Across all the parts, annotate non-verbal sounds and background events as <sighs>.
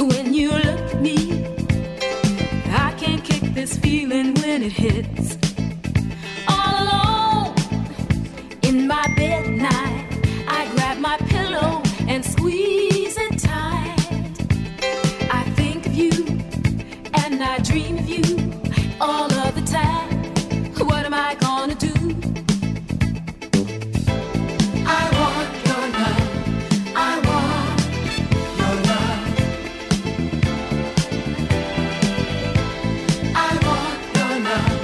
when you look at me. I can't kick this feeling when it hits. All alone in my bed night, I grab my pillow and squeeze it tight. I think of you and I dream of you all of the time. What am I gonna do? I want your love. I want your love. I want your love.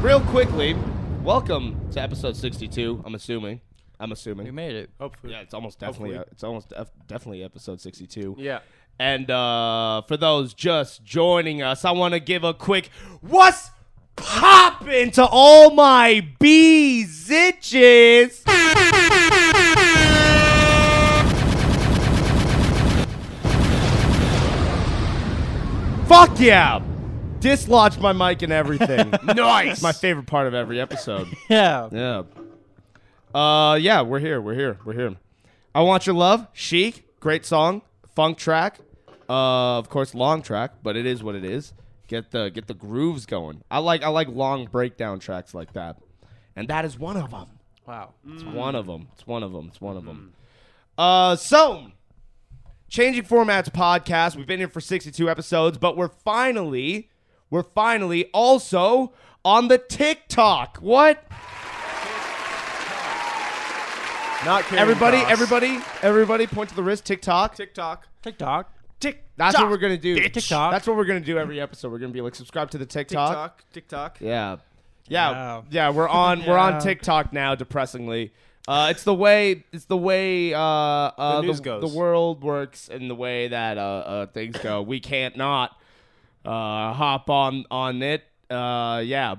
Real quickly, welcome to episode 62. I'm assuming. I'm We assuming. made it. Hopefully. Yeah, it's almost definitely. Hopefully. It's almost def- definitely episode 62. Yeah. And uh, for those just joining us, I want to give a quick what's poppin' to all my bees itches. Fuck yeah! Dislodged my mic and everything. nice. My favorite part of every episode. Yeah. Yeah. Uh, yeah, we're here. We're here. We're here. I want your love. Chic, great song, funk track. Uh, of course, long track, but it is what it is. Get the get the grooves going. I like I like long breakdown tracks like that, and that is one of them. Wow. It's one of them. It's one of them. It's one of them. Uh, so changing formats podcast. We've been here for 62 episodes, but we're finally we're finally also on the TikTok. What? Not Karen Everybody, Cross. everybody, everybody, point to the wrist. TikTok. TikTok. TikTok. tick. That's what we're gonna do. bitch. TikTok. That's what we're gonna do every episode. We're gonna be like, subscribe to the TikTok. TikTok. TikTok. Yeah, yeah, Wow. yeah. <laughs> We're on. We're on Yeah. TikTok now. Depressingly, uh, it's the way. It's the way uh, uh, The news goes. world works, and the way that uh, uh, things go. We can't not uh, hop on on it. Uh, yeah.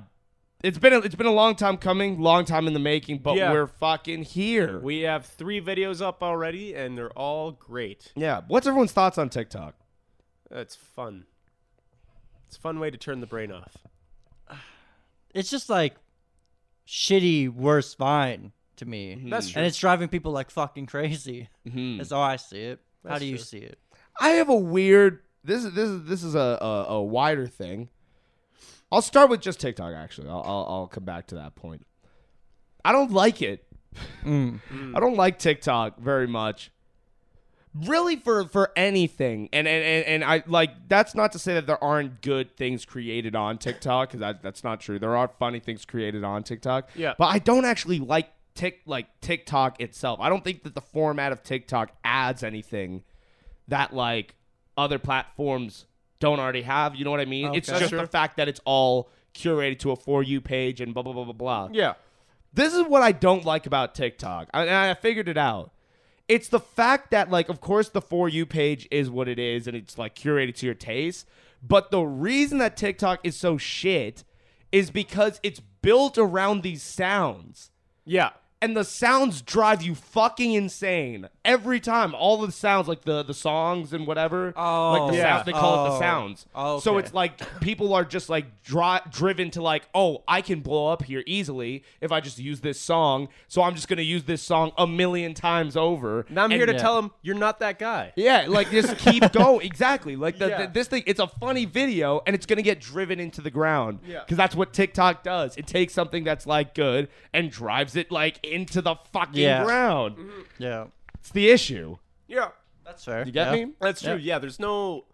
It's been a, it's been a long time coming, long time in the making, but Yeah. we're fucking here. We have three videos up already, and they're all great. yeah. What's everyone's thoughts on TikTok? It's fun. It's a fun way to turn the brain off. It's just like shitty, worse Vine to me. Mm-hmm. That's true. And it's driving people like fucking crazy. That's how I see it. how That's do you true. see it? I have a weird. This is this is this is a a, a wider thing. I'll start with just TikTok. Actually, I'll, I'll I'll come back to that point. I don't like it. <laughs> I don't like TikTok very much. Really, for for anything, and and and, and I like that's not to say that there aren't good things created on TikTok because that, that's not true. There are funny things created on TikTok. Yeah. but I don't actually like tick like TikTok itself. I don't think that the format of TikTok adds anything that like other platforms don't already have. You know what I mean? It's Okay. just Sure. the fact that it's all curated to a for you page and blah blah blah blah blah. Yeah. This is what I don't like about TikTok. I, and I figured it out. It's the fact that like of course the for you page is what it is and it's like curated to your taste, but the reason that TikTok is so shit is because it's built around these sounds Yeah. and the sounds drive you fucking insane every time. All the sounds, like the the songs and whatever, Oh. like the Yeah. sounds they call it the Oh. sounds. Oh, So okay. it's like people are just like dri- driven to like, oh, I can blow up here easily if I just use this song. So I'm just gonna use this song a million times over. Now I'm And- here to yeah. tell him you're not that guy. yeah, like just <laughs> keep going. Exactly. Like the, Yeah. the- this thing, it's a funny video and it's going to get driven into the ground. Yeah. Because that's what TikTok does. It takes something that's like good and drives it like into the fucking Yeah. ground. Mm-hmm. Yeah. It's the issue. Yeah. That's fair. You get yeah. <laughs> me? That's true. Yeah. Yeah. There's no.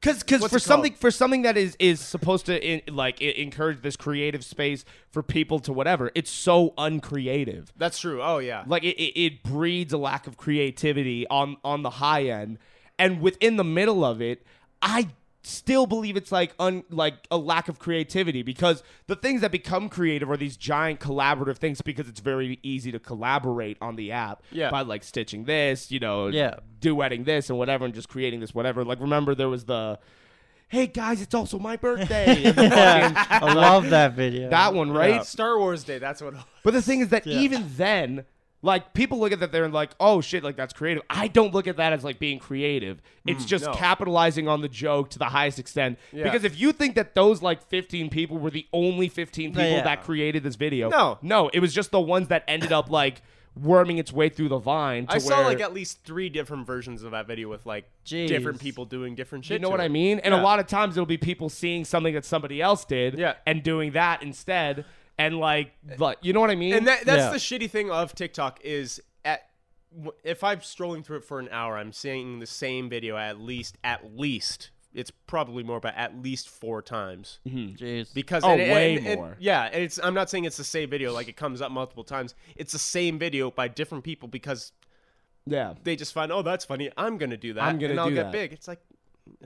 Because because What's for it called? something for something that is is supposed to in, like e- encourage this creative space for people to whatever, it's so uncreative. That's true. Oh yeah. like it, it, it breeds a lack of creativity on on the high end and within the middle of it i still believe it's like un like a lack of creativity because the things that become creative are these giant collaborative things because it's very easy to collaborate on the app Yeah. by like stitching this you know Yeah. duetting this and whatever and just creating this whatever like remember there was the hey guys it's also my birthday <laughs> and fucking- Yeah. <laughs> I love that video. that one right Star Wars Day. That's what. but the thing is that Yeah. even then, Like people look at that, they're like, "Oh shit, like that's creative." I don't look at that as like being creative. It's just Mm, no. capitalizing on the joke to the highest extent. Yeah. Because if you think that those like 15 people were the only 15 people Yeah. that created this video, No. no, it was just the ones that ended up like worming its way through the vine. To I saw where- like at least three different versions of that video with like Jeez. different people doing different shit. You know to what it. I mean? And a Yeah. lot of times it'll be people seeing something that somebody else did Yeah. and doing that instead. And like, like you know what I mean? And that, that's Yeah. the shitty thing of TikTok is at w- if I'm strolling through it for an hour, I'm seeing the same video at least at least it's probably more, but at least four times Jeez. because Oh, and- and- way and- and- more. yeah, and it's I'm not saying it's the same video like it comes up multiple times. It's the same video by different people because yeah. they just find oh that's funny. I'm gonna do that. I'm gonna and I'll do that. get big. It's like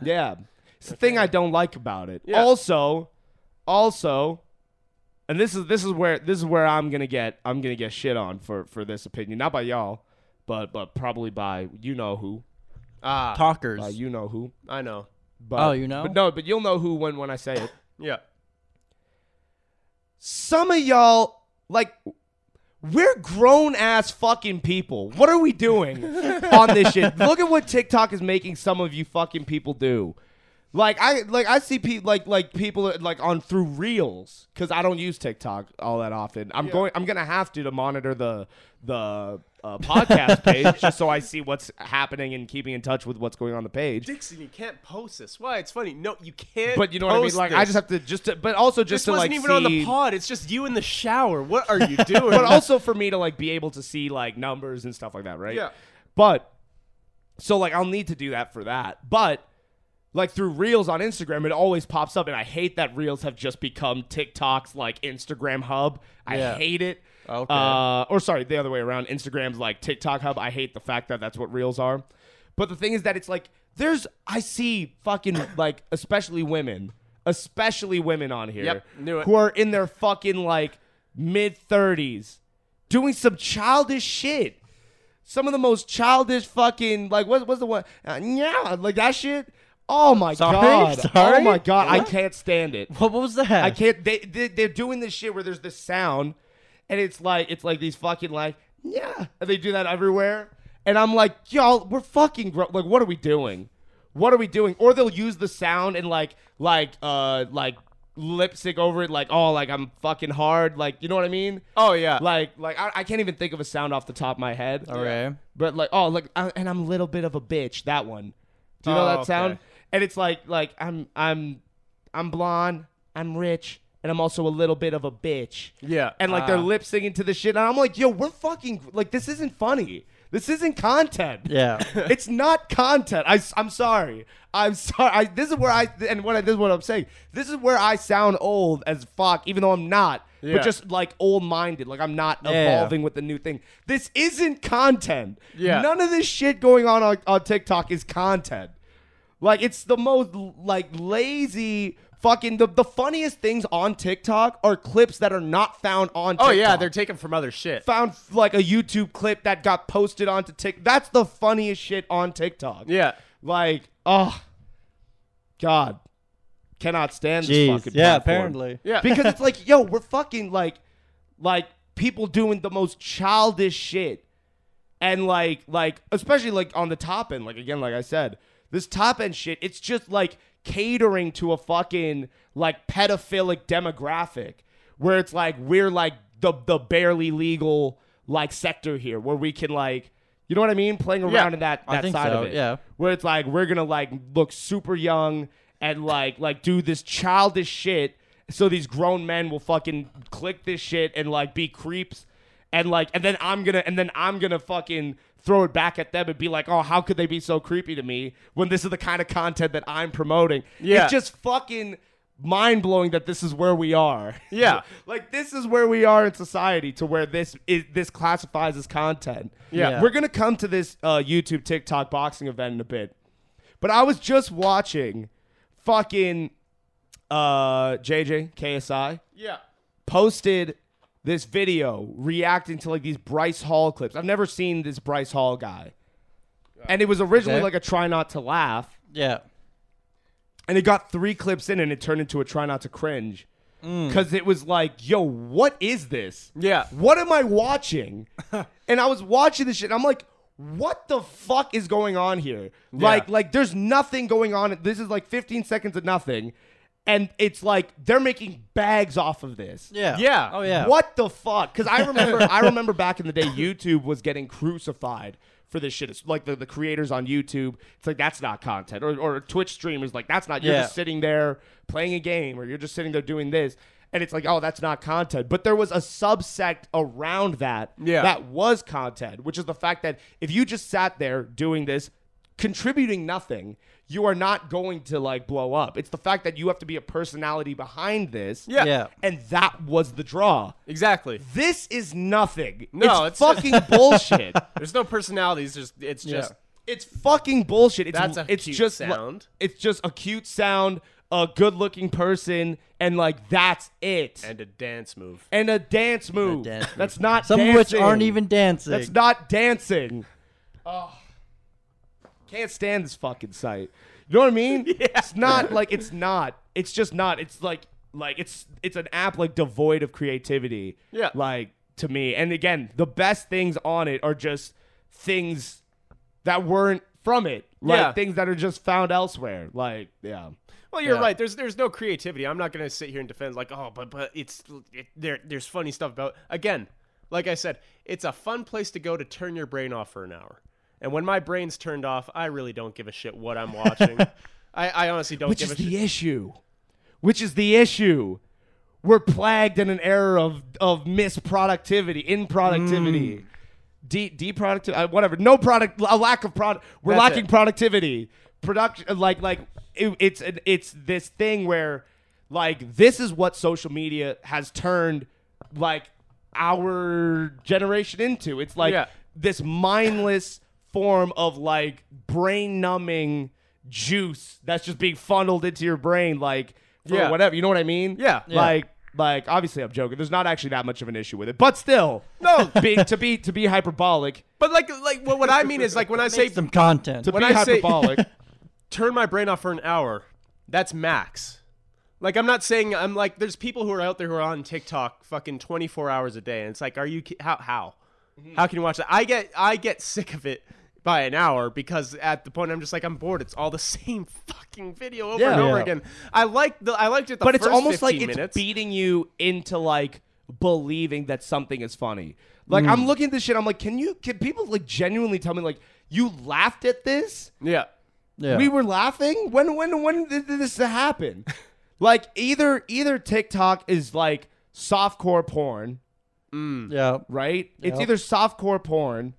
Yeah. It's the thing I don't like about it. Yeah. Also, also, and this is this is where this is where I'm gonna get I'm gonna get shit on for for this opinion. Not by y'all, but but probably by you know who. ah, Talkers. Uh, you know who. I know. But, Oh, you know? But no, but you'll know who when when I say it. Yeah, some of y'all like we're grown ass fucking people. What are we <laughs> doing on this shit? Look at what TikTok is making some of you fucking people do. Like I like I see people like like people that, like on through reels because I don't use TikTok all that often. I'm going I'm gonna have to to monitor the the uh, <laughs> podcast page just so I see what's happening and keeping in touch with what's going on the page. Dixon, you can't post this. Why? It's funny. No, you can't. But you know what I mean? post Like this. I just have to just to, but also just this to wasn't like even on the see- pod. It's just you in the shower. What are <laughs> you doing? but also for me to like be able to see like numbers and stuff like that, right? Yeah. But so like I'll need to do that for that. But like through Reels on Instagram, it always pops up, and I hate that Reels have just become TikTok's like Instagram hub. I Yeah. hate it. Okay. Uh, or sorry, the other way around. Instagram's like TikTok hub. I hate the fact that that's what Reels are. But the thing is that it's like there's I see fucking like especially women, especially women on here Yep, knew it. who are in their fucking like mid 30s doing some childish shit. Some of the most childish fucking like what what's the one? Uh, yeah, like that shit. Oh my Sorry? <laughs> god. Oh Sorry? my god, I can't stand it. what, what was that? I can't. They, they they're doing this shit where there's this sound, and it's like it's like these fucking like yeah, and they do that everywhere, and I'm like y'all, we're fucking gro- like what are we doing? What are we doing? Or they'll use the sound and like like uh like lip sync over it like oh like I'm fucking hard like you know what I mean? oh yeah, Like like I, I can't even think of a sound off the top of my head. All right. But like, oh, like, I, and I'm a little bit of a bitch. That one. Do you know Oh, that okay. sound? And it's like, like I'm, I'm, I'm blonde. I'm rich, and I'm also a little bit of a bitch. Yeah. uh-huh. And like they're lip syncing to the shit, and I'm like, yo, we're fucking like this isn't funny. This isn't content. Yeah. <laughs> it's not content. I, am sorry. I'm <laughs> sorry. I, this is where I and what I, this is what I'm saying. This is where I sound old as fuck, even though I'm not. Yeah. But just like old minded, like I'm not evolving with the new thing. This isn't content. Yeah. None of this shit going on, on on TikTok is content. Like it's the most like lazy fucking the, the funniest things on TikTok are clips that are not found on TikTok. oh yeah, they're taken from other shit. found like a YouTube clip that got posted onto Tik. That's the funniest shit on TikTok. yeah, Like, oh God. Cannot stand this Jeez. fucking Yeah. platform. Apparently. yeah. Because it's like, yo, we're fucking like, like people doing the most childish shit, and like, like especially like on the top end, like again, like I said, this top end shit, it's just like catering to a fucking like pedophilic demographic, where it's like we're like the the barely legal like sector here, where we can like. You know what I mean? Playing around in that, I that think side so, of it, yeah. Where it's like we're gonna like look super young and like like do this childish shit, so these grown men will fucking click this shit and like be creeps, and like and then I'm gonna and then I'm gonna fucking throw it back at them and be like, oh, how could they be so creepy to me when this is the kind of content that I'm promoting? Yeah. it's just fucking mind blowing that this is where we are. Yeah. like this is where we are in society to where this is this classifies as content. Yeah. We're gonna come to this uh, YouTube TikTok boxing event in a bit, but I was just watching fucking uh, JJ KSI yeah. posted this video reacting to like these Bryce Hall clips. I've never seen this Bryce Hall guy, and it was originally Okay. like a try not to laugh, Yeah. and it got three clips in and it turned into a try not to cringe. Mm. because it was like, yo, what is this? Yeah. What am I <laughs> watching? and I was watching this shit. And I'm like, what the fuck is going on here? Like, like there's nothing going on. This is like 15 seconds of nothing. And it's like they're making bags off of this. Yeah. Yeah. Oh yeah. What the fuck? Because I remember, I remember back in the day, YouTube was getting crucified for this shit. It's like the, the creators on YouTube, it's like that's not content, or or Twitch streamers like that's not. You're Yeah. just sitting there playing a game, or you're just sitting there doing this. And it's like, oh, that's not content. But there was a subsect around that Yeah. that was content, which is the fact that if you just sat there doing this, contributing nothing, you are not going to like blow up. It's the fact that you have to be a personality behind this. Yeah. Yeah. And that was the draw. Exactly. This is nothing. No, it's, it's- fucking bullshit. <laughs> There's no personalities. There's it's just It's fucking bullshit. It's, That's a it's cute just li- sound. it's just a cute sound, a good-looking person, and like that's it. And, and a dance move. a dance move. dance move. That's not Some of which dancing. aren't even dancing. That's not dancing. Oh, can't stand this fucking site. You know what I mean? <laughs> It's not like it's not. It's just not. It's like like it's it's an app like devoid of creativity. Yeah. Like to me, and again, the best things on it are just things that weren't from it. Like Yeah. things that are just found elsewhere. Like yeah. Well, you're Yeah. right. There's there's no creativity. I'm not gonna sit here and defend like oh, but but it's it, there. There's funny stuff about again. Like I said, it's a fun place to go to turn your brain off for an hour. And when my brain's turned off, I really don't give a shit what <laughs> I'm watching. I, I honestly don't Which give is a shit. the issue. Which is the issue. We're plagued in an era of of misproductivity, Mm. improductivity, de deproducti- uh, whatever. No product, a lack of product. We're That's lacking it. productivity. Production, like like it- it's an, it's this thing where like this is what social media has turned like our generation into. It's like Yeah. this mindless form of like brain numbing juice that's just being funneled into your brain like for Yeah. whatever you know what i mean Yeah. Yeah. like like obviously i'm joking there's not actually that much of an issue with it but still No. being to <laughs> be to be hyperbolic But like like what, what I mean is like when I say some content. to When be I say- <laughs> hyperbolic turn my brain off for an hour, that's max. Like I'm not saying I'm like there's people who are out there who are on TikTok fucking 24 hours a day and it's like are you ki- how how how can you watch that? I get I get sick of it by an hour because at the point I'm just like I'm bored. It's all the <laughs> same fucking video over and Yeah. over Yeah. again. I like the I liked it the but it's first almost like 15 minutes. it's beating you into like believing that something is funny. Like Mm. I'm looking at this shit, I'm like, can you can people like genuinely tell me like you laughed at this? yeah. yeah. We were laughing. When when when did this <laughs> happen? like either either TikTok is like softcore porn, yeah. right? It's Yep. either softcore porn,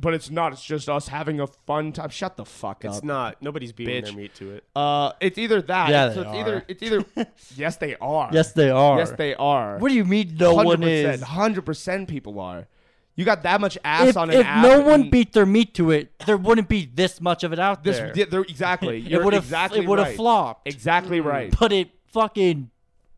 but it's not. It's just us having a fun time. Shut the fuck up. It's not nobody's beating their bitch. meat to it. uh, it's either that. Yeah, so they it's are. either it's either <laughs> yes they are. Yes, they are. Yes, they are. What do you mean no one is? Hundred percent, people are. You got that much ass If, on an if app. no one and beat their meat to it, there wouldn't be this much of it out this, there. yeah, they're- exactly. You're <laughs> it would have exactly. it would have right. flopped. Mm-hmm. Exactly <laughs> right. But it fucking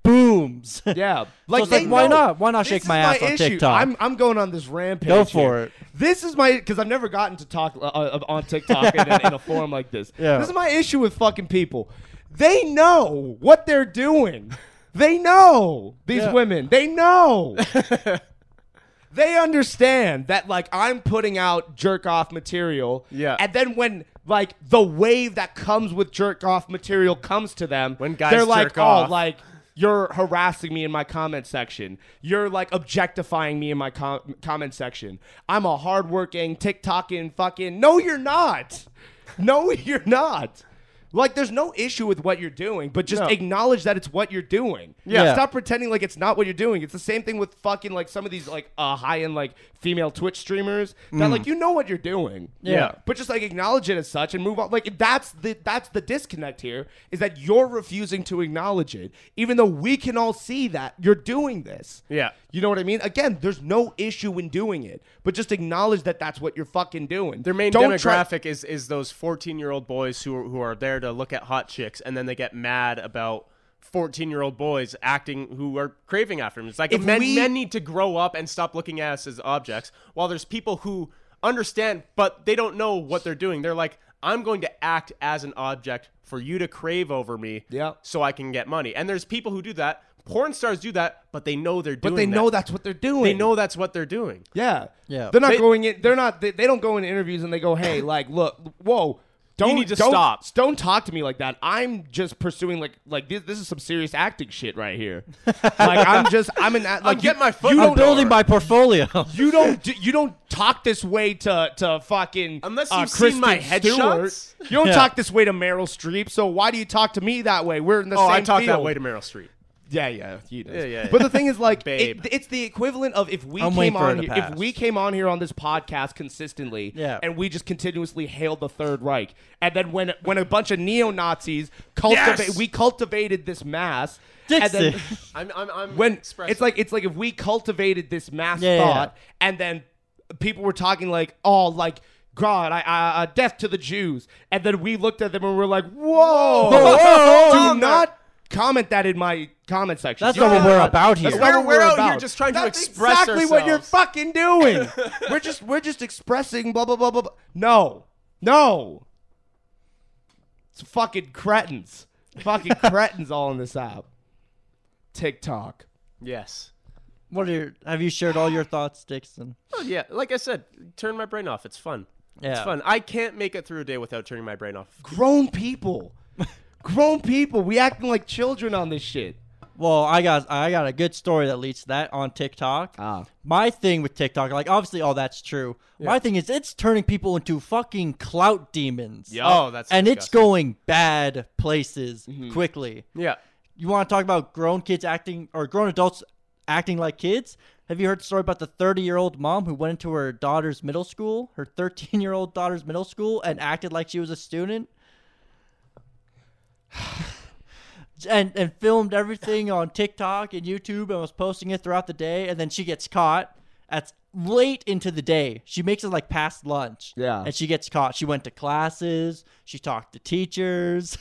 booms. <laughs> Yeah, it's like, they why know- not? Why not this shake is my ass on issue. TikTok? I'm, I'm going on this rampage. Go for here. it. This is my because I've never gotten to talk uh, uh, on TikTok in, a- in a forum like this. Yeah. This is my issue with fucking people. They know what they're doing. They know these Yeah. women. They <laughs> know. they understand that like I'm putting out jerk off material. Yeah. And then when like the wave that comes with jerk off material comes to them, When guys they're like, jerk oh, off." like you're harassing me in my comment section. You're like objectifying me in my com- comment section. I'm a hardworking TikToking fucking. No, you're not. No, <laughs> you're not. Like, there's no issue with what you're doing, but just No. acknowledge that it's what you're doing. Yeah. Stop pretending like it's not what you're doing. It's the same thing with fucking like some of these like uh, high end like female Twitch streamers that Mm. like you know what you're doing. Yeah. But just like acknowledge it as such and move on. Like that's the that's the disconnect here is that you're refusing to acknowledge it, even though we can all see that you're doing this. Yeah. You know what I mean? Again, there's no issue in doing it, but just acknowledge that that's what you're fucking doing. Their main Don't try- demographic is is those fourteen year old boys who are, who are there to look at hot chicks, and then they get mad about fourteen year old boys acting who are craving after them. It's like If men, we- men need to grow up and stop looking at us as objects. While there's people who understand, but they don't know what they're doing. They're like, I'm going to act as an object for you to crave over me Yeah. so I can get money. And there's people who do that. Porn stars do that, but they know they're doing But they know that. that's what they're doing. They know that's what they're doing. Yeah. Yeah. They're not They- going in. They're not. They, they don't go in interviews and they go, <clears throat> "Hey, like, look, whoa, don't need to don't, stop. Don't talk to me like that. I'm just pursuing like like this. This is some serious acting shit right <laughs> here. like I'm just I'm an act- like getting you- my foot You in don't the door. Building my portfolio. <laughs> you don't do- you don't talk this way to to fucking Unless uh, you've seen my Kristen Stewart. headshots. You don't Yeah. talk this way to Meryl Streep. So why do you talk to me that way? We're in the Oh, same I talk that field. way to Meryl Streep. Yeah, yeah, he does. Yeah, yeah, But yeah. the thing <laughs> is, like, Babe. it- it's the equivalent of if we I'm came waiting for her on to here, if pass. we came on here on this podcast consistently, Yeah. and we just continuously hailed the Third Reich, and then when when a bunch of neo Nazis cultivate, Yes! we cultivated this mass, and Dixie. then I'm, I'm, <laughs> I'm when expressing- it's like it's like if we cultivated this mass Yeah, yeah, yeah. thought, and then people were talking like, oh, like. God, I, I, uh, death to the Jews, and then we looked at them and we're like, "Whoa, Whoa, whoa, <laughs> whoa. do not comment that in my comment section." That's You not what know we're about here. that's We're- not what we're out here about. just trying to That's express exactly what you're ourselves. fucking <laughs> doing. we're just we're just expressing blah blah blah blah. blah. No, no, it's fucking cretins, <laughs> fucking cretins all in this app. TikTok. yes. What are your, have you shared all your thoughts, Dixon? Oh, yeah, like I said, turn my brain off. It's fun. It's Yeah. fun. I can't make it through a day without turning my brain off. Grown people, grown people. We acting like children on this shit. Well, I got I got a good story that leads to that on TikTok. Ah. My thing with TikTok, like obviously all that's true. My thing is it's turning people into fucking clout demons. Yeah. Oh, that's and it's disgusting. going bad places Mm-hmm. quickly. Yeah. You want to talk about grown kids acting or grown adults acting like kids? Have you heard the story about the 30 year old mom who went into her daughter's middle school, her 13 year old daughter's middle school, and acted like she was a student? <sighs> And, and filmed everything on TikTok and YouTube and was posting it throughout the day. And then she gets caught at late into the day. She makes it like past lunch. Yeah. And she gets caught. She went to classes. She talked to teachers.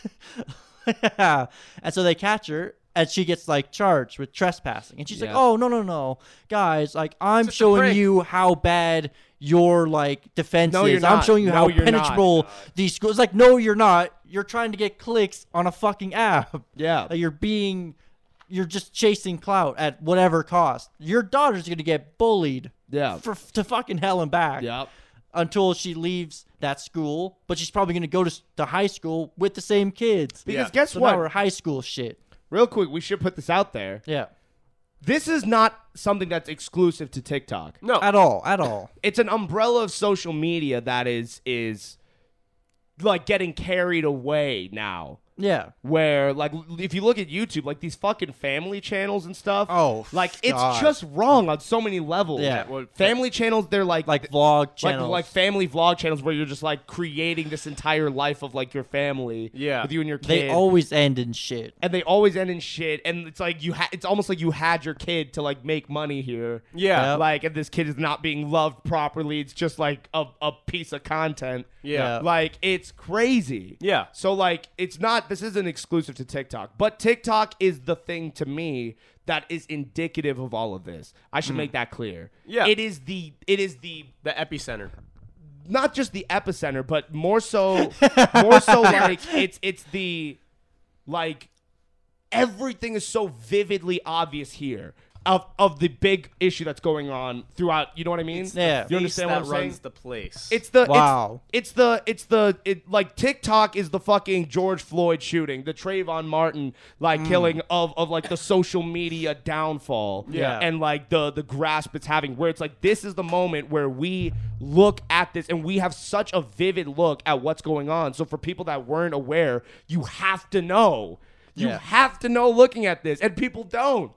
<laughs> yeah. And so they catch her and she gets like charged with trespassing. And she's like, Yeah. oh, no, no, no. Guys, like, I'm Just a showing prank." you how bad your like defense No, is. you're I'm not. showing you No, how you're not. penetrable these schools. Like, no, you're not. You're trying to get clicks on a fucking app. Yeah. Like, you're being, you're just chasing clout at whatever cost. Your daughter's going to get bullied. Yeah. For, to fucking hell and back Yep. until she leaves that school, but she's probably going to go to, s- to high school with the same kids. Because Yeah. guess So now what? we're high school shit. Real quick, we should put this out there. Yeah. This is not something that's exclusive to TikTok. No. At all. At all. it's an umbrella of social media that is is like getting carried away now Yeah. where like l- if you look at youtube like these fucking family channels and stuff Oh, like it's God. just wrong on so many levels Yeah, well, family channels they're like Like vlog like, channels. like family vlog channels where you're just like creating this entire life of like your family Yeah. with you and your kid they always end in shit. and they always end in shit and it's like you ha- it's almost like you had your kid to like make money here Yeah. Yep. like and this kid is not being loved properly it's just like a, a piece of content Yeah. like it's crazy Yeah. so like it's not this isn't exclusive to tiktok but tiktok is the thing to me that is indicative of all of this i should make that clear Mm. Yeah. it is the it is the The epicenter. not just the epicenter, but more so, more <laughs> so like it's it's the like everything is so vividly obvious here of of the big issue that's going on throughout. You know what I mean? Yeah. You Face understand that what I'm saying? runs the place. It's the it's- Wow. It's, the it's the it like TikTok is the fucking George Floyd shooting, the Trayvon Martin Hmm. like killing of of like the social media downfall. Yeah. And like the the grasp it's having where it's like this is the moment where we look at this and we have such a vivid look at what's going on. So for people that weren't aware, you have to know. You Yeah. have to know looking at this. And people don't.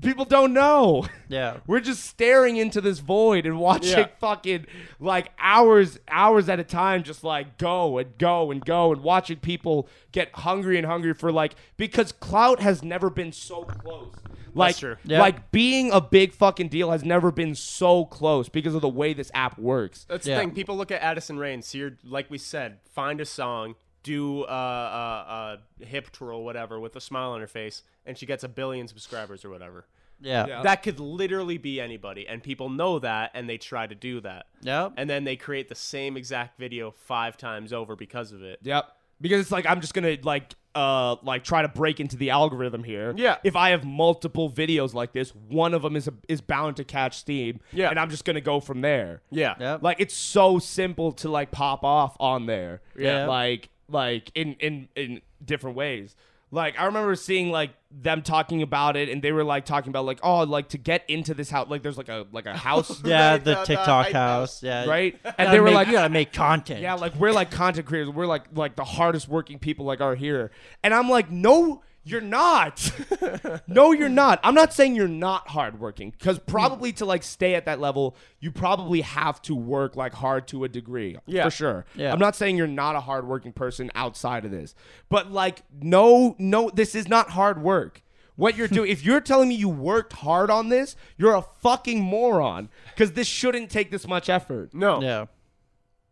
People don't know. Yeah. <laughs> We're just staring into this void and watching Yeah. fucking like hours, hours at a time, just like go and go and go and watching people get hungry and hungry for like because clout has never been so close. Like, true. Yeah. like being a big fucking deal has never been so close because of the way this app works. That's Yeah. the thing. People look at Addison Rae and see her, like we said, find a song, do a uh, uh, uh, hip twirl, whatever, with a smile on her face, and she gets a billion subscribers or whatever. Yeah. Yeah. That could literally be anybody, and people know that, and they try to do that. Yep. And then they create the same exact video five times over because of it. Yep. Because it's like I'm just gonna like uh like try to break into the algorithm here. Yeah. If I have multiple videos like this, one of them is is bound to catch steam. Yeah. And I'm just gonna go from there. Yeah. Yep. Like it's so simple to like pop off on there. Yeah. Like like in in in different ways. Like I remember seeing like them talking about it and they were like talking about like oh like to get into this house like there's like a like a house yeah, Right, the the- the TikTok hype house. house. Yeah. right? And And they were make, like you gotta make content. yeah, like we're like content creators. We're like like the hardest working people like are here. And I'm like, no, you're not. <laughs> no, you're not. I'm not saying you're not hardworking because probably to like stay at that level, you probably have to work like hard to a degree. Yeah. for sure. Yeah. I'm not saying you're not a hardworking person outside of this, but like, no, no, this is not hard work. What you're doing, if you're telling me you worked hard on this, you're a fucking moron because this shouldn't take this much effort. No. yeah.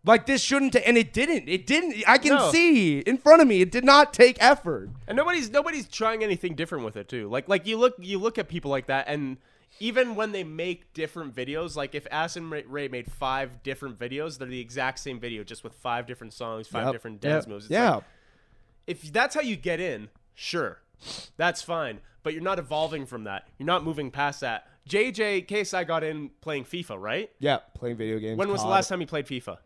Like this shouldn't, ta- and it didn't. It didn't. I can No. see in front of me. It did not take effort. And nobody's nobody's trying anything different with it too. Like like you look you look at people like that and even when they make different videos, like if Asin Ra- Ray made five different videos, they're the exact same video just with five different songs, five Yep. different dance moves. It's like, if that's how you get in, sure, that's fine. But you're not evolving from that. You're not moving past that. JJ KSI got in playing FIFA, right? yeah. Playing video games. When was the COD, last time he played FIFA?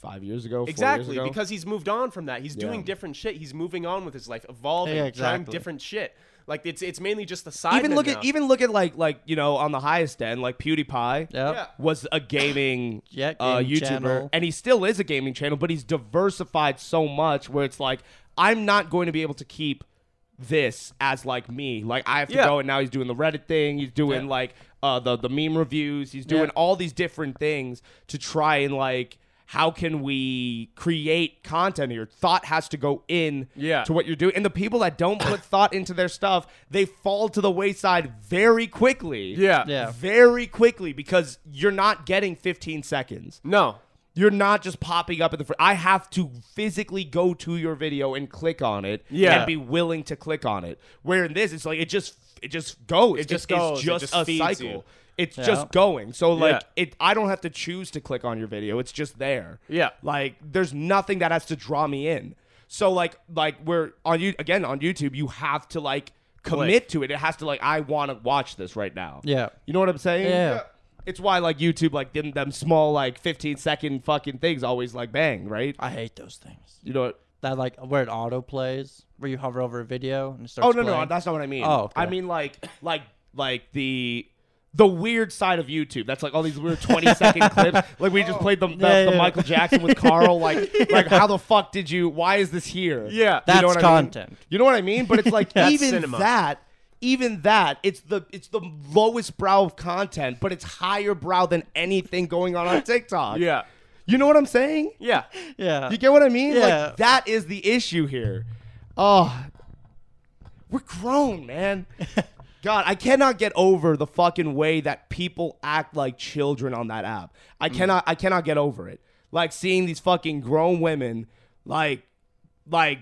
Five years ago. four Exactly, years ago. because he's moved on from that. He's doing different shit. He's moving on with his life, evolving, Yeah, trying exactly. different shit. Like it's it's mainly just the side. even men look now. at even look at like like you know on the highest end like PewDiePie. Yep. Yeah. Was a gaming, <laughs> Yeah, uh, gaming YouTuber, channel. and he still is a gaming channel, but he's diversified so much where it's like I'm not going to be able to keep this as like me. Like I have to Yeah. go, and now he's doing the Reddit thing. He's doing Yeah. like uh, the the meme reviews. He's doing Yeah. all these different things to try and like how can we create content here? Thought has to go in Yeah. to what you're doing. And the people that don't put thought into their stuff, they fall to the wayside very quickly. yeah Yeah. Very quickly because you're not getting 15 seconds. no You're not just popping up at the fr- I have to physically go to your video and click on it Yeah. and be willing to click on it. Where in this it's like it just it just goes. It just it's goes. It just just a feeds cycle. you. It's Yeah. just going. So like Yeah. it I don't have to choose to click on your video. It's just there. Yeah. Like there's nothing that has to draw me in. So like like we're on you again on YouTube, you have to like commit to it. It has to like I want to watch this right now. Yeah. You know what I'm saying? Yeah. It's why like YouTube like them them small like 15 second fucking things always like bang, right? I hate those things. You know what? That like where it auto plays, where you hover over a video and it starts. Oh no no, playing. that's not what I mean. Oh, okay. I mean like like like the the weird side of YouTube. That's like all these weird <laughs> twenty second clips. Like we just played the, the, Yeah, the yeah. Michael Jackson with Carl. <laughs> Like like how the fuck did you? Why is this here? Yeah. You know That's what I mean? content. You know what I mean? But it's <laughs> like That's even cinema. that. Even that, it's the it's the lowest brow of content, but it's higher brow than anything going on <laughs> on TikTok. yeah you know what I'm saying? <laughs> yeah yeah. You get what I mean? Yeah. Like that is the issue here. Oh, we're grown, man. God, I cannot get over the fucking way that people act like children on that app. I cannot I cannot get over it. Like seeing these fucking grown women like like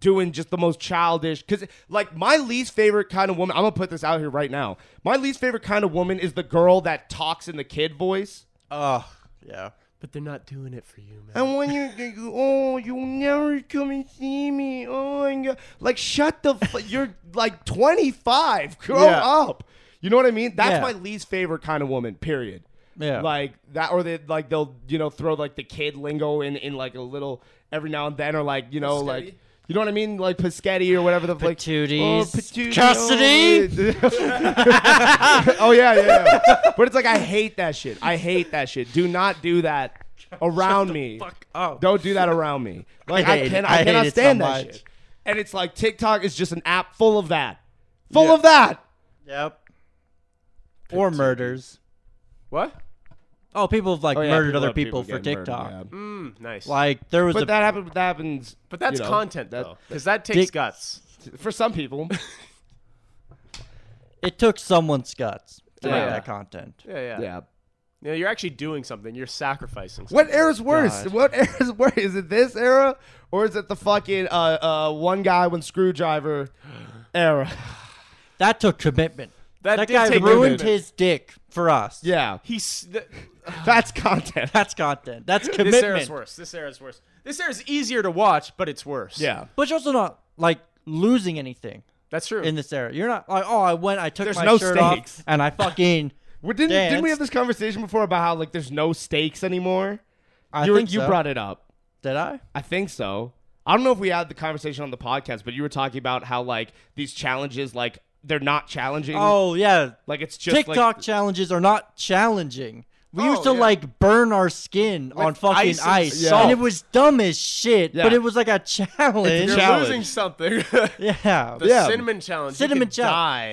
doing just the most childish cuz like my least favorite kind of woman, I'm going to put this out here right now. My least favorite kind of woman is the girl that talks in the kid voice. Oh yeah. but they're not doing it for you man And when you think, oh, you'll never come and see me. Oh my god! Like, shut the. F- <laughs> you're like 25. Grow Yeah. up. You know what I mean? That's Yeah. my least favorite kind of woman. Period. Yeah. Like that, or they like they'll you know throw like the kid lingo in in like a little every now and then, or like you know like. You know what I mean, like Paschetti or whatever the like. Patooties. patootie, Chastity. oh, <laughs> oh yeah, yeah. yeah. but it's like I hate that shit. I hate that shit. Do not do that around me. Fuck up. Don't do that around me. Like I I, hate it. can, I I, hate cannot it so stand much. that shit. And it's like TikTok is just an app full of that, full of that. Yep. Or murders. what Oh, people have like Oh, yeah, murdered people other love people, for getting TikTok. murdered, yeah. mm, nice Like there was But a that happens. That happens. but that's you know, content that- though because that takes Dick- guts for some people. it took someone's guts to Yeah. make that content. yeah yeah yeah. You know, you're actually doing something you're sacrificing something. What era's worse? God. What <laughs> era's worse? Is it this era or is it the fucking uh, uh, one guy one screwdriver era? <laughs> That took commitment. That, That did guy take a ruined minute. his dick for us. Yeah, He's. Th- that's content. <laughs> That's content. That's this era's commitment. worse. This era's worse. This era's easier to watch, but it's worse. Yeah, But you're also not like losing anything that's true. in this era. You're not like, oh, I went, I took There's my no shirt stakes. off, and I <laughs> fucking. we didn't didn't we Dance. have this conversation before about how like there's no stakes anymore? I you were- think you so. brought it up. Did I? I think so. I don't know if we had the conversation on the podcast, but you were talking about how like these challenges, like they're not challenging. Oh yeah. like Oh, it's just TikTok Like, challenges are not challenging. We used to yeah. like burn our skin on fucking ice ice, and salt. and it was dumb as shit. Yeah. But it was like a challenge. You're challenge. losing something. <laughs> yeah. the Yeah. cinnamon challenge. You Cinnamon could challenge.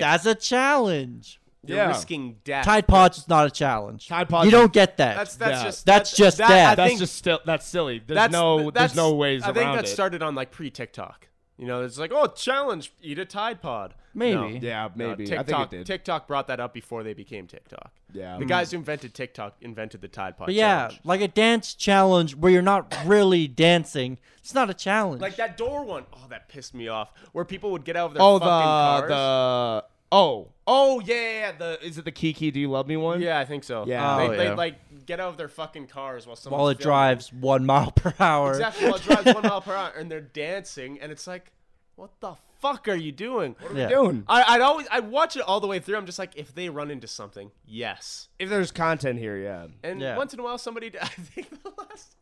Die. That's a challenge. You're Yeah. risking death. Tide Pod's is not a challenge. Tide Pod's- You don't get that. that's that's Yeah. just That's that- just that. death. I that's think just still that's silly. There's that's no that's- there's no ways I around think that it. started on like pre TikTok. You know, it's like oh challenge, eat a Tide Pod. Maybe. No. yeah, No, maybe I TikTok, think it did. TikTok brought that up before they became TikTok. Yeah. The guys who invented TikTok invented the Tide Pod. But yeah, challenge. like a dance challenge where you're not really dancing. It's not a challenge. Like that door one. Oh, that pissed me off. Where people would get out of their oh the fucking cars. the oh oh yeah, yeah, yeah, the is it the Kiki Do You Love Me one? Yeah, I think so. Yeah. they, Oh, they, yeah. like get out of their fucking cars while someone while it drives one mile per hour. Exactly, while it drives one mile per hour, and they're dancing, and it's like, what the fuck are you doing? <laughs> Yeah. Dude, I, I'd always I'd watch it all the way through. I'm just like, if they run into something, yes. if there's content here, yeah. And Yeah. once in a while, somebody. <laughs> I think the last,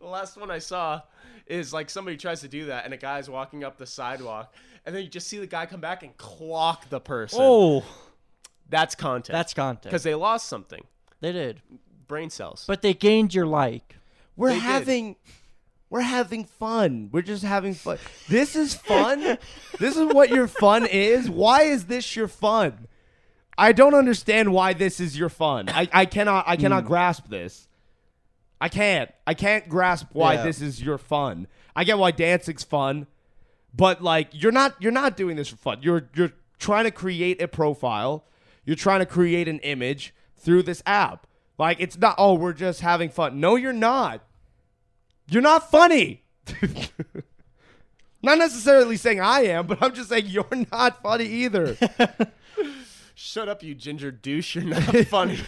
the last one I saw is like somebody tries to do that, and a guy's walking up the sidewalk, and then you just see the guy come back and clock the person. Oh, that's content. that's content. because they lost something, they did, brain cells. but they gained your like. We're did. having we're having fun. We're just having fun. This is fun. this is what your fun is. Why is this your fun? I don't understand why this is your fun. I, I cannot I cannot grasp this. I can't. I can't grasp why Yeah. this is your fun. I get why dancing's fun, but like you're not you're not doing this for fun. You're you're trying to create a profile. You're trying to create an image through this app. Like it's not oh, we're just having fun. No, you're not. You're not funny. <laughs> not necessarily saying I am, but I'm just saying you're not funny either. Shut up, you ginger douche. <laughs> You're not funny.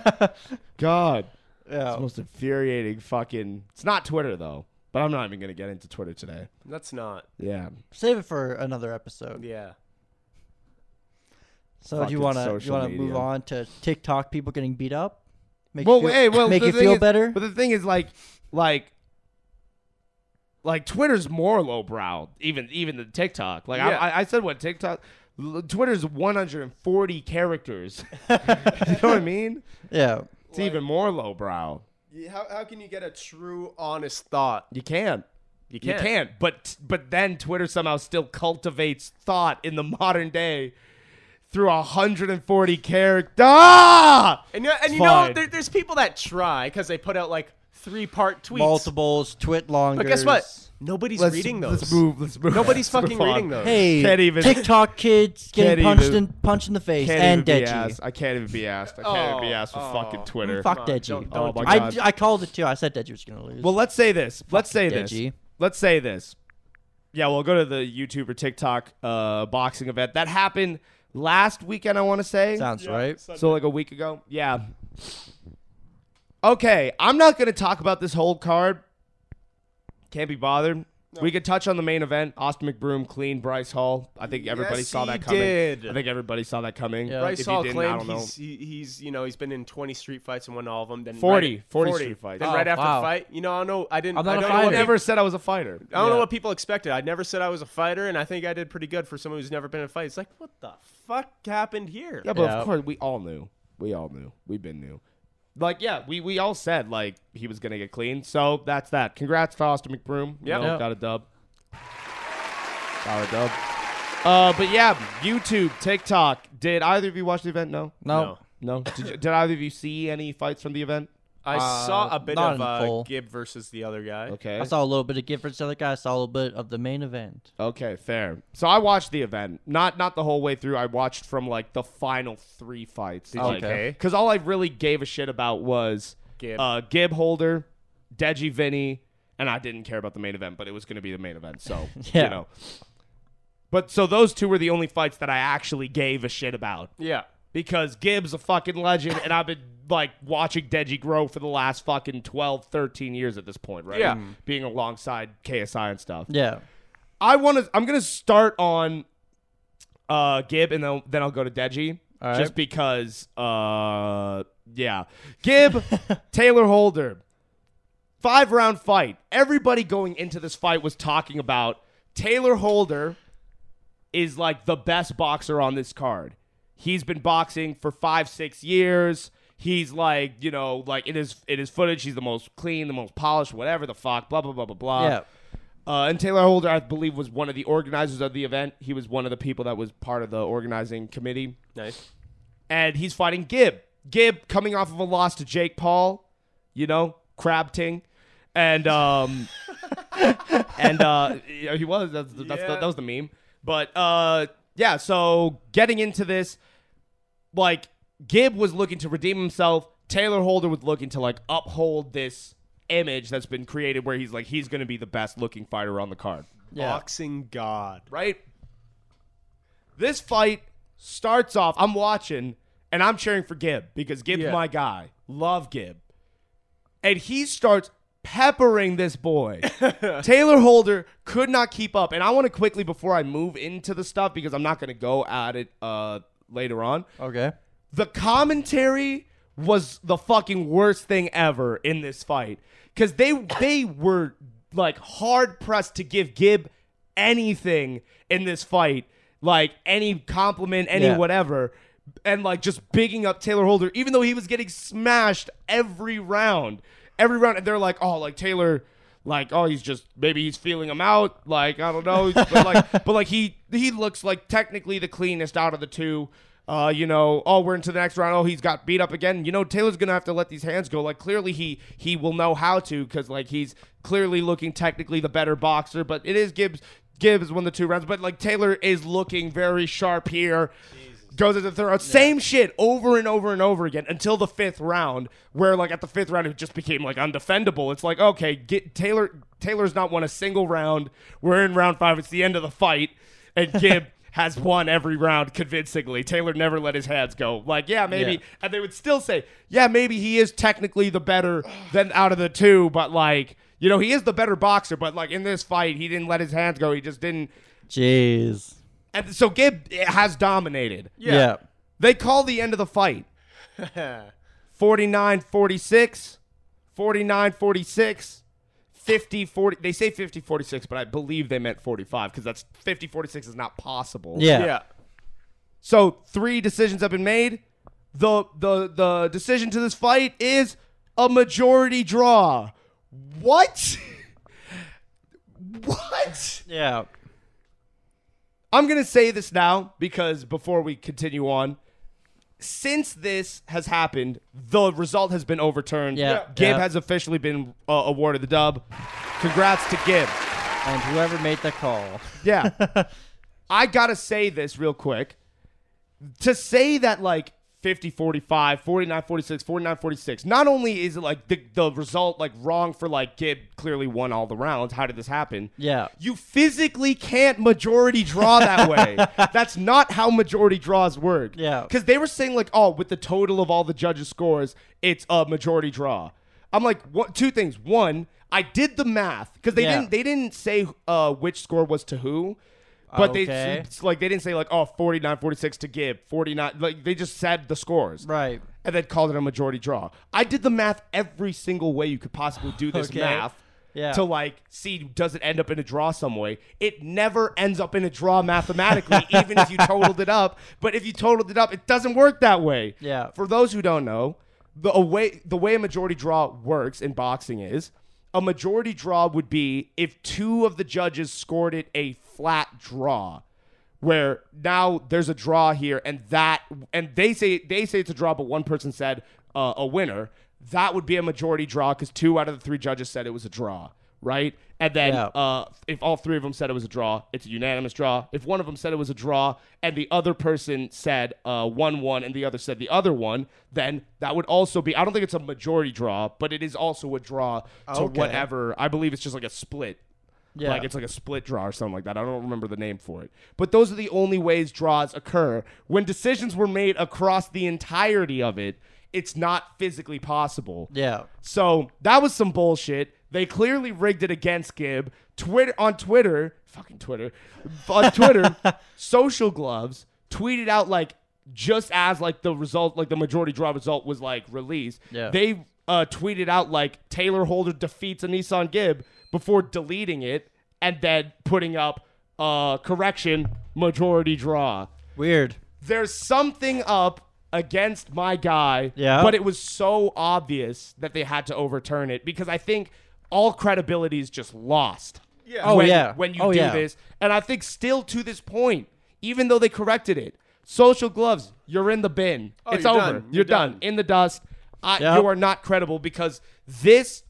<laughs> God. It's the Yeah. most infuriating fucking. It's not Twitter though, but I'm not even gonna get into Twitter today. That's not. Yeah. Save it for another episode. Yeah. So do Fucking you want to you social want to media. move on to TikTok people getting beat up? Make Well, you feel, hey, well, make the you thing feel is- better. But the thing is, like, like, like Twitter's more lowbrow, even even than TikTok. Like, Yeah. I, I, I said what TikTok, l- Twitter's 140 characters. <laughs> you know what I mean? yeah. It's even more lowbrow. How, how can you get a true, honest thought? You can't. You You can't. can't. But but then Twitter somehow still cultivates thought in the modern day through 140 characters. Ah! And, you- and you know, Fine. there, there's people that try because they put out like three part tweets. Multiples, twit longers. But guess what? Nobody's Let's- reading those. Let's move. Let's move. <laughs> Nobody's let's fucking move on. reading those. Hey, Can't even- TikTok kids getting Can't punched even- in punched in the face Can't and even be Deji. asked. I can't even be asked. I can't even be Oh, asked for oh. fucking Twitter. Fuck on, Deji. don't- Oh my I, god. I called it too. I said Deji was gonna lose. well, let's say this. Let's say this. Deji. Let's say this. Yeah, we'll go to the YouTube or TikTok uh, boxing event that happened last weekend. I want to say. sounds right. So like a week ago. Yeah. Okay, I'm not gonna talk about this whole card. Can't be bothered. We could touch on the main event: Austin McBroom, clean Bryce Hall. I think everybody Yes, saw he that coming. did. I think everybody saw that coming. Yeah. Bryce If you Hall didn't, I claimed don't know. he's, he, he's you know he's been in 20 street fights and won all of them. Then 40, right, 40 street fights. Then Oh, right after wow. the fight, you know I don't know I didn't. I'm not I a don't I know what fighter. people- never said I was a fighter. I don't know Yeah. what people expected. I never said I was a fighter, and I think I did pretty good for someone who's never been in a fight. It's like, what the fuck happened here? Yeah, but Yeah. of course we all knew. We all knew. We've been knew. Like yeah, we we all said like he was gonna get clean. So that's that. Congrats to Austin McBroom. You Yep. know, Yep. got a dub. Got a dub. Uh, but yeah, YouTube, TikTok. Did either of you watch the event? No. No. No. No. Did, you, did either of you see any fights from the event? I Uh, saw a bit not of in uh, full. Gibb versus the other guy. Okay. I saw a little bit of Gifford's the other guy. I saw a little bit of the main event. Okay, fair. So I watched the event, not not the whole way through. I watched from like the final three fights. you? Okay. Because all I really gave a shit about was Gib. uh, Gib Holder, Deji Vinny, and I didn't care about the main event, but it was going to be the main event. <laughs> So Yeah. you know. But so those two were the only fights that I actually gave a shit about. Yeah. because Gibbs a fucking legend, and I've been like watching Deji grow for the last fucking 12, 13 years at this point, right? Yeah. Mm. being alongside KSI and stuff. Yeah. I want to. I'm gonna start on uh Gib, and then then I'll go to Deji, All right. just because. uh Yeah, <laughs> Gib, Taylor Holder, five round fight. Everybody going into this fight was talking about Taylor Holder is like the best boxer on this card. He's been boxing for five, six years. He's like, you know, like in his in his footage, he's the most clean, the most polished, whatever the fuck, blah blah blah blah blah. yeah. Uh, and Taylor Holder, I believe, was one of the organizers of the event. He was one of the people that was part of the organizing committee. Nice. And he's fighting Gibb. Gibb coming off of a loss to Jake Paul, you know, crab ting. And um <laughs> and uh yeah, he was that's, that's the, Yeah. that was the meme. But uh yeah, so getting into this like Gibb was looking to redeem himself. Taylor Holder was looking to like uphold this image that's been created where he's like he's going to be the best looking fighter on the card Yeah. Boxing god. right? This fight starts off. I'm watching and I'm cheering for Gibb because Gibb's Yeah. my guy. Love Gibb. And he starts peppering this boy. Taylor Holder could not keep up. And I want to quickly, before I move into the stuff, because I'm not going to go at it uh, later on, Okay. the commentary was the fucking worst thing ever in this fight because they they were like hard pressed to give Gibb anything in this fight, like any compliment, any Yeah. whatever, and like just bigging up Taylor Holder, even though he was getting smashed every round, every round, and they're like, oh, like Taylor. Like oh he's just maybe he's feeling him out like I don't know but like but like he he looks like technically the cleanest out of the two uh, you know, oh, we're into the next round. Oh, he's got beat up again. You know, Taylor's gonna have to let these hands go. Like clearly, he he will know how to because like he's clearly looking technically the better boxer. But it is Gibbs Gibbs won the two rounds. But like Taylor is looking very sharp here. Goes into the third round. Same shit over and over and over again until the fifth round, where like at the fifth round it just became like undefendable. It's like okay, get Taylor Taylor's not won a single round. We're in round five. It's the end of the fight, and Gibb. has won every round convincingly. Taylor never let his hands go. Like, yeah, maybe. Yeah. And they would still say, yeah, maybe he is technically the better than out of the two, but like, you know, he is the better boxer, but like in this fight, he didn't let his hands go. He just didn't. Jeez. And so Gibb has dominated. Yeah. Yeah. They call the end of the fight 49 46, 49 46, 50 40. They say 50 46, but I believe they meant 45 because that's 50 46 is not possible. Yeah. So three decisions have been made. The the the decision to this fight is a majority draw. What? <laughs> what? Yeah. I'm gonna say this now because before we continue on, since this has happened, the result has been overturned. Yeah. Gibb Yeah. has officially been uh, awarded the dub. Congrats to Gibb. And whoever made the call. Yeah. <laughs> I got to say this real quick. To say that like 50 45, 49 46, 49 46, not only is it like the, the result like wrong for like Gibb clearly won all the rounds. How did this happen? Yeah. You physically can't majority draw that <laughs> way. That's not how majority draws work. Yeah. Because they were saying, like, oh, with the total of all the judges' scores, it's a majority draw. I'm like, what two things. One, I did the math because they Yeah. didn't they didn't say uh, which score was to who. But they Okay. it's like they didn't say like oh 49 46 to Gibb 49 like they just said the scores Right. and then called it a majority draw. I did the math every single way you could possibly do this Okay. math Yeah. to like see does it end up in a draw some way. It never ends up in a draw <laughs> mathematically, even if you totaled it up. But if you totaled it up, it doesn't work that way. Yeah. For those who don't know, the away the way a majority draw works in boxing is a majority draw would be if two of the judges scored it a flat draw where now there's a draw here and that and they say they say it's a draw but one person said uh, a winner that would be a majority draw because two out of the three judges said it was a draw right and then Yeah. uh, if all three of them said it was a draw it's a unanimous draw if one of them said it was a draw and the other person said uh, one one and the other said the other one then that would also be i don't think it's a majority draw but it is also a draw to Okay. whatever i believe it's just like a split Yeah. Like it's like a split draw or something like that. I don't remember the name for it. But those are the only ways draws occur. When decisions were made across the entirety of it, it's not physically possible. Yeah. So that was some bullshit. They clearly rigged it against Gibb. Twitter on Twitter, fucking Twitter, on Twitter, social gloves tweeted out like just as like the result, like the majority draw result was like released. Yeah. They uh, tweeted out like Taylor Holder defeats a Nissan Gibb before deleting it and then putting up uh, correction majority draw Weird. there's something up against my guy. Yeah. But it was so obvious that they had to overturn it because I think all credibility is just lost. Yeah. Oh, when, yeah. When you Oh, do yeah. this. And I think still to this point, even though they corrected it, social gloves, you're in the bin. it's you're over. done. Oh, You're, You're done. done. In the dust. I, Yep. You are not credible because this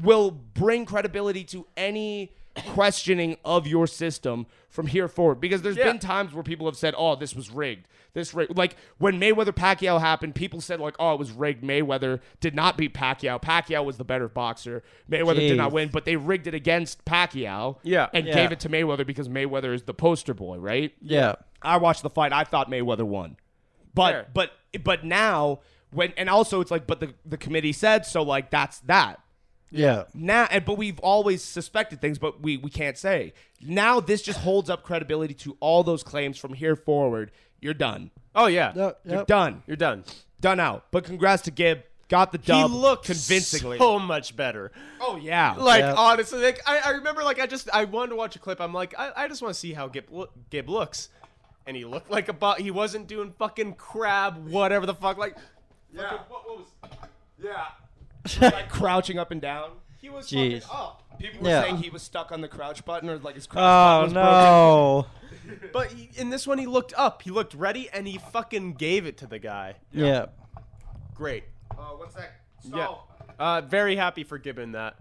will bring credibility to any questioning of your system from here forward because there's Yeah. been times where people have said oh this was rigged this rigged like when Mayweather Pacquiao happened people said like oh it was rigged Mayweather did not beat Pacquiao Pacquiao was the better boxer Mayweather did Jeez. not win but they rigged it against Pacquiao Yeah. and Yeah. gave it to Mayweather because Mayweather is the poster boy right Yeah. I watched the fight. I thought Mayweather won, but Fair. but but now when and also it's like but the the committee said so like that's that Yeah. now and but we've always suspected things but we we can't say now this just holds up credibility to all those claims from here forward. You're done. Oh yeah, You're done. you're done. Done out. But congrats to Gibb. Got the dub. he looked convincingly. so much better. oh yeah. Like Yeah. honestly, like I, I remember, like I just I wanted to watch a clip. I'm like, I, I just want to see how Gib, loo- Gib looks, and he looked like a bot. He wasn't doing fucking crab, whatever the fuck. Like, yeah, what, what was? yeah. <laughs> like crouching up and down. He was Jeez. fucking up. <laughs> People were Yeah. saying he was stuck on the crouch button or like his crouch button Oh was broken. no. But he, in this one, he looked up. He looked ready, and he fucking gave it to the guy. Yeah. Great. Oh, Uh, what's that? Yeah. <laughs> Uh, very happy for Gibbon that.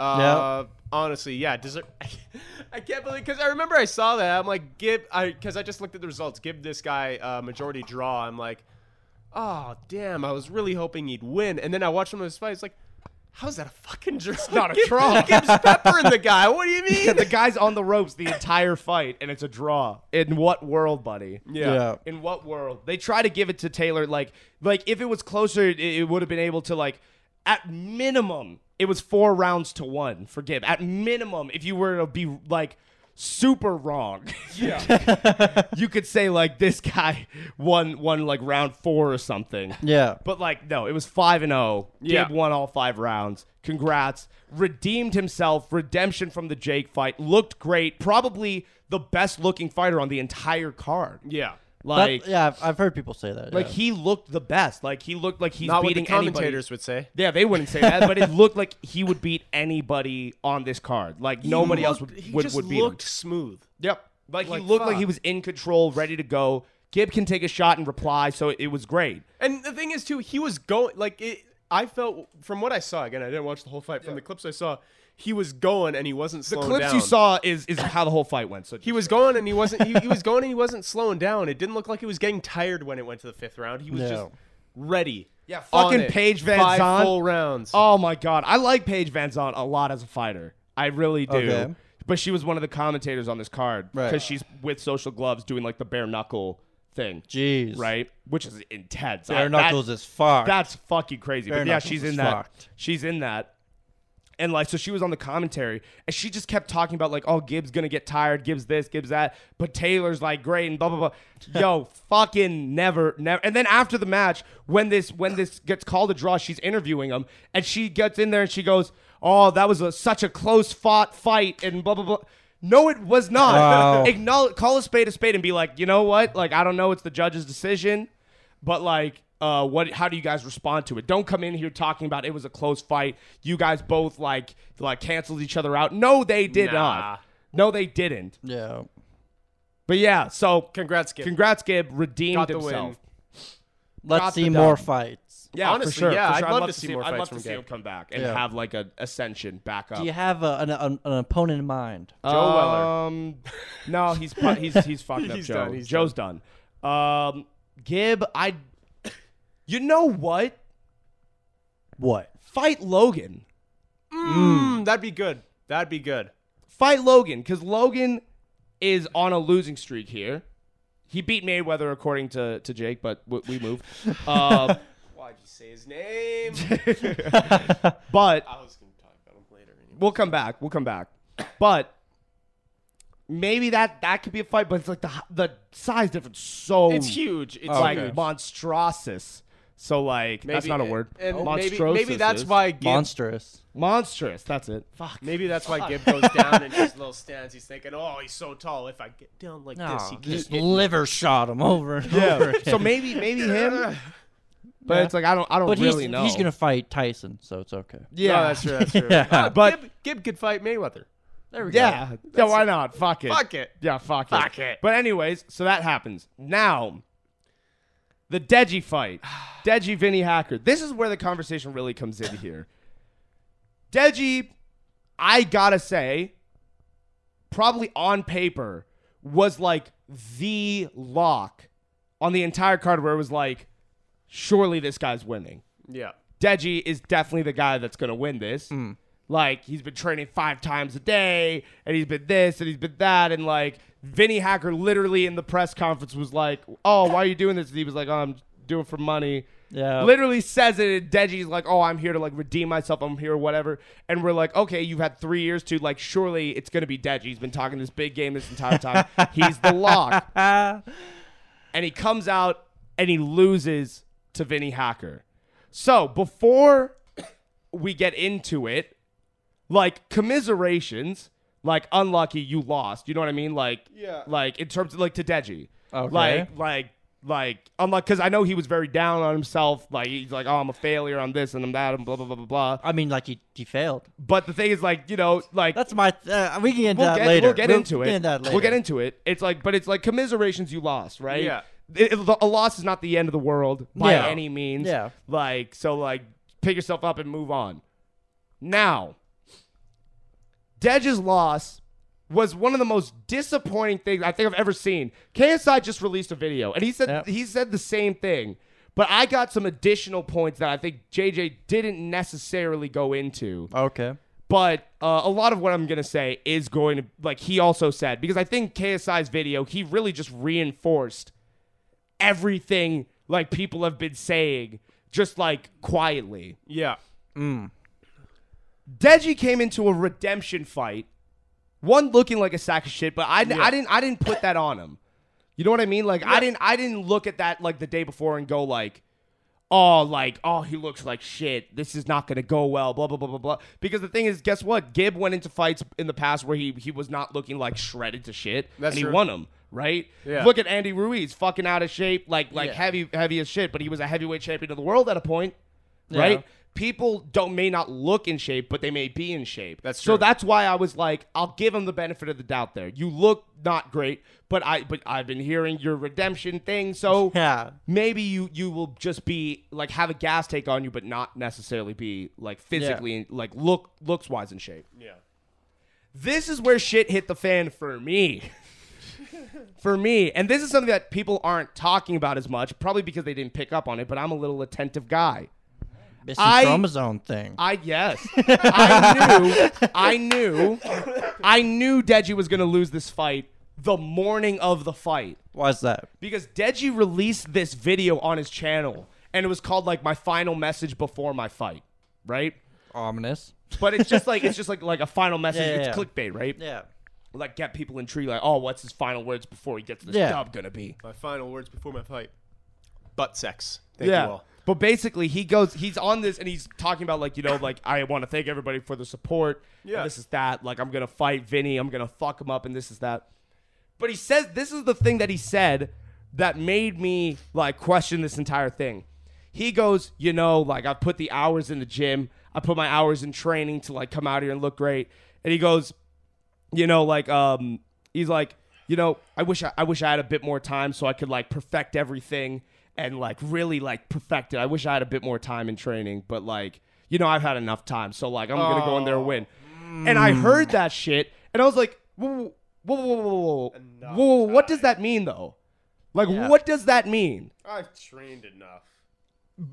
Yeah. Uh, Honestly, yeah. Deser- <laughs> I can't believe because I remember I saw that. I'm like Gib, I because I just looked at the results. Give this guy uh, majority draw. I'm like, oh damn! I was really hoping he'd win, and then I watched him in his fight. It's like, how's that a fucking draw? not <laughs> a Gib- draw. Gib's peppering the guy. What do you <laughs> mean? the guy's on the ropes the entire fight, and it's a draw. In what world, buddy? Yeah. In what world? They try to give it to Taylor like like if it was closer, it, it would have been able to like at minimum it was four rounds to one for Gibb. At minimum, if you were to be like super wrong, <laughs> yeah, <laughs> you could say like this guy won won like round four or something. Yeah. But like, no, it was five and zero. Yeah. Gibb won all five rounds. Congrats. Redeemed himself. Redemption from the Jake fight. Looked great. Probably the best looking fighter on the entire card. yeah. That- Like, yeah, I've, I've heard people say that. like yeah. he looked the best. Like he looked like he's Not what the beating commentators anybody. would say. Yeah, they wouldn't say that, <laughs> but it looked like he would beat anybody on this card. Like nobody He else looked- would He would, just would beat looked him. smooth. Yep. Like, Like, he looked like fuck. he was in control, ready to go. Gibb can take a shot and reply, so it, it was great. And the thing is, too, he was going like it. I felt from what I saw again. I didn't watch the whole fight. From the clips I saw, he was going and he wasn't The slowing clips down. you saw is is how the whole fight went. So He was going and he wasn't. He, he was going and he wasn't slowing down. It didn't look like he was getting tired when it went to the fifth round. He was just No. ready. Yeah, on fucking it. Paige Van Five Zandt. full rounds. Oh my god, I like Paige Van Zant a lot as a fighter. I really do. Okay. But she was one of the commentators on this card Right. because she's with social gloves doing like the bare knuckle thing. Jeez. Right, which is intense. I- Bare that- knuckles is far. That's fucking crazy. Bare but yeah, knuckles she's is in that. fucked. She's in that. And like, so she was on the commentary, and she just kept talking about like, oh, Gibbs gonna get tired, Gibbs this, Gibbs that, but Taylor's like great and blah blah <laughs> blah. Yo, fucking never, never. And then after the match, when this when this gets called a draw, she's interviewing him, and she gets in there and she goes, oh, that was a, such a close fought fight, and blah blah blah. No, it was not. <laughs> Wow. Acknowledge, call a spade a spade and be like, you know what? Like, I don't know. It's the judge's decision but like uh what how do you guys respond to it don't come in here talking about it was a close fight you guys both like like canceled each other out no they did Nah. not no they didn't yeah. but yeah so Congrats, Gib. congrats gib redeemed Got the himself win. Got Let's the see more dub. fights. yeah Honestly, for sure, yeah, for I'd sure. love to see more him, i'd fights love from to see Gib. him come back and Yeah. have like an ascension back up Do you have a, an, an, an opponent in mind? Joe Weller. Um, no, he's pu- he's he's fucked up. He's Joe. done, he's Joe's done. Um, Gib, I. You know what? what? Fight Logan. Mm, that'd be good. That'd be good. Fight Logan because Logan is on a losing streak here. He beat Mayweather according to, to Jake, but we, we <laughs> move. Um, Why'd you say <laughs> his name? but I was gonna talk about him later. Anyway. we'll come back. We'll come back. But maybe that that could be a fight. But it's like the h- the size difference so It's huge. It's like huge. monstrous. So like Oh, that's not a word. And maybe, Monstrosus maybe that's is- why Gib. Monstrous. monstrous. That's it. Fuck. maybe that's why Gib goes down <laughs> in his little stance. He's thinking, "Oh, he's so tall. If I get down like this, he can't just hit me." liver shot him over and over. Yeah. <laughs> again. so maybe maybe <laughs> him. But Yeah. it's like I don't I don't but really he's, know. he's gonna fight Tyson, so it's okay. <laughs> Yeah. No, that's true. That's true. Yeah. Ah, But- Gib, Gib could fight Mayweather. There we Yeah. go. Yeah. why not? Fuck it. Fuck it. Yeah. Fuck, Fuck it. But anyways, so that happens now. The Deji <sighs> fight, Deji Vinny Hacker. This is where the conversation really comes in here. Deji, I gotta say, probably on paper was like the lock on the entire card where it was like, surely this guy's winning. Yeah. Deji is definitely the guy that's going to win this. Like, he's been training five times a day, and he's been this, and he's been that. And, like, Vinny Hacker literally in the press conference was like, Oh, why are you doing this? And he was like, Oh, I'm doing it for money. Yeah. Literally says it, and Deji's like, Oh, I'm here to, like, redeem myself. I'm here, whatever. And we're like, Okay, you've had three years to, like, surely it's going to be Deji. He's been talking this big game this entire time. he's the lock. Ah. and he comes out and he loses to Vinny Hacker. So before we get into it, like commiserations, like unlucky, you lost. You know what I mean? Like, Yeah. like in terms of like to Deji, Okay. like, like, like unlucky, because I know he was very down on himself. Like he's like, oh, I'm a failure on this and I'm that and blah blah blah blah blah. I mean, like he, he failed. But the thing is, like, you know, like That's my. Th- uh, we can get into we'll that get, later. We'll get into it. that later. We'll get into it. It's like, but it's like commiserations you lost, right? Yeah. It- it- a loss is not the end of the world by Yeah. any means. Yeah. Like, so like, pick yourself up and move on. Now, Dej's loss was one of the most disappointing things I think I've ever seen. KSI just released a video, and he said Yep. he said the same thing. But I got some additional points that I think JJ didn't necessarily go into Okay. but uh, a lot of what I'm gonna say is going to like he also said because I think KSI's video he really just reinforced everything like people have been saying just like quietly. Yeah. Deji came into a redemption fight, one looking like a sack of shit, but I, I didn't I didn't put that on him. You know what I mean? Like I didn't I didn't look at that like the day before and go like, oh like oh he looks like shit. This is not gonna go well. Blah blah blah blah blah. Because the thing is, guess what? Gibb went into fights in the past where he he was not looking like shredded to shit, That's and he true. won them. Right? Yeah. Look at Andy Ruiz, fucking out of shape, like like Yeah. heavy heavy as shit, but he was a heavyweight champion of the world at a point right? People don't may not look in shape, but they may be in shape. That's So true. that's why I was like, I'll give him the benefit of the doubt. There, you look not great, but I but I've been hearing your redemption thing, <laughs> so Yeah. maybe you you will just be like have a gas take on you, but not necessarily be like physically and like look looks wise in shape. Yeah. This is where shit hit the fan for <laughs> me. for me, and this is something that people aren't talking about as much, probably because they didn't pick up on it. But I'm a little attentive guy. Missing I- chromosome thing. I yes. I knew I knew I knew Deji was gonna lose this fight the morning of the fight. Why's that? Because Deji released this video on his channel and it was called like my final message before my fight, right? Ominous. But it's just like it's just like like a final message. Yeah, yeah, it's yeah. clickbait, right? Yeah. Like get people intrigued, like, oh, what's his final words before he gets this Yeah. dub gonna be? My final words before my fight: butt sex. Thank you all. But basically, he goes, he's on this and he's talking about, like, you know, like, I want to thank everybody for the support. and Yeah. This is that. Like, I'm going to fight Vinny. I'm going to fuck him up and this is that. But he says, this is the thing that he said that made me, like, question this entire thing. He goes, you know, like, I put the hours in the gym, I put my hours in training to, like, come out here and look great. And he goes, you know, like um, he's like, you know, I wish I, I wish I had a bit more time so I could like perfect everything and like really like perfect it. I wish I had a bit more time in training, but like, you know, I've had enough time, so like I'm gonna go in there and win. And I heard that shit, and I was like, whoa, whoa, whoa, whoa, whoa, whoa, whoa, what does that mean though? Like, what does that mean? I've trained enough.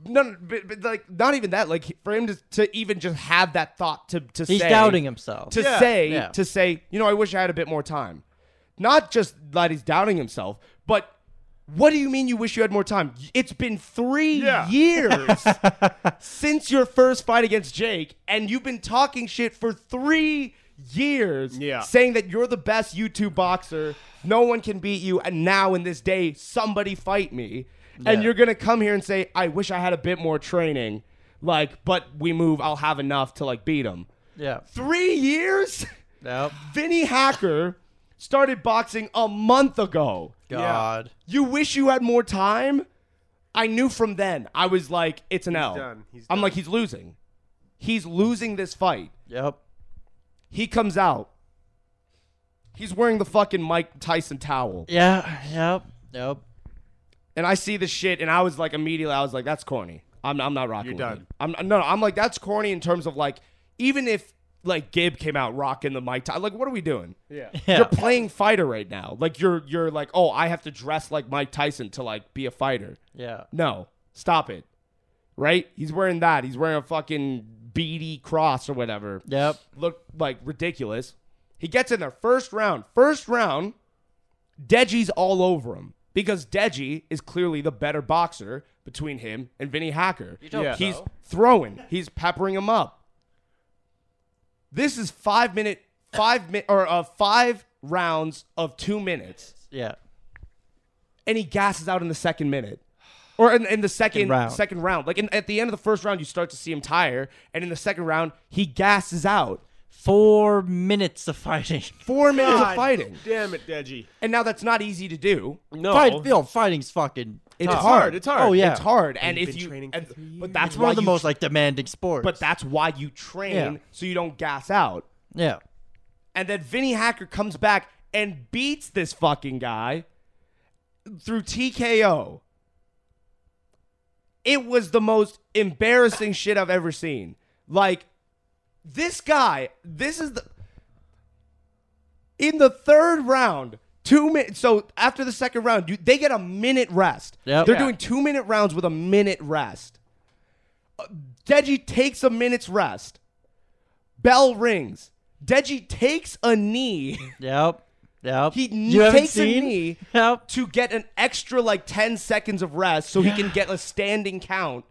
no, but, but like not even that. Like for him to, to even just have that thought to to He's say, doubting himself. to Yeah, say yeah. to say you know I wish I had a bit more time. Not just that he's doubting himself, but what do you mean you wish you had more time? It's been three Yeah. <laughs> years since your first fight against Jake, and you've been talking shit for three years, Yeah. saying that you're the best YouTube boxer, no one can beat you, and now in this day, somebody fight me, and Yeah. you're gonna come here and say, I wish I had a bit more training, like, but we move, I'll have enough to like beat him. yeah. Three years? Nope. Vinny Hacker started boxing a month ago. God. You wish you had more time? I knew from then. I was like, it's an L. done. He's I'm done. like, he's losing. He's losing this fight. Yep. He comes out. He's wearing the fucking Mike Tyson towel. Yeah. Yep. Yep. And I see the shit, and I was like, immediately, I was like, that's corny. I'm, I'm not rocking. You're with done. it. I'm no, I'm like, that's corny in terms of like, even if like Gib came out rocking the Mike Tyson, like, what are we doing? <laughs> Yeah. Yeah. You're playing fighter right now. Like you're you're like, oh, I have to dress like Mike Tyson to like be a fighter. yeah. No, stop it. Right? He's wearing that. He's wearing a fucking beady cross or whatever. Yep. Look like ridiculous. He gets in there first round. First round, Deji's all over him because Deji is clearly the better boxer between him and Vinny Hacker. don't Yeah. He's know. throwing. He's peppering him up. This is five minute, five minute, or uh, five rounds of two minutes Yeah. and he gasses out in the second minute. Or in, in the second Second second round. round. Like in, at the end of the first round, you start to see him tire, and in the second round, he gasses out. Four minutes of fighting. <laughs> Four minutes of God fighting, Damn it, Deji. and now that's not easy to do. No. Fight, yo, fighting's fucking. It's tough. hard. It's hard. Oh yeah. It's hard, and, you've if been you, training and- for three but that's It's one why of the you- most like demanding sports. But that's why you train Yeah. so you don't gas out. yeah. And then Vinny Hacker comes back and beats this fucking guy through TKO. It was the most embarrassing shit I've ever seen. Like, this guy, this is the. In the third round, two minutes. So after the second round, you, they get a minute rest. Yep. They're Yeah. doing two minute rounds with a minute rest. Uh, Deji takes a minute's rest. Bell rings. Deji takes a knee <laughs> Yep. Yep. He you haven't takes a seen? knee. Yep. to get an extra like 10 seconds of rest so he can get a standing count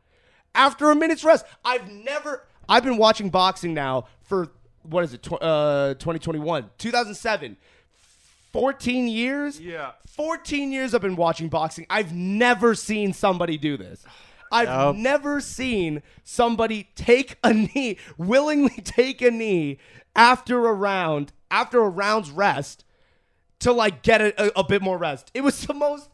after a minute's rest. I've never, I've been watching boxing now for, what is it, tw- uh, 2021, 2007. 14 years? Yeah. 14 years I've been watching boxing. I've never seen somebody do this. I've Nope. never seen somebody take a knee, willingly <laughs> take a knee after a round, after a round's rest to like get a, a, a bit more rest. It was the most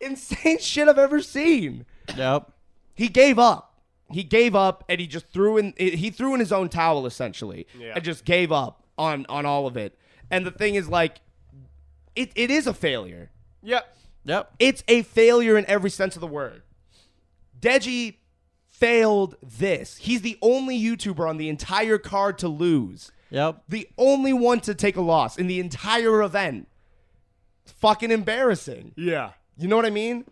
insane <laughs> shit I've ever seen. Yep. He gave up. He gave up and he just threw in he threw in his own towel essentially Yeah. and just gave up on on all of it. And the thing is like it, it is a failure. Yep. Yep. It's a failure in every sense of the word. Deji failed this. He's the only YouTuber on the entire card to lose. Yep. The only one to take a loss in the entire event. Fucking embarrassing. Yeah. You know what I mean?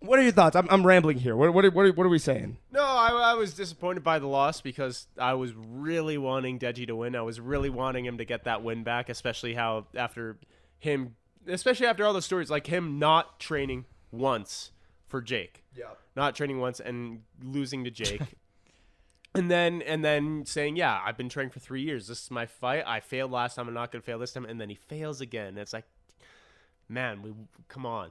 What are your thoughts? I'm, I'm rambling here. What, what, are- what, are, what are we saying? No, I, I was disappointed by the loss because I was really wanting Deji to win. I was really wanting him to get that win back, especially how after him, especially after all the stories like him not training once for Jake, yeah, not training once and losing to Jake, and then and then saying, yeah, I've been training for three years. This is my fight. I failed last time. I'm not gonna fail this time. And then he fails again. It's like, man, we come on.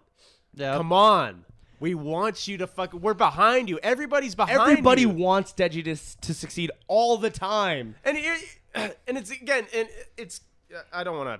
Yep. Come on. We want you to fuck. We're behind you. Everybody's behind Everybody you. wants Deji to, s- to succeed all the time. and it, <clears throat> and it's again and it's I don't want to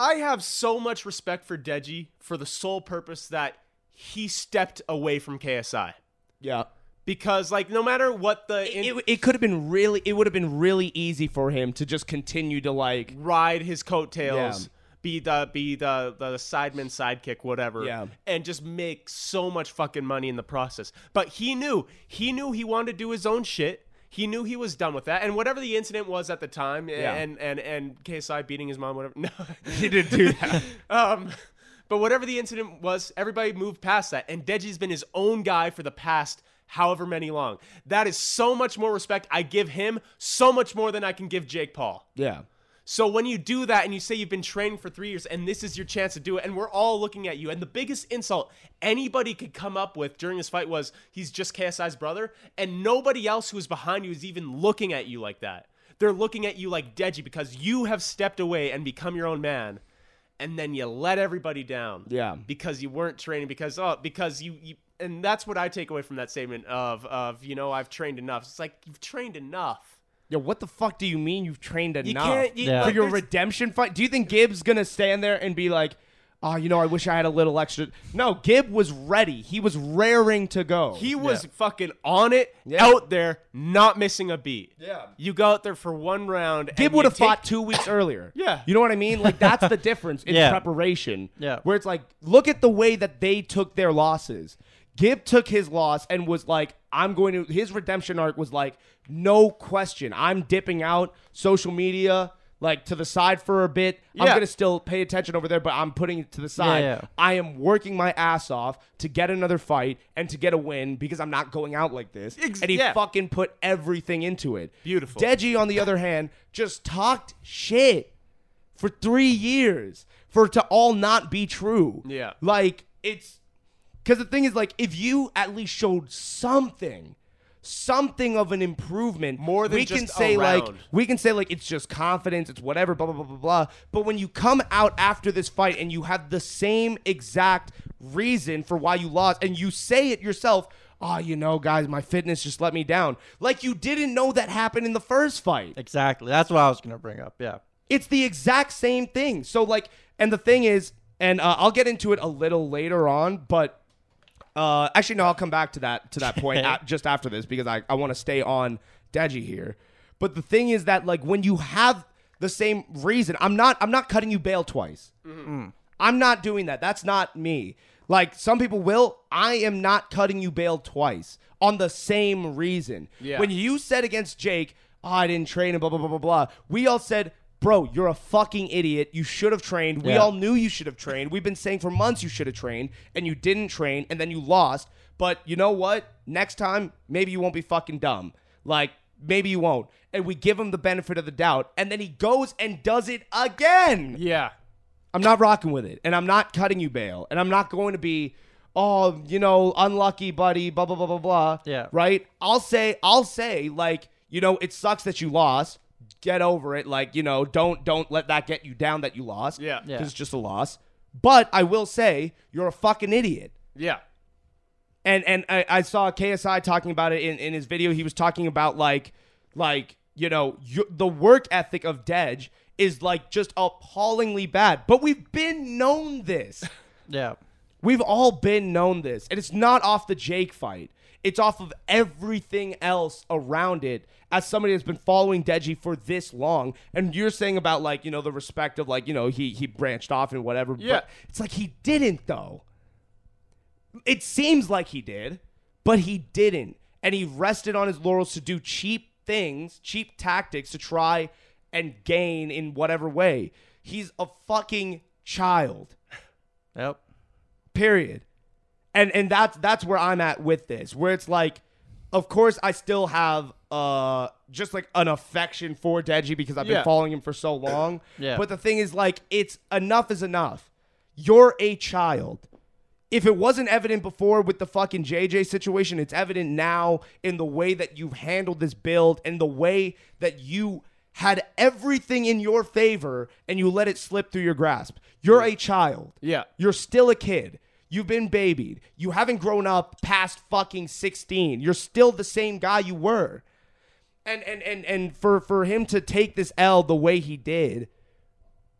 I have so much respect for Deji for the sole purpose that he stepped away from KSI Yeah. because like no matter what the in- It, it could have been really, it would have been really easy for him to just continue to like ride his coattails, Yeah. be the be the the sideman sidekick, whatever, Yeah. and just make so much fucking money in the process. But he knew he knew he wanted to do his own shit. He knew he was done with that, and whatever the incident was at the time, Yeah. <laughs> and and and KSI beating his mom, whatever. No, He didn't do that. <laughs> um, But whatever the incident was, everybody moved past that. And Deji's been his own guy for the past however many long. That is so much more respect I give him, so much more than I can give Jake Paul. Yeah. So when you do that and you say you've been training for three years and this is your chance to do it, and we're all looking at you, and the biggest insult anybody could come up with during this fight was he's just KSI's brother, and nobody else who is behind you is even looking at you like that. They're looking at you like Deji because you have stepped away and become your own man, and then you let everybody down. Yeah. Because you weren't training because oh because you, you and that's what I take away from that statement of of you know I've trained enough. It's like you've trained enough. Yeah, what the fuck do you mean you've trained enough You can't you, Yeah. for like, your there's- redemption fight? Do you think Gibb's gonna stand there and be like, "Oh, you know, I wish I had a little extra"? No, Gibb was ready. He was raring to go. He was fucking on it, Yeah. out there, not missing a beat. Yeah. You go out there for one round. and Gibb you would have take- fought two weeks earlier. <laughs> Yeah. You know what I mean? Like that's the difference in <laughs> Yeah. preparation. Yeah. Where it's like, look at the way that they took their losses. Gibb took his loss and was like, I'm going to his redemption arc was like, no question. I'm dipping out social media like to the side for a bit. I'm Yeah. gonna still pay attention over there, but I'm putting it to the side. yeah. I am working my ass off to get another fight and to get a win because I'm not going out like this. Ex- and he yeah. fucking put everything into it. Beautiful. Deji, on the other hand, just talked shit for three years for it to all not be true. Yeah. Like, it's because the thing is, like, if you at least showed something, something of an improvement, More than we can just say like around. we can say like it's just confidence, it's whatever, blah blah blah blah blah. But when you come out after this fight and you have the same exact reason for why you lost, and you say it yourself, oh, you know, guys, my fitness just let me down. Like you didn't know that happened in the first fight. Exactly. That's what I was gonna bring up. Yeah. It's the exact same thing. So like, and the thing is, and uh, I'll get into it a little later on, but uh, actually no, I'll come back to that to that point a- just after this because I I want to stay on Deji here. But the thing is that like when you have the same reason, I'm not I'm not cutting you bail twice. I'm not doing that. That's not me. Like some people will, I am not cutting you bail twice on the same reason. Yeah. When you said against Jake, "Oh, I didn't train and blah blah blah blah blah, we all said, "Bro, you're a fucking idiot. You should have trained. We Yeah. all knew you should have trained. We've been saying for months you should have trained, and you didn't train, and then you lost. But you know what? Next time, maybe you won't be fucking dumb. Like." Maybe you won't. And we give him the benefit of the doubt. And then he goes and does it again. Yeah. I'm not rocking with it, and I'm not cutting you bail, and I'm not going to be, oh, you know, unlucky, buddy, blah blah blah blah blah. Yeah. Right. I'll say, I'll say, like, you know, it sucks that you lost. Get over it. Like, you know, don't don't let that get you down that you lost. Yeah. Yeah. 'Cause It's just a loss. But I will say, you're a fucking idiot Yeah. and and I, I saw KSI talking about it in, in his video. He was talking about like like you know you, the work ethic of Dej is like just appallingly bad. But we've been known this. Yeah. We've all been known this, and it's not off the Jake fight. It's off of everything else around it. As somebody that's been following Deji for this long, and you're saying about like you know the respect of like you know he he branched off and whatever. Yeah. but it's like he didn't though. It seems like he did, but he didn't, and he rested on his laurels to do cheap things, cheap tactics to try and gain in whatever way. He's a fucking child Yep. period and and that's that's where i'm at with this where it's like of course i still have uh just like an affection for deji because i've been Yeah. following him for so long Yeah. but the thing is like it's enough is enough you're a child if it wasn't evident before with the fucking JJ situation, it's evident now in the way that you've handled this build and the way that you had everything in your favor and you let it slip through your grasp. You're a child. Yeah. You're still a kid. You've been babied. You haven't grown up past fucking 16. You're still the same guy you were. And and and and for for him to take this L the way he did,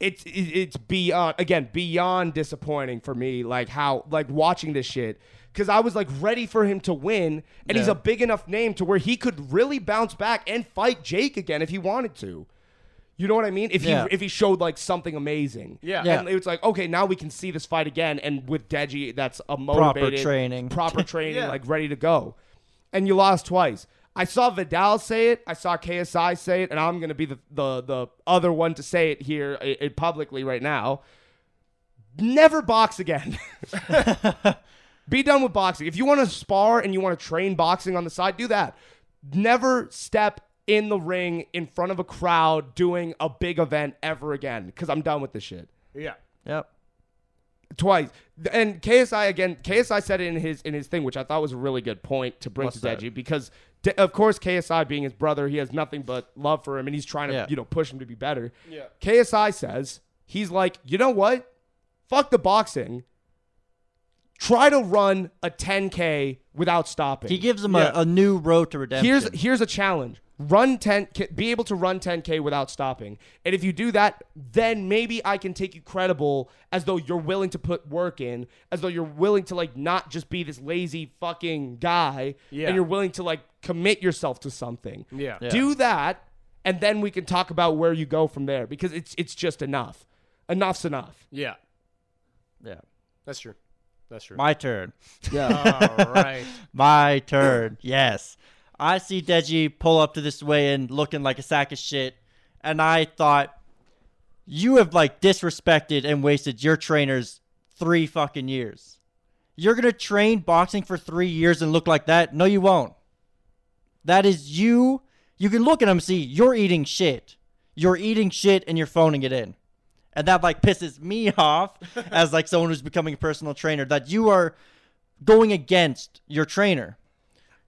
it's it- it's beyond again beyond disappointing for me like how like watching this shit cuz I was like ready for him to win and he's Yeah. a big enough name to where he could really bounce back and fight Jake again if he wanted to. You know what I mean? If Yeah. he if he showed like something amazing. Yeah. Yeah. And it was like, okay, now we can see this fight again. And with Deji, that's a Proper motivated, training. proper <laughs> training, Yeah. like ready to go. And you lost twice. I saw Vidal say it. I saw KSI say it, and I'm gonna be the the, the other one to say it here i i- publicly right now. never box again. Be done with boxing. If you want to spar and you want to train boxing on the side, do that. Never step in the ring in front of a crowd doing a big event ever again because I'm done with this shit. Yeah. Yep. Twice. And KSI again, KSI said it in his in his thing, which I thought was a really good point to bring to that? Deji because de- of course KSI being his brother, he has nothing but love for him and he's trying to, Yeah. you know, push him to be better. Yeah. KSI says, he's like, "You know what? Fuck the boxing. Try to run a 10k without stopping." He gives him Yeah. a, a new road to redemption. here's here's a challenge run 10 k- be able to run 10k without stopping and if you do that then maybe i can take you credible as though you're willing to put work in as though you're willing to like not just be this lazy fucking guy Yeah. and you're willing to like commit yourself to something Yeah. Yeah. do that and then we can talk about where you go from there because it's it's just enough enough's enough Yeah. yeah. That's true. That's true. My turn. All right. <laughs> My turn. Yes. I see Deji pull up to this weigh-in looking like a sack of shit, and I thought, you have like disrespected and wasted your trainer's three fucking years. You're gonna train boxing for three years and look like that? No, you won't. That is you. You can look at him and see you're eating shit. You're eating shit and you're phoning it in. And that like pisses me <laughs> off as like someone who's becoming a personal trainer that you are going against your trainer.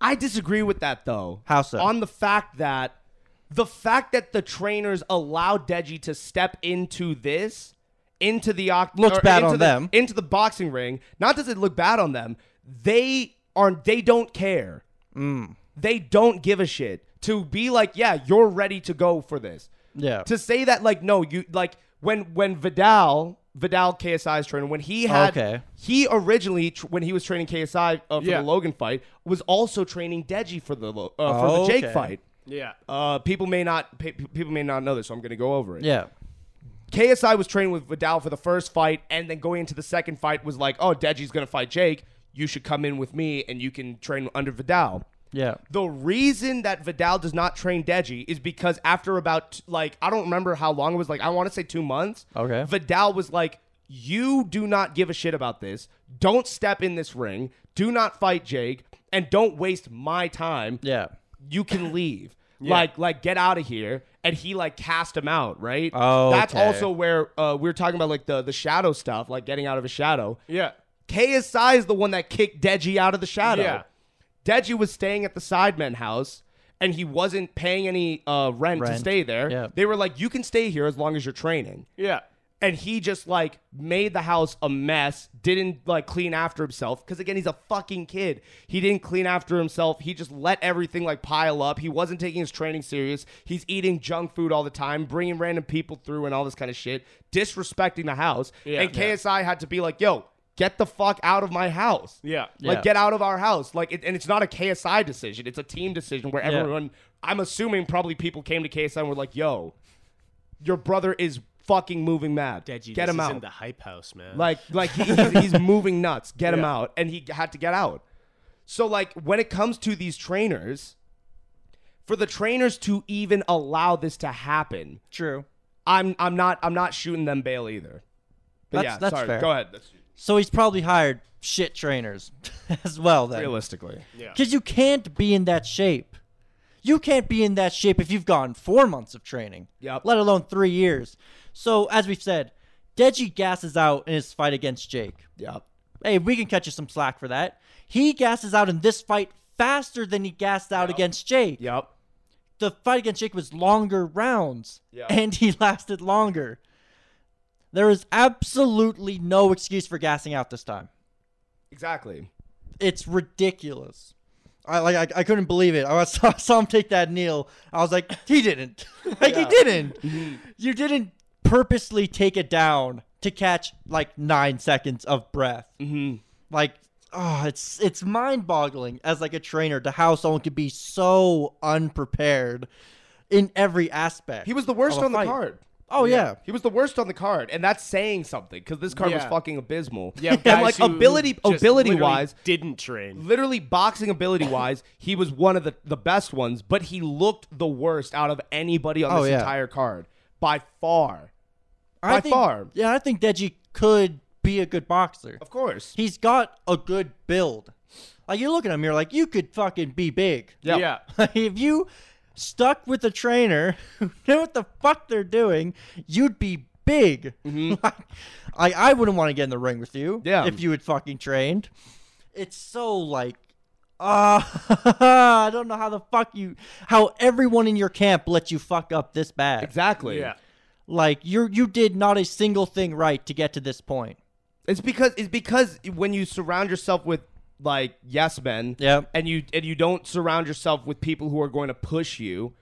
I disagree with that though. How so? On the fact that the fact that the trainers allowed Deji to step into this, into the oct- Looks or bad into on the- them. into the boxing ring. Not does it look bad on them. They are they don't care. Mm. They don't give a shit to be like, yeah, you're ready to go for this. Yeah. To say that like no, you like when when Vidal Vidal KSI's trainer when he had Okay. he originally tr- when he was training KSI uh, for Yeah. the Logan fight was also training Deji for the Lo- uh, for the Oh, Okay. Jake fight. Yeah. Uh, people may not pe- pe- people may not know this, so I'm going to go over it. Yeah. KSI was training with Vidal for the first fight, and then going into the second fight was like, "Oh, Deji's going to fight Jake. You should come in with me, and you can train under Vidal." Yeah. The reason that Vidal does not train Deji is because after about like I don't remember how long it was like I want to say 2 months. Okay. Vidal was like you do not give a shit about this. Don't step in this ring. Do not fight Jake and don't waste my time. Yeah. You can leave. Like like get out of here and he like cast him out, right? Oh, That's okay. also where uh, we were talking about like the the shadow stuff, like getting out of a shadow. Yeah. KSI is the one that kicked Deji out of the shadow. Yeah. Deji was staying at the Sidemen house and he wasn't paying any uh, rent, to Rent. stay there. Yeah. They were like, you can stay here as long as you're training. Yeah. And he just like made the house a mess, didn't like clean after himself. Cause again, he's a fucking kid. He didn't clean after himself. He just let everything like pile up. He wasn't taking his training serious. He's eating junk food all the time, bringing random people through and all this kind of shit, disrespecting the house. Yeah. and KSI had to be like, yo, get the fuck out of my house. Yeah. Like Yeah. get out of our house. Like it, and it's not a KSI decision. It's a team decision where Yeah. everyone I'm assuming probably people came to KSI and were like, "Yo, your brother is fucking moving mad. Deji, get this him is out." in the hype house, <laughs> man. like like he, <laughs> he's, he's moving nuts. Get him Yeah. out." And he had to get out. So like when it comes to these trainers, for the trainers to even allow this to happen, True. I'm I'm not I'm not shooting them bail either. But That's- yeah, that's sorry. fair. Go ahead. That's- So he's probably hired shit trainers <laughs> as well then. realistically. Because you can't be in that shape. You can't be in that shape if you've gone four months of training, Yep. let alone three years. So, as we've said, Deji gasses out in his fight against Jake. Yeah. Hey, we can catch you some slack for that. He gasses out in this fight faster than he gassed out against Jake. Yep. The fight against Jake was longer rounds, Yep. and he <laughs> lasted longer. There is absolutely no excuse for gassing out this time Exactly. it's ridiculous. I like I, I couldn't believe it. <laughs> I saw, saw him take that kneel. I was like, he didn't. <laughs> like <laughs> he didn't. Mm-hmm. you didn't purposely take it down to catch like nine seconds of breath. Mm-hmm. Like, oh, it's it's mind boggling as like a trainer to how someone could be so unprepared in every aspect. He was the worst of a on the fight. card. Oh yeah. He was the worst on the card, and that's saying something because this card was Yeah. fucking abysmal. Yeah. <laughs> and like ability, ability wise, didn't train. literally boxing ability wise, <laughs> he was one of the the best ones, but he looked the worst out of anybody on Oh, this yeah. entire card by far. I By think, far. Yeah, I think Deji could be a good boxer. Of course. He's got a good build. Like you look at him, you're like, you could fucking be big. Yeah. Yeah. <laughs> if you stuck with a trainer <laughs> who knew what the fuck they're doing, you'd be big. <laughs> Like, I I wouldn't want to get in the ring with you. Yeah. If you had fucking trained. It's so like ah, <laughs> I don't know how the fuck you how everyone in your camp let you fuck up this bad. Exactly. Yeah. Like you you did not a single thing right to get to this point. It's because it's because when you surround yourself with like yes men, Yep. and you and you don't surround yourself with people who are going to push you.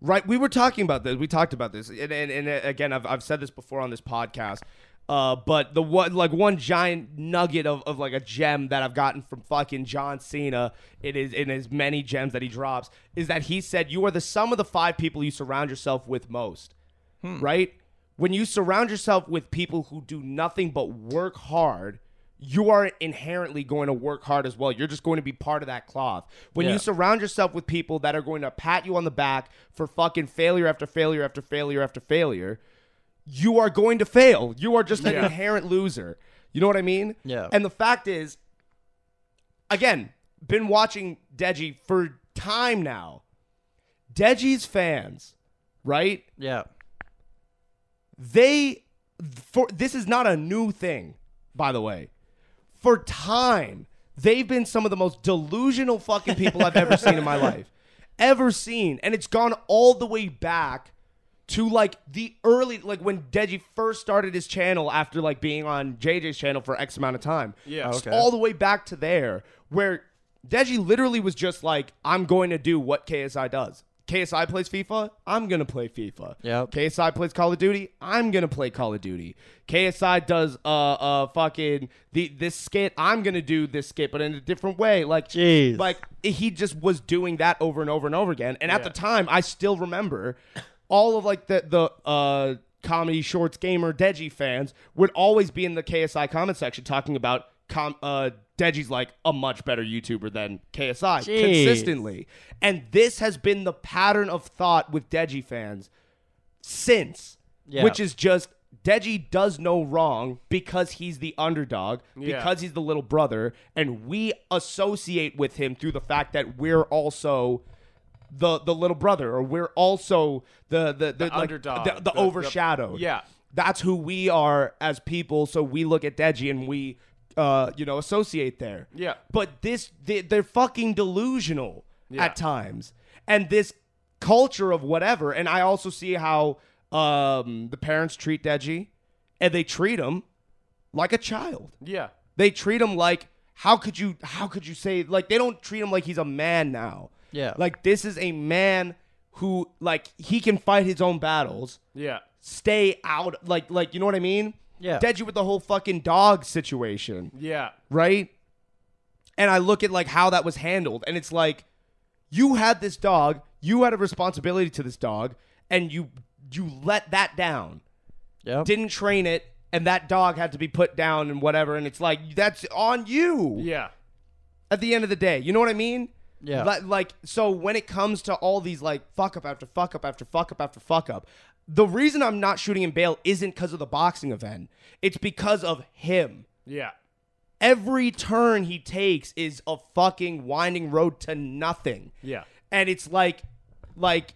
Right, we were talking about this. We talked about this, and and, and again, I've, I've said this before on this podcast. Uh, but the one like one giant nugget of, of like a gem that I've gotten from fucking John Cena in his in his many gems that he drops is that he said you are the sum of the five people you surround yourself with most Hmm. right? When you surround yourself with people who do nothing but work hard, you are inherently going to work hard as well. You're just going to be part of that cloth. When Yeah. you surround yourself with people that are going to pat you on the back for fucking failure after failure after failure after failure, you are going to fail. You are just an inherent loser. You know what I mean? Yeah. And the fact is, again, been watching Deji for time now. Deji's fans, right? Yeah. they for this is not a new thing by the way for time they've been some of the most delusional fucking people i've ever seen in my life ever seen and it's gone all the way back to like the early like when deji first started his channel after like being on jj's channel for x amount of time Yeah. It's Okay. all the way back to there where deji literally was just like i'm going to do what ksi does ksi plays fifa i'm going to play fifa Yep. KSI plays Call of Duty. I'm gonna play Call of Duty. KSI does uh uh fucking the this skit. I'm gonna do this skit, but in a different way. Like Jeez. like he just was doing that over and over and over again. And at the Yeah. time, I still remember all of like the the uh comedy shorts gamer Deji fans would always be in the KSI comment section talking about com uh Deji's like a much better YouTuber than KSI Jeez. consistently. And this has been the pattern of thought with Deji fans since, Yeah. which is just Deji does no wrong because he's the underdog, Yeah. because he's the little brother, and we associate with him through the fact that we're also the the little brother, or we're also the the, the, like, underdog, the, the, the- the- overshadowed. yeah. that's who we are as people. So we look at Deji and we, uh, you know, associate there. Yeah. but this they, they're fucking delusional Yeah. at times and this culture of whatever and i also see how um the parents treat deji and they treat him like a child Yeah. they treat him like how could you how could you say like they don't treat him like he's a man now Yeah. like this is a man who like he can fight his own battles Yeah. stay out like like you know what i mean Yeah. deji with the whole fucking dog situation Yeah. right? And I look at like how that was handled, and it's like you had this dog, you had a responsibility to this dog, and you you let that down, Yep. didn't train it, and that dog had to be put down and whatever, and it's like that's on you Yeah. at the end of the day. You know what I mean? Yeah. Li- like, so when it comes to all these like fuck up after fuck up after fuck up after fuck up, the reason I'm not shooting in bail isn't because of the boxing event. It's because of him Yeah. every turn he takes is a fucking winding road to nothing. Yeah. And it's like like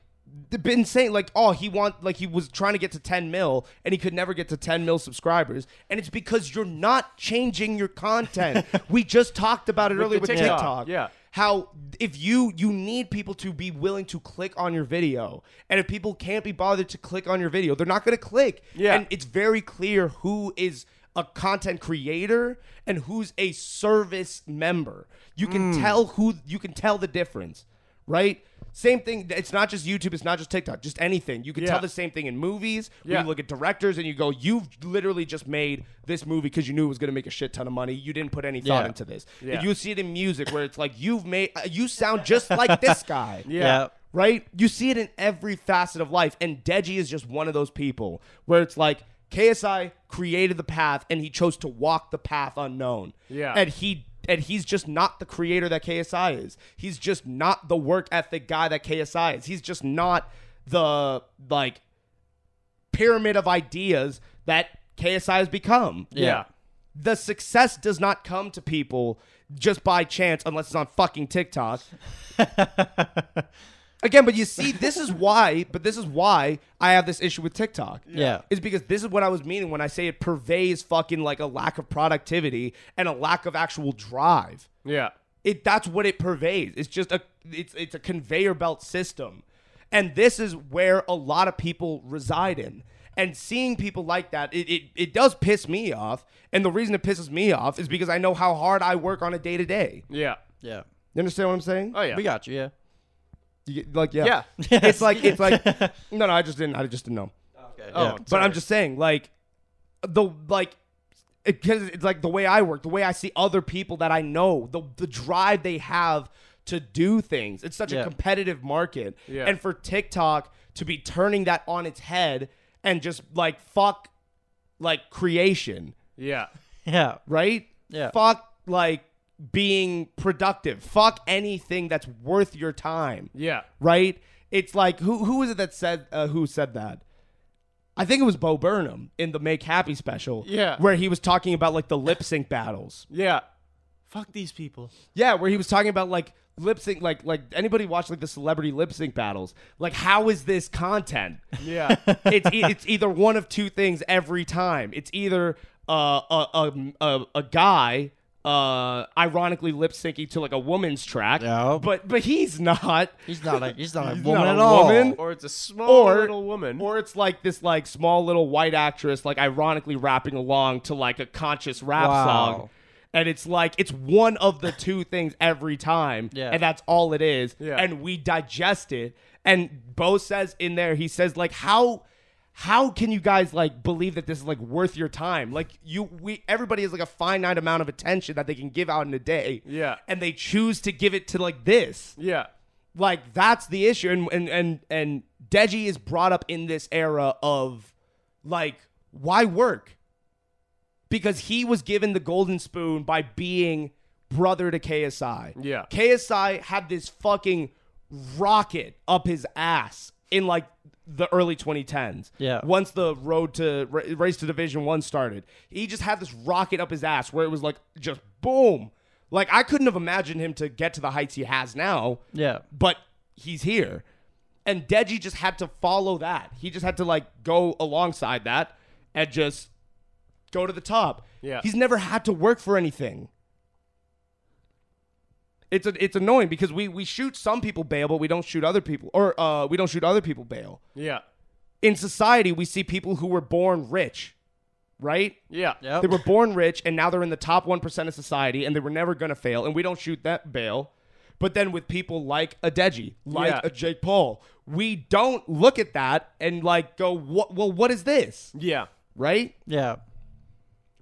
they've been saying like oh he want like he was trying to get to 10 mil and he could never get to 10 mil subscribers and it's because you're not changing your <laughs> content. we just talked about it earlier the with TikTok, TikTok. yeah. How if you you need people to be willing to click on your video and if people can't be bothered to click on your video they're not going to click. Yeah. And it's very clear who is a content creator and who's a service member. You can Hmm. tell who you can tell the difference, right? Same thing. It's not just YouTube. It's not just TikTok. Just anything. You can Yeah. tell the same thing in movies. When Yeah. you look at directors and you go, "You've literally just made this movie because you knew it was going to make a shit ton of money. You didn't put any thought Yeah. into this." Yeah. You see it in music where it's like, "You've made. uh, You sound just like <laughs> this guy." Yeah. yeah. right? You see it in every facet of life. And Deji is just one of those people where it's like KSI created the path and he chose to walk the path unknown. Yeah. And he and he's just not the creator that KSI is. He's just not the work ethic guy that KSI is. He's just not the like pyramid of ideas that KSI has become. Yeah. the success does not come to people just by chance unless it's on fucking TikTok. <laughs> Again, but you see, this is why, but this is why I have this issue with TikTok. Yeah. Is because this is what I was meaning when I say it purveys fucking like a lack of productivity and a lack of actual drive Yeah. it that's what it purveys. It's just a it's it's a conveyor belt system. And this is where a lot of people reside in. And seeing people like that, it, it, it does piss me off. And the reason it pisses me off is because I know how hard I work on a day to day. Yeah. Yeah. You understand what I'm saying? Oh yeah. We got you. Yeah. You get- like yeah. Yeah. It's like it's <laughs> like no no I just didn't I just didn't know. Oh, Yeah. But I'm sorry. just saying, like, the like, because it's like the way I work, the way I see other people that I know, the the drive they have to do things. It's such a Yeah. competitive market, Yeah. and for TikTok to be turning that on its head and just like fuck, like creation, Yeah. Yeah. right? Yeah. Fuck like being productive. Fuck anything that's worth your time Yeah. right? It's like who who was it that said uh, who said that? I think it was Bo Burnham in the Make Happy special, Yeah. where he was talking about like the lip sync battles. Yeah. Fuck these people. Yeah, where he was talking about like lip sync, like like anybody watch like the celebrity lip sync battles? Like, how is this content? <laughs> Yeah. <laughs> it's e- it's either one of two things every time. It's either uh, a, a a a guy uh ironically lip syncing to like a woman's track, Yeah. but but he's not. He's not a he's not <laughs> a He's woman not a at all. woman. or it's a small Or- little woman. Or it's like this like small little white actress like ironically rapping along to like a conscious rap Wow. song. And it's like it's one of the two things every time. Yeah. And that's all it is. Yeah. And we digest it. And Bo says in there, he says, like, how how can you guys like believe that this is like worth your time? Like you we everybody has like a finite amount of attention that they can give out in a day. Yeah. And they choose to give it to like this yeah. like that's the issue and and and, and Deji is brought up in this era of like why work because he was given the golden spoon by being brother to KSI. Yeah. KSI had this fucking rocket up his ass in like the early 2010s. Yeah. Once the road to ra- race to division 1 started, he just had this rocket up his ass where it was like just boom. Like I couldn't have imagined him to get to the heights he has now Yeah. but he's here. And Deji just had to follow that. He just had to like go alongside that and just go to the top. Yeah. He's never had to work for anything. It's a, it's annoying because we we shoot some people bail, but we don't shoot other people or uh we don't shoot other people bail. Yeah. In society, we see people who were born rich, right? Yeah. Yep. They were born rich and now they're in the top 1% of society and they were never going to fail. And we don't shoot that bail. But then with people like a Deji, like Yeah. a Jake Paul, we don't look at that and like go, what, well, what is this? Yeah. Right? Yeah.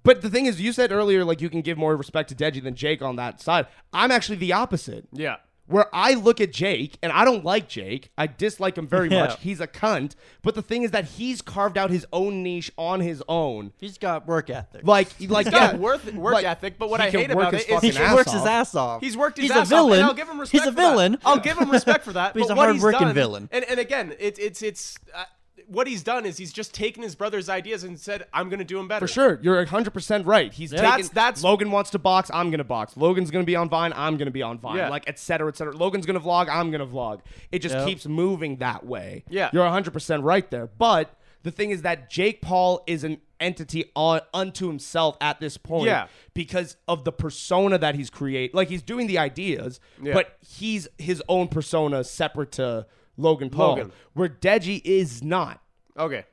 But the thing is, you said earlier, like you can give more respect to Deji than Jake on that side. I'm actually the opposite Yeah. where I look at Jake and I don't like Jake. I dislike him <laughs> very Yeah. much. He's a cunt. But the thing is that he's carved out his own niche on his own. He's got work ethic. Like, like He's got yeah, work, work like, ethic, but what he I can hate work about his it is fucking he he's ass works off. his ass off. He's worked his He's ass a villain. off, and I'll give him respect. He's a for that. villain. I'll give him respect for that. But <laughs> he's but a what he's hard-working done- villain. And and again, it's it's it's uh, what he's done is he's just taken his brother's ideas and said, "I'm going to do him better." For sure, you're 100% right. He's taking, That's- that's- Logan wants to box, I'm going to box. Logan's going to be on Vine, I'm going to be on Vine. Yeah. Like et cetera, et cetera. Logan's going to vlog, I'm going to vlog. It just Yep. keeps moving that way. Yeah. You're 100% right there. But the thing is that Jake Paul is an entity on, unto himself at this point Yeah. because of the persona that he's create. Like he's doing the ideas, Yeah. but he's his own persona separate to Logan Paul. Logan. Where Deji is not. Okay.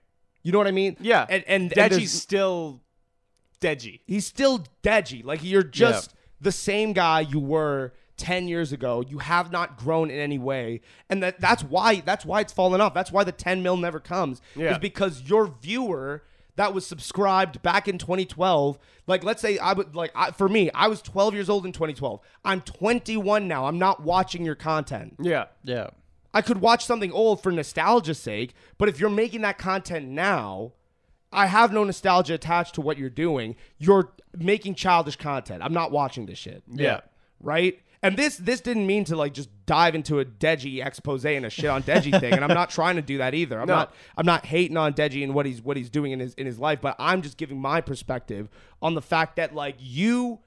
You know what I mean? Yeah. And and, and Deji's there's- still Deji. he's still deji. Like you're just the same guy you were 10 years ago. You have not grown in any way. And that that's why that's why it's fallen off. That's why the 10 mil never comes. Yeah. Is because your viewer that was subscribed back in 2012. Like let's say I would like I, for me, I was 12 years old in 2012. I'm 21 now. I'm not watching your content. Yeah. yeah. I could watch something old for nostalgia's sake, but if you're making that content now, I have no nostalgia attached to what you're doing. You're making childish content. I'm not watching this shit. Yeah. Right? And this this didn't mean to like just dive into a Deji expose and a shit on <laughs> Deji thing. And I'm not trying to do that either. I'm No. not I'm not hating on Deji and what he's what he's doing in his in his life, but I'm just giving my perspective on the fact that like you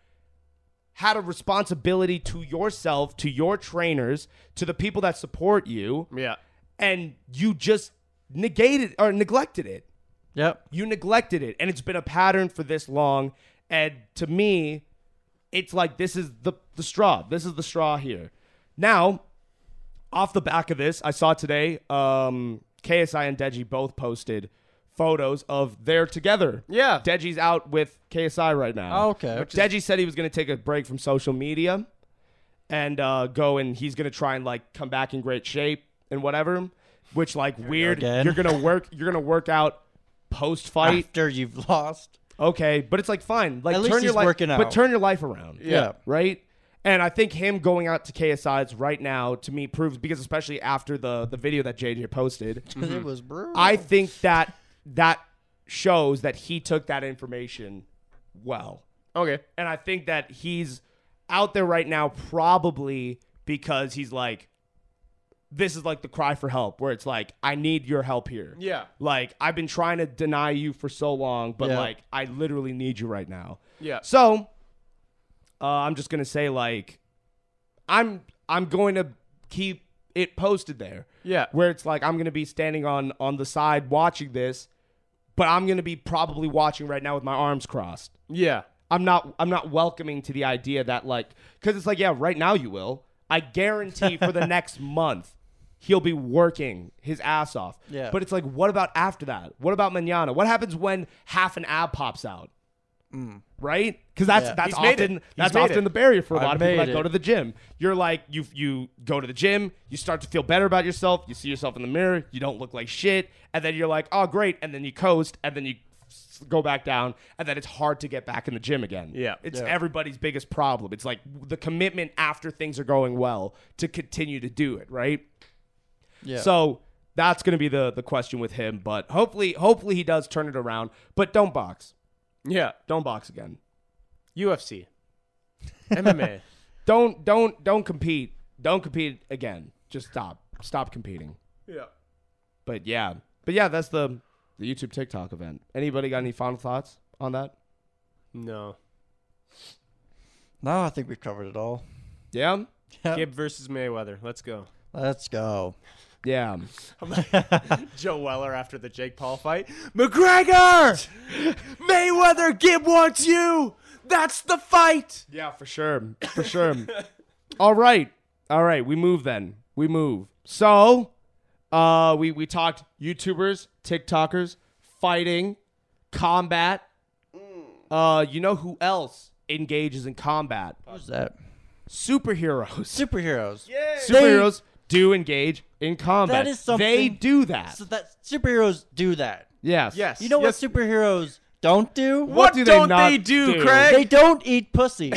had a responsibility to yourself, to your trainers, to the people that support you, Yeah. and you just negated or neglected it. Yep. You neglected it, and it's been a pattern for this long. And to me, it's like this is the the straw. This is the straw here. Now, off the back of this, I saw today um, KSI and Deji both posted photos of their together. Yeah. Deji's out with KSI right now. Oh, okay. Which is- Deji said he was going to take a break from social media and uh, go and he's going to try and like come back in great shape and whatever. Which like weird. again. You're gonna work. You're gonna work out post fight. After you've lost. Ah. Okay, but it's like fine. Like At turn least your he's life, working but out. turn your life around. Yeah. right. And I think him going out to KSI's right now to me proves because especially after the the video that JJ posted, Mm-hmm. It was brutal. I think that that shows that he took that information well. Okay. And I think that he's out there right now probably because he's like, this is like the cry for help, where it's like, I need your help here. Yeah. Like, I've been trying to deny you for so long, but Yeah. like, I literally need you right now. Yeah. So, uh, I'm just gonna say like, I'm I'm going to keep it posted there. Yeah. Where it's like I'm gonna be standing on on the side watching this, but I'm gonna be probably watching right now with my arms crossed. Yeah. I'm not I'm not welcoming to the idea that like because it's like yeah right now you will I guarantee for <laughs> the next month he'll be working his ass off Yeah. but it's like what about after that what about manana what happens when half an ab pops out right because that's Yeah. that's Mm. He's made it. often He's that's made often it. the barrier for a I've lot of people made that go it. to the gym you're like you you go to the gym you start to feel better about yourself you see yourself in the mirror you don't look like shit and then you're like oh great and then you coast and then you s- go back down and then it's hard to get back in the gym again Yeah. it's Yeah. everybody's biggest problem. It's like the commitment after things are going well to continue to do it, right? Yeah. So that's going to be the the question with him, but hopefully hopefully he does turn it around, but don't box. Yeah. Don't box again. <laughs> UFC. MMA. Don't don't don't compete. Don't compete again. Just stop. Stop competing. Yeah. But yeah. But yeah, that's the the YouTube TikTok event. Anybody got any final thoughts on that? No. No, I think we covered it all. Yeah? Gibb versus Mayweather. Let's go. Let's go. Yeah. Joe Weller after the Jake Paul fight. McGregor! Mayweather, Gibb wants you! That's the fight! Yeah, for sure. For sure. All right. All right. We move then. We move. So, uh, we, we talked YouTubers, TikTokers, fighting, combat. Uh, you know who else engages in combat? What's that? Superheroes. Superheroes. Yeah. Superheroes do engage in combat. That is They something- do that. So that superheroes do that. yes. Yes. You know Yes. what superheroes don't do? What, do they don't not they do, do? Craig? They don't eat pussy.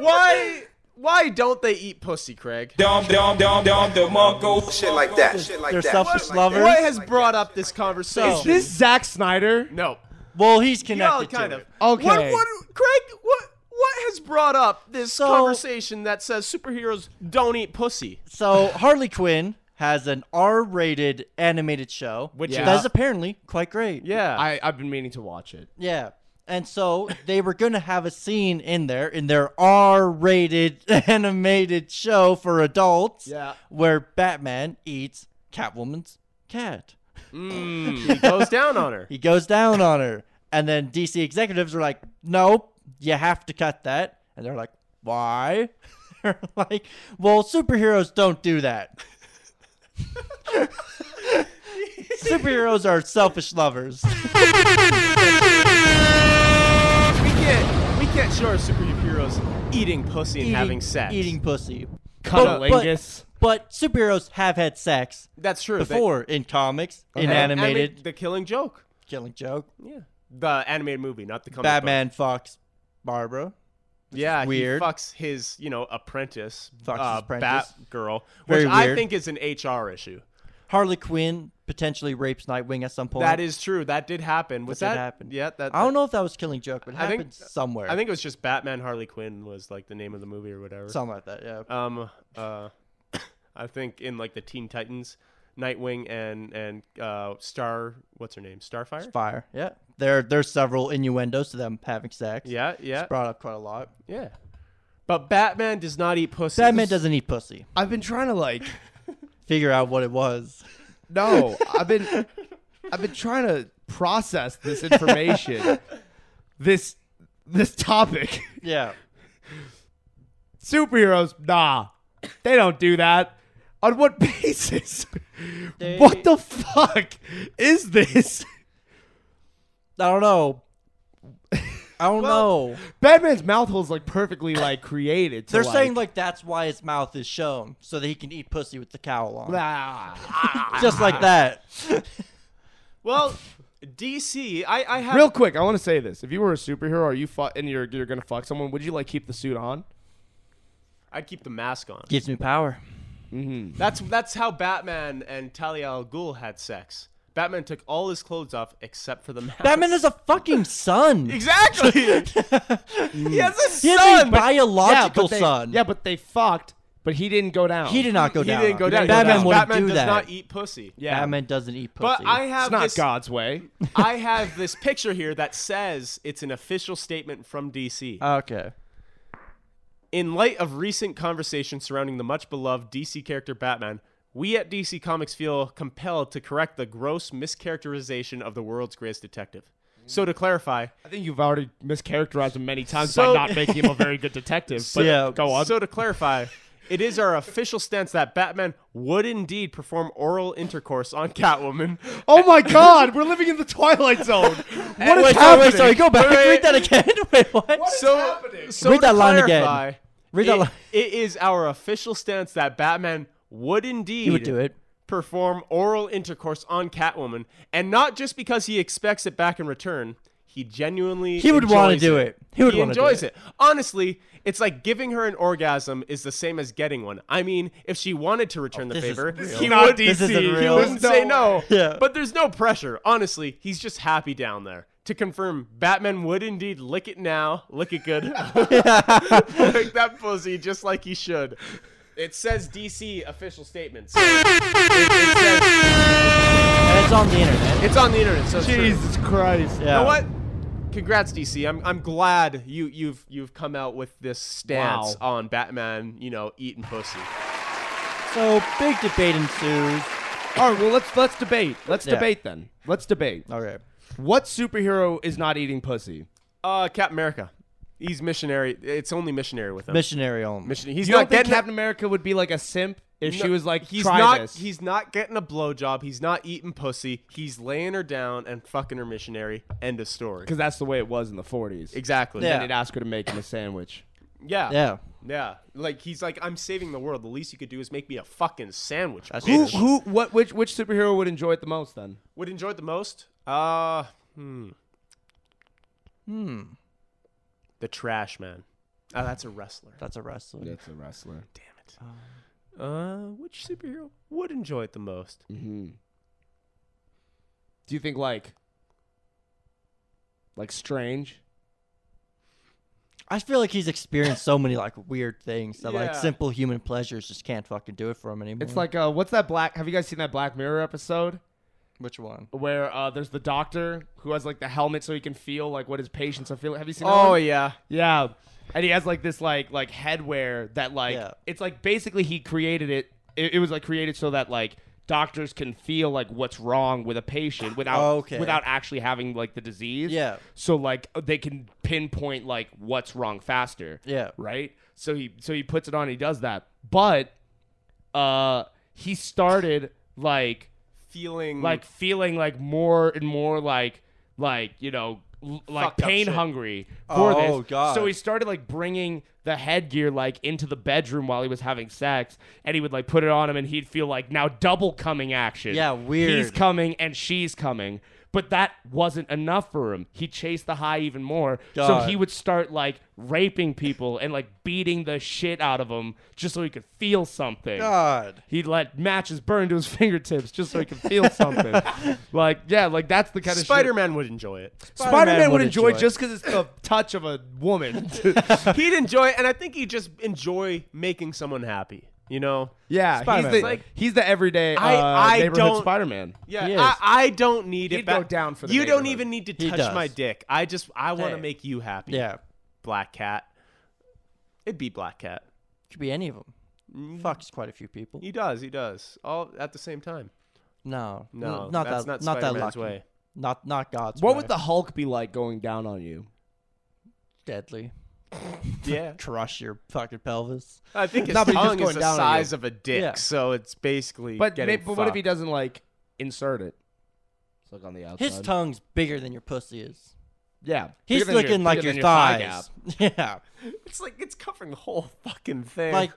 why why don't they eat pussy, Craig? Dom, dom, dom, dom, the monko. Shit like that. <laughs> Shit like They're that. selfish Shit like lovers. that. What has brought up this conversation? Is this Zack Snyder? no. well, he's Yeah, connected kind to of. it. Okay. What, what, Craig, what, what has brought up this So- conversation that says superheroes don't eat pussy? So Harley Quinn has an R-rated animated show, which Yeah. that's apparently quite great. Yeah. I, I've been meaning to watch it. Yeah. And so they were going to have a scene in there in their R-rated <laughs> animated show for adults Yeah. where Batman eats Catwoman's cat. he goes down on <laughs> her. He goes down on her. And then DC executives were like, "Nope, you have to cut that." And they're like, "Why?" <laughs> they're like, "Well, superheroes don't do that." superheroes are selfish lovers. We can't, we can't show our superheroes eating pussy and having sex. eating pussy. But- but- Cunnilingus. But superheroes have had sex That's true. They- before in comics, in Anima- animated anima- the Killing Joke. Killing Joke, Yeah. The animated movie, not the comic book. Batman, Fox, Barbara. Yeah, weird. he fucks his, you know, apprentice, Fucks his uh, apprentice. Batgirl, Very which I weird. think is an HR issue. Harley Quinn potentially rapes Nightwing at some point. That is true. That did happen. Was did that, happen. Yeah, that. I don't know if that was Killing Joke, but it I think- happened somewhere. I think it was just Batman Harley Quinn was like the name of the movie or whatever. something like that. Yeah. Um, uh, <coughs> I think in like the Teen Titans, Nightwing and and uh, Star, what's her name, Starfire. Fire. Yeah. There there's several innuendos to them having sex. Yeah, yeah, It's brought up quite a lot. yeah. But Batman does not eat pussy. Batman doesn't eat pussy. I've been trying to like Figure out what <laughs> it was. no, I've been I've been trying to process this information. <laughs> this this topic. <laughs> Yeah. Superheroes, nah. They don't do that. On what <laughs> basis? what the fuck is this? I don't know. I don't know. Batman's mouth hole's like perfectly like created. To, They're saying like that's why his mouth is shown so that he can eat pussy with the cowl on. Ah. Just <laughs> like that. Well, DC, I I have Real quick, I want to say this. If you were a superhero, are you fu- and you're you're gonna fuck someone? Would you like keep the suit on? I'd keep the mask on. Gives me power. That's that's how Batman and Talia al Ghul had sex. Batman took all his clothes off except for the mask. Batman is a <laughs> fucking son. <laughs> exactly. he has a He has son. a but biological but they, son. Yeah, but they fucked, but he didn't go down. He did not go he down. didn't go down. Batman wouldn't Batman do does that. not eat pussy. Yeah. Yeah, Batman doesn't eat pussy. But I have it's not this, God's way. I have this picture here that says it's an official statement from DC. Okay. In light of recent conversations surrounding the much beloved DC character Batman, we at DC Comics feel compelled to correct the gross mischaracterization of the world's greatest detective. So to clarify, I think you've already mischaracterized him many times by So- not making him a very good detective. But Yeah. go on. So to clarify, it is our official stance that Batman would indeed perform oral intercourse on Catwoman. oh my God, we're living in the Twilight Zone. What is wait, sorry, happening? wait, sorry. Go back. Wait, wait. Read that again. <laughs> Wait, what? So, so Read to that line again. clarify, Read that it- line. <laughs> it is our official stance that Batman would indeed He would do it. perform oral intercourse on Catwoman, and not just because he expects it back in return. He genuinely He would wanna enjoys do it. He would wanna do enjoys it. it. Honestly, it's like giving her an orgasm is the same as getting one. I mean, if she wanted to return the this is favor, real. he Not would This isn't he real. wouldn't No <laughs> say no. Yeah. Oh, But there's no pressure. Honestly, he's just happy down there. To confirm, Batman would indeed lick it now, lick <laughs> it good, <laughs> lick that pussy just like he should. It says DC official statements. And it's on the internet. It's on the internet, so it's true. Jesus Christ. Yeah. You know what? Congrats, DC. I'm I'm glad you you've you've come out with this stance Wow. on Batman. You know, eating pussy. So big debate ensues. <laughs> All right. Well, let's let's debate. Let's Yeah. debate then. Let's debate. Okay. What superhero is not eating pussy? Uh, Captain America. He's missionary. It's only missionary with him. Missionary only. Mission- He's You not don't think getting Captain America would be like a simp if she No, was like, he's "Try not this"? he's not getting a blowjob. He's not eating pussy. He's laying her down and fucking her missionary. End of story. Because that's the way it was in the 40s. Exactly. And Yeah. they'd ask her to make him a sandwich. Yeah. Yeah. Yeah. Like he's like, I'm saving the world. The least you could do is make me a fucking sandwich. That's bitch." Who, who, what, which, which superhero would enjoy it the most then? would enjoy it the most? Uh, hmm. Hmm. The trash man. Oh, that's a wrestler. That's a wrestler. a wrestler. Damn it. Uh, which superhero would enjoy it the most? Mm-hmm. Do you think like, like Strange? I feel like he's experienced so many like weird things that like Yeah. simple human pleasures just can't fucking do it for him anymore. It's like uh, what's that black? Have you guys seen that Black Mirror episode which one? where uh, there's the doctor who has like the helmet so he can feel like what his patients are feeling? Have you seen? that Oh one? yeah. Yeah. And he has like this like like headwear that like Yeah. it's like basically he created it. it. It was like created so that like doctors can feel like what's wrong with a patient without Okay. without actually having like the disease. Yeah. So like they can pinpoint like what's wrong faster. Yeah. Right? So he so he puts it on, he does that. But uh he started like Feeling like feeling like more and more like like you know l- like Fucked up pain shit. hungry for this. Oh, God. So he started like bringing the headgear like into the bedroom while he was having sex, and he would like put it on him, and he'd feel like now double coming action. Yeah, weird. He's coming and she's coming. But But that wasn't enough for him. He chased the high even more. So God. he would start like raping people and like beating the shit out of them just so he could feel something. God. He'd let matches burn to his <laughs> fingertips just so he could feel <laughs> something. like, yeah, like that's the kind of shit- Spider Man would enjoy it. Spider-Man, Spider-Man would would enjoy, enjoy it. just because it's the touch of a <laughs> woman. He'd enjoy it, and I think he'd just enjoy making someone happy. You know? yeah, Spider-Man he's the would. he's the everyday uh, I- I neighborhood don't- Spider-Man. Yeah, He I, is. I don't need He'd it. back. go down for the you. Don't neighborhood. even need to He touch does. my dick. I just I want to Hey. make you happy. Yeah. Black Cat. It'd be Black Cat. Could be any of Mm. them. Fucks quite a few people. He does. He does. All at the same time. No, n- No, not that's that, not not that Spider-Man's lucky. way. Not, not God's. What way. would the Hulk be like going down on you? deadly <laughs> Yeah. crush your fucking pelvis? I think his No, but he's just tongue is going the down on size you. of a dick, Yeah. so it's basically. But, getting maybe, but what if he fucked. doesn't like insert it? It's like on the outside. His tongue's bigger than your pussy is. Yeah, He's bigger than looking like bigger than your thighs. thigh gap. <laughs> Yeah, It's like it's covering the whole fucking thing. like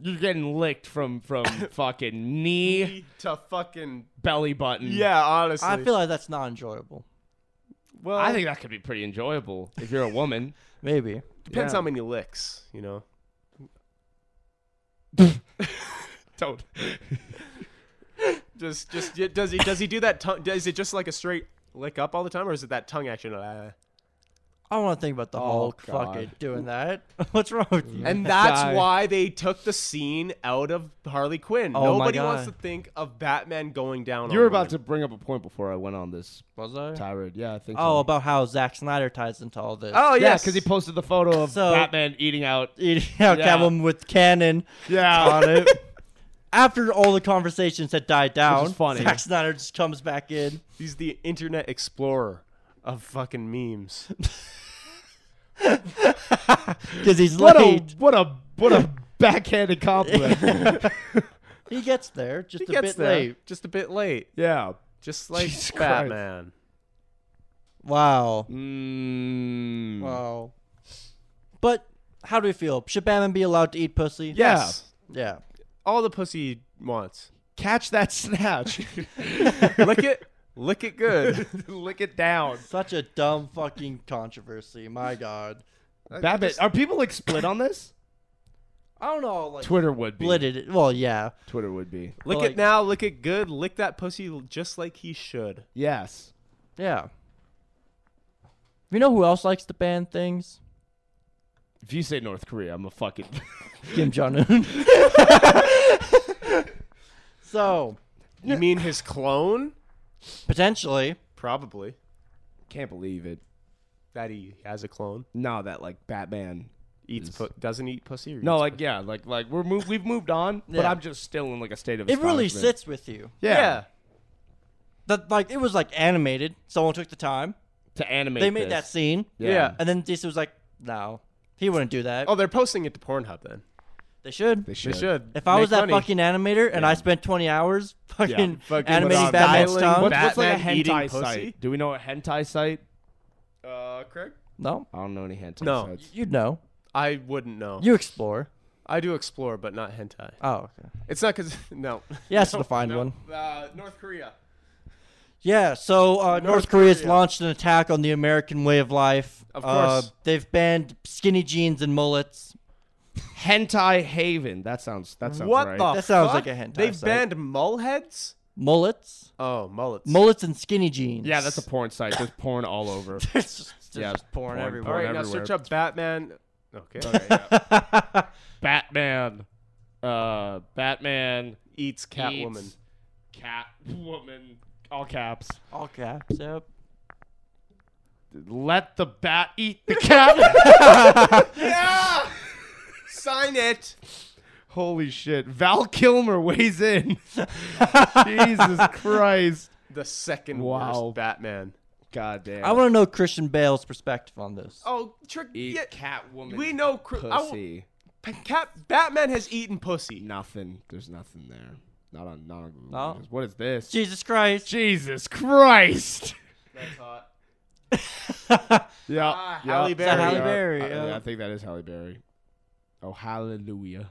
You're getting licked from from fucking knee <laughs> to fucking. belly button. Yeah, honestly. Mm. I feel like that's not enjoyable. well, I think that could be pretty enjoyable if you're a woman. <laughs> Maybe. depends yeah. how many licks, you know. Don't. Just, just y- does he does he do that? Tongue, is it just like a straight lick up all the time, or is it that tongue action? Uh, I don't want to think about the Oh, Hulk God. Mm. fucking doing that. <laughs> What's wrong with <laughs> you? And that's Die. why they took the scene out of Harley Quinn. Oh my Nobody wants to God. think of Batman going down. You were on about to women. bring up a point before I went on this was I? tirade. Yeah, I think. Oh, so. about how Zack Snyder ties into all this. Oh yeah, yes, because he posted the photo of So- Batman eating out. eating out Yeah. Catwoman with cannon <laughs> Yeah, <laughs> on it. After all the conversations had died down, funny. Zack Snyder just comes back in. he's the Internet Explorer of fucking <laughs> memes. Because <laughs> he's what a late. what a what a backhanded <laughs> compliment. He gets there just He a gets bit there late. just a bit late, yeah. just like Jesus Christ. Batman. Wow. Mm. Wow. But how do we feel? Should Batman be allowed to eat pussy? Yes, Yeah. all the pussy he wants. Catch that snatch. <laughs> lick it, lick it good. <laughs> Lick it down. Such a dumb fucking controversy. My God. Batman. Are people like split on this? I don't know. Like, Twitter would be. splitted it. Well, yeah. Twitter would be. lick Like- it now, lick it good. Lick that pussy l- just like he should. Yes. Yeah. You know who else likes to ban things? If you say North Korea, I'm a fucking. <laughs> Kim Jong Un. <laughs> so You mean his clone? potentially, Probably Can't believe it. that he has a clone. No, that like Batman. Eats pu- doesn't eat pussy. Or No, eats like yeah, like like we're move, we've moved on, but Yeah. I'm just still in like a state of. it really astonishment. sits with you. Yeah. That like it was like animated. Someone took the time. To animate. They made this. that scene, yeah, yeah. and then DC was like, "No, he wouldn't do that." Oh, they're posting it to Pornhub then. they should. They should. They should. if I was that fucking animator and I spent 20 hours fucking fucking animating styling Batman's Batman. tongue, What's, what's like a Batman eating hentai pussy? site? Do we know a hentai site? uh, Craig, no, I don't know any hentai No. sites. you'd know. I wouldn't know. You explore. I do explore, but not hentai. Oh, okay. It's not because <laughs> no. Yeah, it's the fine one. Uh, North Korea. Yeah, so uh, North, Korea's launched an attack on the American way of life. Of Uh, course. they've banned skinny jeans and mullets. Hentai Haven. That sounds. That sounds what right. the? That sounds fuck? like a hentai They've site. banned mole heads. Mullets? Oh, mullets. Mullets and skinny jeans. Yeah, <laughs> that's a <laughs> porn site. There's porn all <laughs> over. it's just, there's Yeah, just porn, porn, All everywhere. right, now everywhere. search up Batman. Okay. Batman. Uh, Batman. Eats Catwoman. eats Catwoman. All caps. All caps, yep. Let the bat eat the cat. <laughs> <laughs> Yeah. Sign it. Holy shit. Val Kilmer weighs <laughs> in. Jesus Christ. The second Wow. worst Batman. God damn. <laughs> I want to know Christian Bale's perspective on this. Oh, trick. eat yeah, Catwoman. we know. Cr- I w- pussy. P- Cat- Batman has eaten pussy. Nothing. There's nothing there. Not on. Not on Google. Oh. No? Images. What is this? Jesus Christ. Jesus Christ. That's hot. <laughs> <laughs> Yeah. Ah, Halle yeah. Berry. Halle Berry, Uh, yeah. I think that is Halle Berry. Oh, hallelujah.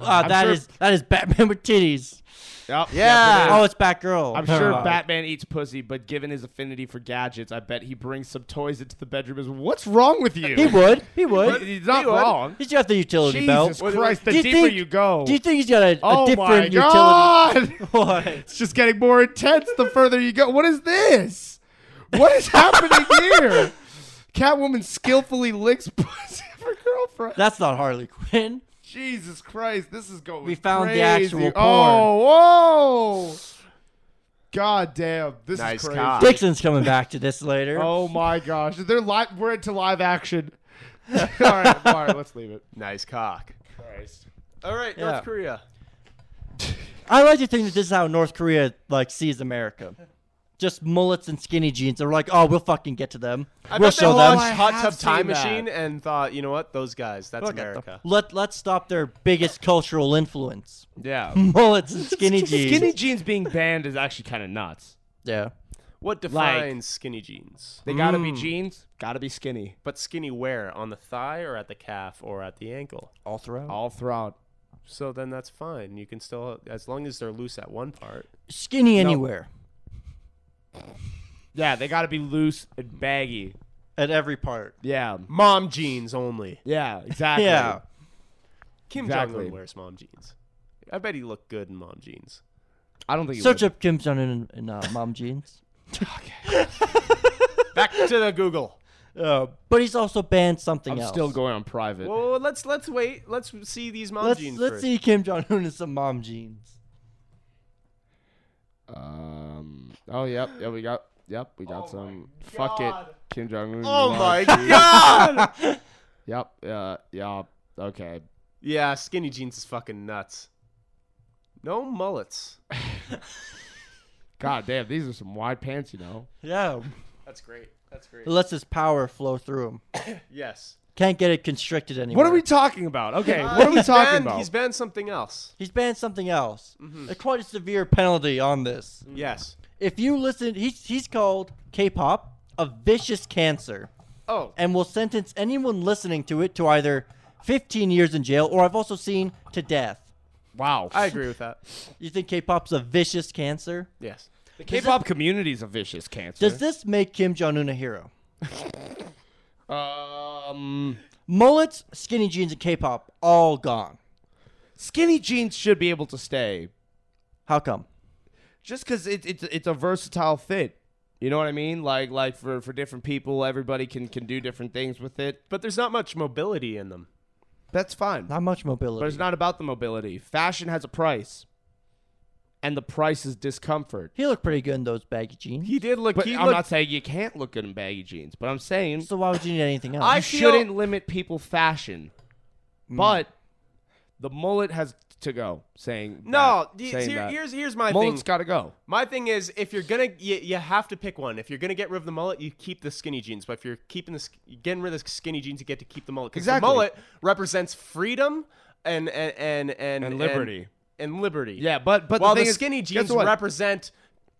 Wow, Uh, that sure- is that is Batman <laughs> with titties. Yep, Yeah. yep, it is. Oh, it's Batgirl. I'm sure Uh, Batman eats pussy, but given his affinity for gadgets, I bet he brings some toys into the bedroom. As what's wrong with you? <laughs> He would. He would. He- He's not would. wrong. He's got the utility Jesus belt. Christ! The Do you deeper think- you go, Do you think he's got a, a oh my different God! <laughs> utility? <laughs> it's just getting more intense the further you go. What is this? What is happening here? Catwoman skillfully licks pussy of her girlfriend. That's not Harley Quinn. Jesus Christ, this is going. We found the crazy. actual porn. Oh, whoa! God damn, this Nice is crazy. cock. Dixon's coming back to this later. Oh my gosh, they're live. We're into live action. <laughs> all right, all right, let's leave it. Nice cock. Christ. All right, Yeah. North Korea. I like to think that this is how North Korea like sees America. Just mullets and skinny jeans. They're like, oh, we'll fucking get to them. I we'll bet they show watched them. I Hot have Tub seen Time that. Machine and thought, you know what? Those guys. That's Look at them. America. Let let's stop their biggest cultural influence. <laughs> Yeah. Mullets and skinny jeans. Skinny jeans being banned is actually kind of nuts. yeah. What defines skinny jeans? They gotta be Mm. jeans, gotta be skinny, But skinny where? On the thigh or at the calf or at the ankle? All throughout. all throughout. So then that's fine. You can still, as long as they're loose at one part. Skinny anywhere. Yeah, they gotta be loose and baggy. At every part. Yeah, Mom jeans only. yeah, exactly. <laughs> Yeah. Kim Jong Exactly. Un wears mom jeans. I bet he looked good in mom jeans. I don't think Search up Kim Jong Un in uh, mom jeans. Back to the Google. Uh, but he's also banned something I'm else. still going on private. Well, let's let's wait. Let's see these mom Let's jeans. let's first. see Kim Jong Un in some mom jeans. Um. Oh, yep. Yeah, we got. Yep, we got some. Fuck it, Kim Jong Un. Oh my god! Yep. Uh. Yeah. Okay. yeah, skinny jeans is fucking nuts. No mullets. God damn, these are some wide pants, you know. Yeah. That's great. That's great. It lets his power flow through him. Yes. Can't get it constricted anymore. What are we talking about? Okay, what are we He's talking banned- about? He's banned something else. He's banned something else. There's quite a severe penalty on this. Yes. If you listen, he's he's called K-pop a vicious cancer, Oh, and will sentence anyone listening to it to either 15 years in jail or I've also seen to death. wow. I agree with that. You think K-pop's a vicious cancer? Yes. the K-pop community is a vicious cancer. Does this make Kim Jong Un a hero? um, Mullets, skinny jeans, and K-pop all gone. skinny jeans should be able to stay How come? just because it, it's it's a versatile fit. You know what I mean? Like like for, for different people, everybody can can do different things with it. But there's not much mobility in them. That's fine. Not much But it's mobility. not about the mobility. Fashion has a price, and the price is discomfort. He looked pretty good in those baggy jeans. He did look. But he I'm looked, not saying you can't look good in baggy jeans. But I'm saying So why would you need anything else? I you feel- shouldn't limit people fashion. But the mullet has to go. Saying no. that- the- saying here- that. here's here's my mullet's thing. got to go. my thing is if you're gonna you, you have to pick one. If you're gonna get rid of the mullet, you keep the skinny jeans. But if you're keeping the sk- getting rid of the skinny jeans, you get to keep the mullet. 'Cause Exactly. The mullet represents freedom and and and and, And liberty. and, liberty. Yeah, but but While the, the, thing is- skinny guess jeans what? represent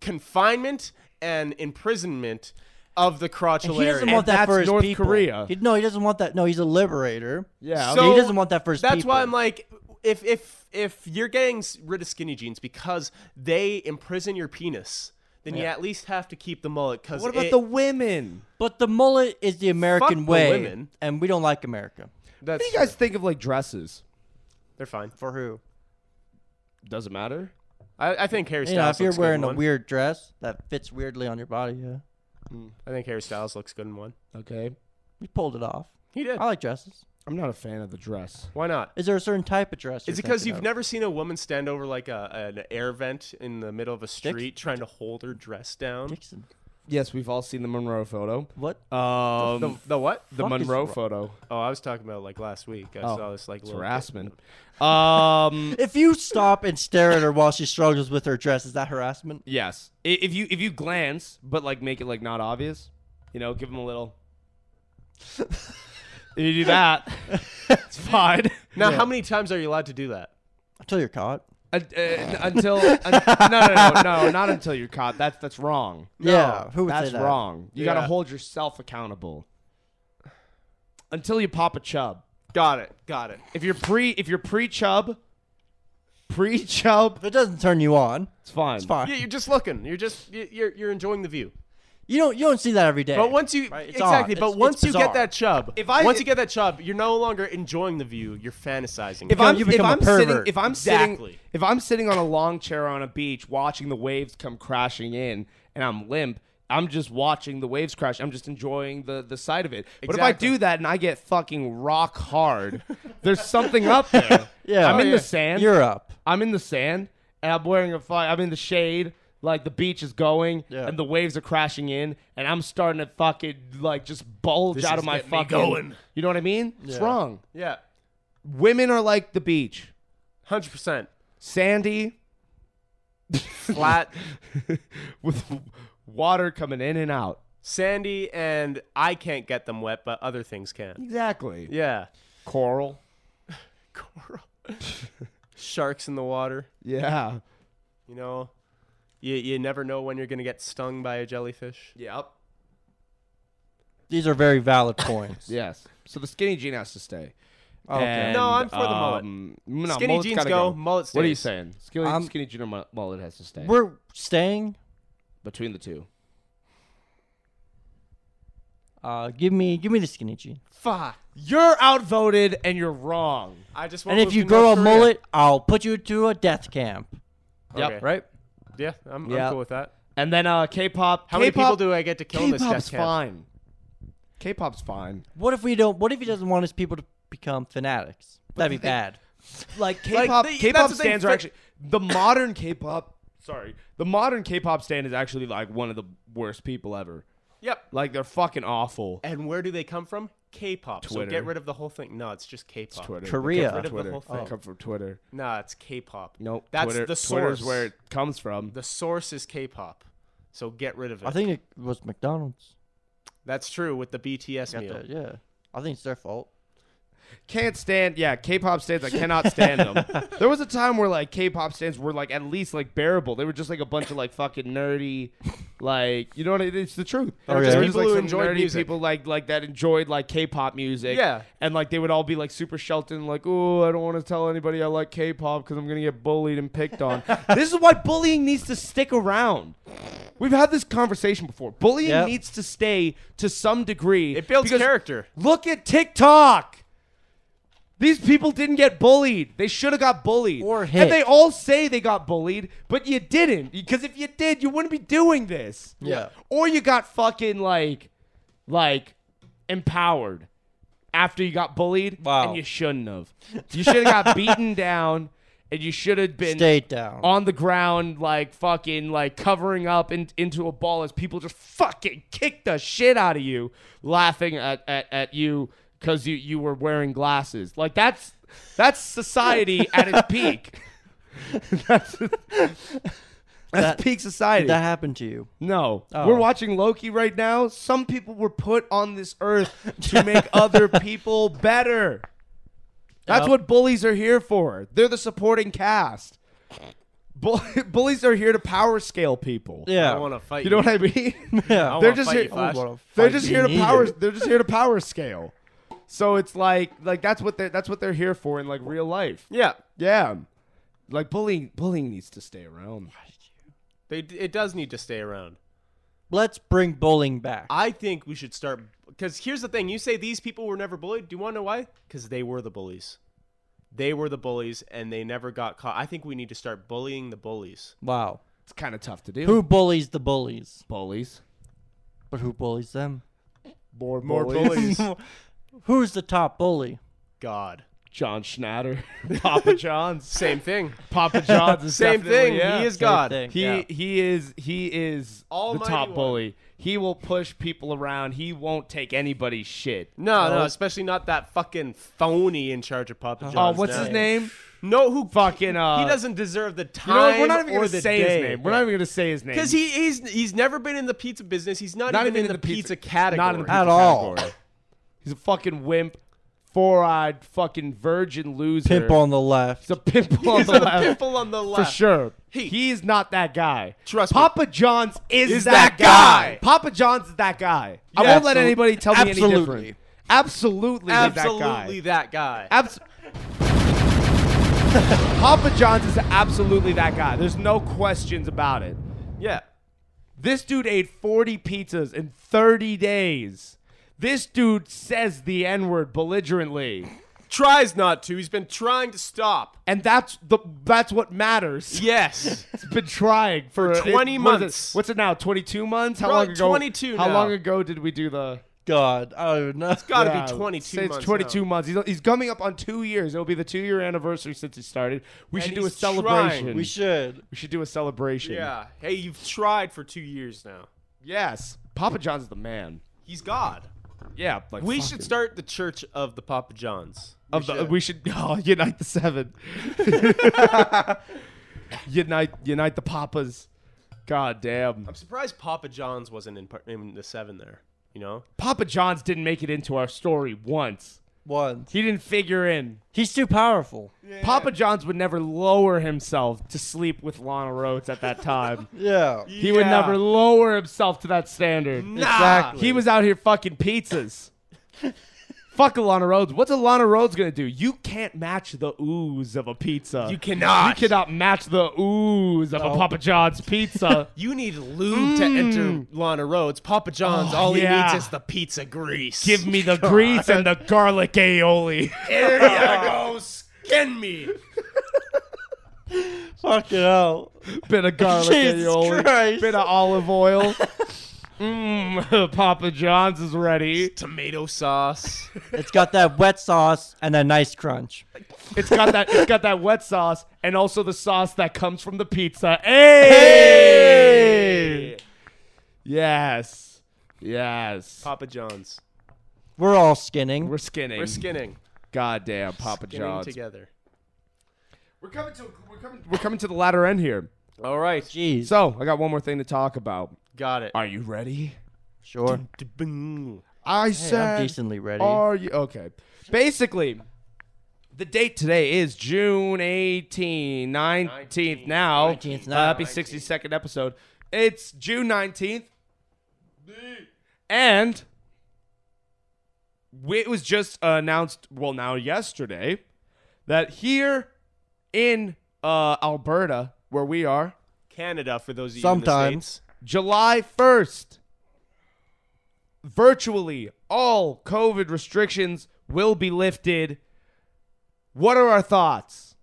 confinement and imprisonment of the crotchal he doesn't area. want that that's for his North people. Korea. He- no, he doesn't want that. No, he's a liberator. Yeah. So- he doesn't want that for his That's why people. I'm like, if if if you're getting s- rid of skinny jeans because they imprison your penis, then you at least have to keep the mullet. Because what about the women? But the mullet is the American the way, women. and we don't like America. What do you guys think of like dresses? They're fine. For who? Doesn't matter. I, I think Harry Styles. You know, if you're looks good wearing in a one. weird dress that fits weirdly on your body, yeah, I think Harry Styles looks good in one. Okay, you pulled it off. He did. I like dresses. I'm not a fan of the dress. Why not? Is there a certain type of dress? Is it because you've never seen a woman stand over like a, an air vent in the middle of a street trying to hold her dress down? Dixon? Yes, we've all seen the Monroe photo. What? uh, Um, the, the what? the fuck is Monroe wrong? photo. Oh, I was talking about like last week. I Oh, saw this like it's little harassment. um, <laughs> If you stop and stare at her while she struggles with her dress, is that harassment? yes. I- If you if you glance, but like make it like not obvious, you know, give them a little. if you do that, it's <laughs> fine. Now, how many times are you allowed to do that? <laughs> Until you're caught. Uh, uh, n- until un- <laughs> no, no, no, no, not until you're caught. That's that's wrong. yeah. Who would that's say that? wrong. You got to Yeah. hold yourself accountable until you pop a chub. Got it. Got it. If you're pre if you're pre chub, Preach help. If it doesn't turn you on, It's fine. it's fine. Yeah, you're just looking. You're just you- you're you're enjoying the view. You don't you don't see that every day. But once you Right, it's exactly, odd. but It's- once it's you get bizarre. that chub, If I- once you get that chub, you're no longer enjoying the view. You're fantasizing. If it. I'm, you if become a I'm sitting, pervert. if I'm sitting, Exactly. if I'm sitting on a long chair on a beach watching the waves come crashing in, and I'm limp, I'm just watching the waves crash. I'm just enjoying the the sight of it. But if I Exactly. do that and I get fucking rock hard, there's something up <laughs> there. Yeah. I'm Oh, in yeah. the sand. you're up. I'm in the sand and I'm wearing a fi I'm in the shade. Like the beach is going Yeah. and the waves are crashing in, and I'm starting to fucking like just bulge out is of my getting me fucking. going. You know what I mean? It's wrong. yeah, Women are like the beach. hundred percent Sandy <laughs> flat, with water coming in and out. sandy, and I can't get them wet, but other things can. Exactly. Yeah, Coral. coral, sharks in the water. Yeah. You know, you you never know when you're gonna get stung by a jellyfish. Yep. These are very valid points. Yes. So the skinny jean has to stay. Okay. Oh, No, I'm for the mullet. Um, mullet. um, No, Skinny mullet's jeans gotta go, go. mullet What are you stays. saying? Skinny, I'm- skinny jean or mu- mullet has to stay. We're staying. between the two. Uh, give me give me the skinny jean. Fuck. You're outvoted and you're wrong. I just want And if you grow a mullet, I'll put you to a death camp. Yep. Okay. Right? Yeah, I'm, Yeah. I'm cool with that. And then uh, K-pop. K-pop, How many people do I get to kill in this K-pop's death camp? fine. K-pop's fine. What if we don't? What if he doesn't want his people to become fanatics? That'd be bad. Like K-pop, they- that's K-pop what they stands are fi- actually the modern K-pop. Sorry, the modern K-pop stand is actually like one of the worst people ever. Yep. Like they're fucking awful. And where do they come from? K-pop. Twitter. So get rid of the whole thing. No, it's just K-pop. Twitter. Korea. They come Get rid of from the Twitter. whole They thing. come from Twitter. No, it's K-pop. Nope. that's Twitter- the Twitter's source. where it comes from. the source is K-pop. So get rid of it. I think it was McDonald's. that's true with the BTS Got meal. that, yeah. I think it's their fault. Can't stand, yeah, K-pop stands. I cannot stand them. there was a time where like K-pop stands were like at least like bearable. They were just like a bunch of like fucking nerdy, like you know what? I, it's the truth. They were yeah. just People people who who enjoyed nerdy music. people like like that enjoyed like K-pop music. Yeah. and like they would all be like super sheltered, and, like oh, I don't want to tell anybody I like K-pop because I'm gonna get bullied and picked <laughs> on. this is why bullying needs to stick around. We've had this conversation before. Bullying Yep. needs to stay to some degree. It builds because character. Look at TikTok. These people didn't get bullied. They should have got bullied. Or And hit. they all say they got bullied, but you didn't. Because if you did, you wouldn't be doing this. Yeah. Or you got fucking like, like, empowered after you got bullied, Wow. and you shouldn't have. You should have <laughs> got beaten down, and you should have been Stayed down. on the ground, like fucking, like covering up in, into a ball as people just fucking kick the shit out of you, laughing at, at, at you because you, you were wearing glasses. Like that's that's society at <laughs> its peak. that's that's That- peak society. That happened to you. no, Oh. we're watching Loki right now. Some people were put on this earth to <laughs> make other people better. That's Oh. Yep. what bullies are here for. They're the supporting cast. Bull- <laughs> bullies are here to power scale people. I want Yeah. <laughs> to fight. You know what I mean? <laughs> Yeah. they're wanna just fight here. you, Flash. I wanna They're fight just you here to neither. power. They're just here to power scale. So it's like, like that's what they're that's what they're here for in like real life. Yeah. Yeah, like bullying. Bullying needs to stay around. They, it does need to stay around. Let's bring bowling back. I think we should start because here's the thing: you say these people were never bullied. Do you want to know why? Because they were the bullies. They were the bullies, and they never got caught. I think we need to start bullying the bullies. Wow. It's kind of tough to do. Who bullies the bullies? bullies? But who bullies them? More More bullies. <laughs> Who's the top bully? God. John Schnatter, <laughs> Papa John's, Same thing. <laughs> Papa John's. Is Same definitely- thing. yeah. He is Same God. thing. He Yeah. he is he is Almighty the top one. bully. He will push people around. He won't take anybody's shit. No, no, especially not that fucking phony in charge of Papa John's. Oh. Oh, what's his now. name? No, who Fucking, uh, he doesn't deserve the You time. know what? We're not even or gonna the say day. his name. We're not even gonna say his name because he, he's he's never been in the pizza business. He's not, not even, in, the, pizza, category. Not in the pizza At all. category. He's a fucking wimp, four-eyed fucking virgin loser. <laughs> Pimp on the left. He's a pimple on <laughs> He's the <laughs> a left. pimple on the for left. sure. He- He's not that guy. Trust me. Papa John's is, Is that, that guy. guy. Papa John's is that guy. I Yeah, won't let absolu- anybody tell me any absolutely. different. Absolutely, he's Absolutely that guy. that guy. Abs- <laughs> Papa John's is absolutely that guy. There's no questions about it. Yeah. This dude ate 40 pizzas in 30 days. This dude says the N word belligerently. Tries not to. He's been trying to stop. And that's the that's what matters. Yes. He's been trying for, For 20 what is it- months. What's it now? 22 months? How We're long on ago? 22 How now. long ago did we do the God, I don't know. Gotta Yeah, be 22 say it's months 22 now. months. He's, he's coming up on two years. It'll be the two year anniversary since he started. We And should do a he's trying. celebration. <laughs> We should. We should do a celebration. Yeah. Hey, you've tried for two years now. Yes. Papa John's is the man. He's God. Yeah. Like We fuck should it. start the Church of the Papa Johns. Of the, we should <laughs> oh, unite the seven. <laughs> unite, unite the papas. God damn. I'm surprised Papa John's wasn't in, par- in the seven there. You know, Papa John's didn't make it into our story once. One. He didn't figure in. He's too powerful. Papa John's would never lower himself to sleep with Lana Rhodes at that time. Yeah. He would Yeah. never lower himself to that standard. Exactly. He was out here fucking pizzas. Fuck Alana Rhodes. What's Alana Rhodes gonna do? You can't match the ooze of a pizza. You cannot. You cannot match the ooze of a Papa John's pizza. You need lube to enter Lana Rhodes. Papa John's, Mm. Oh, all yeah. he needs is the pizza grease. Give me the grease and the garlic aioli. <laughs> Here you go, skin me. Fucking hell. Bit of garlic Jesus aioli. Christ. Bit of olive oil. Mmm, <laughs> Papa John's is ready. Tomato <laughs> sauce. It's got that wet sauce and that nice crunch. It's got that. It's got that wet sauce, and also the sauce that comes from the pizza. Hey. Yes. Yes. Papa John's. We're all skinning. We're skinning. We're skinning. Goddamn, Papa Skinning John's. together. We're coming to we're coming, we're coming to the latter end here. All right. Jeez. So I got one more thing to talk about. Got it. Are you ready? I sure. Hey, I'm said. decently ready. Are you okay? Basically, the date today is June 18, 19th, now. 19th Uh, now. happy 62nd episode. It's June 19th. And we- it was just announced, well, now yesterday, that here in uh, Alberta, where we are, Canada for those of you in the Sometimes. States. July 1st, virtually all COVID restrictions will be lifted. What are our thoughts?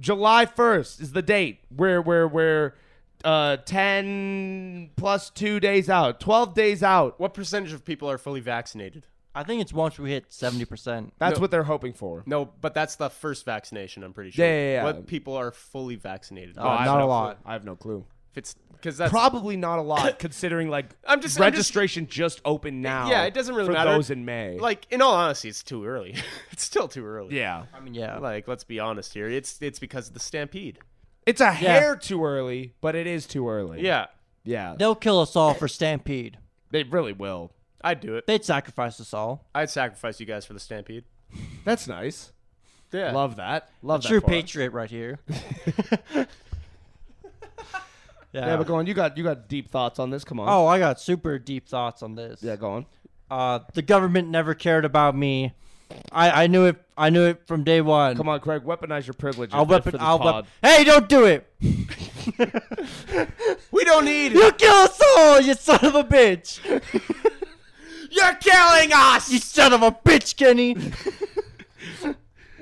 July 1st is the date. We're, we're, we're uh, 10 plus two days out, 12 days out. What percentage of people are fully vaccinated? I think it's once we hit 70%. That's No. what they're hoping for. No, but that's the first vaccination. I'm pretty sure. Yeah, yeah, Uh, yeah. What people are fully vaccinated? Oh, I have not a no lot. clue. I have no clue. If it's because that's Probably not a <coughs> lot, considering like I'm just- I'm just- registration just, opened now. yeah. It doesn't really for matter. those in May. Like in all honesty, it's too early. <laughs> it's still too early. yeah, I mean, yeah. Like let's be honest here. It's it's because of the stampede. It's a hair too early, but it is too early. Yeah, Yeah. They'll kill us all for Stampede. They really will. I'd do it. They'd sacrifice us all. I'd sacrifice you guys for the stampede. That's nice. Yeah. Love that. Love that. True for us. patriot <laughs> right here. yeah. Yeah, but go on. You got you got deep thoughts on this. Come on. oh, I got super deep thoughts on this. yeah, go on. Uh, the government never cared about me. I, I knew it. I knew it from day one. Come on, Craig. Weaponize your privilege. I'll for weapon. this I'll pod. weapon. Hey, don't do it. We don't need. You'll kill us all, you son of a bitch. You're killing You us. son of a bitch, Kenny.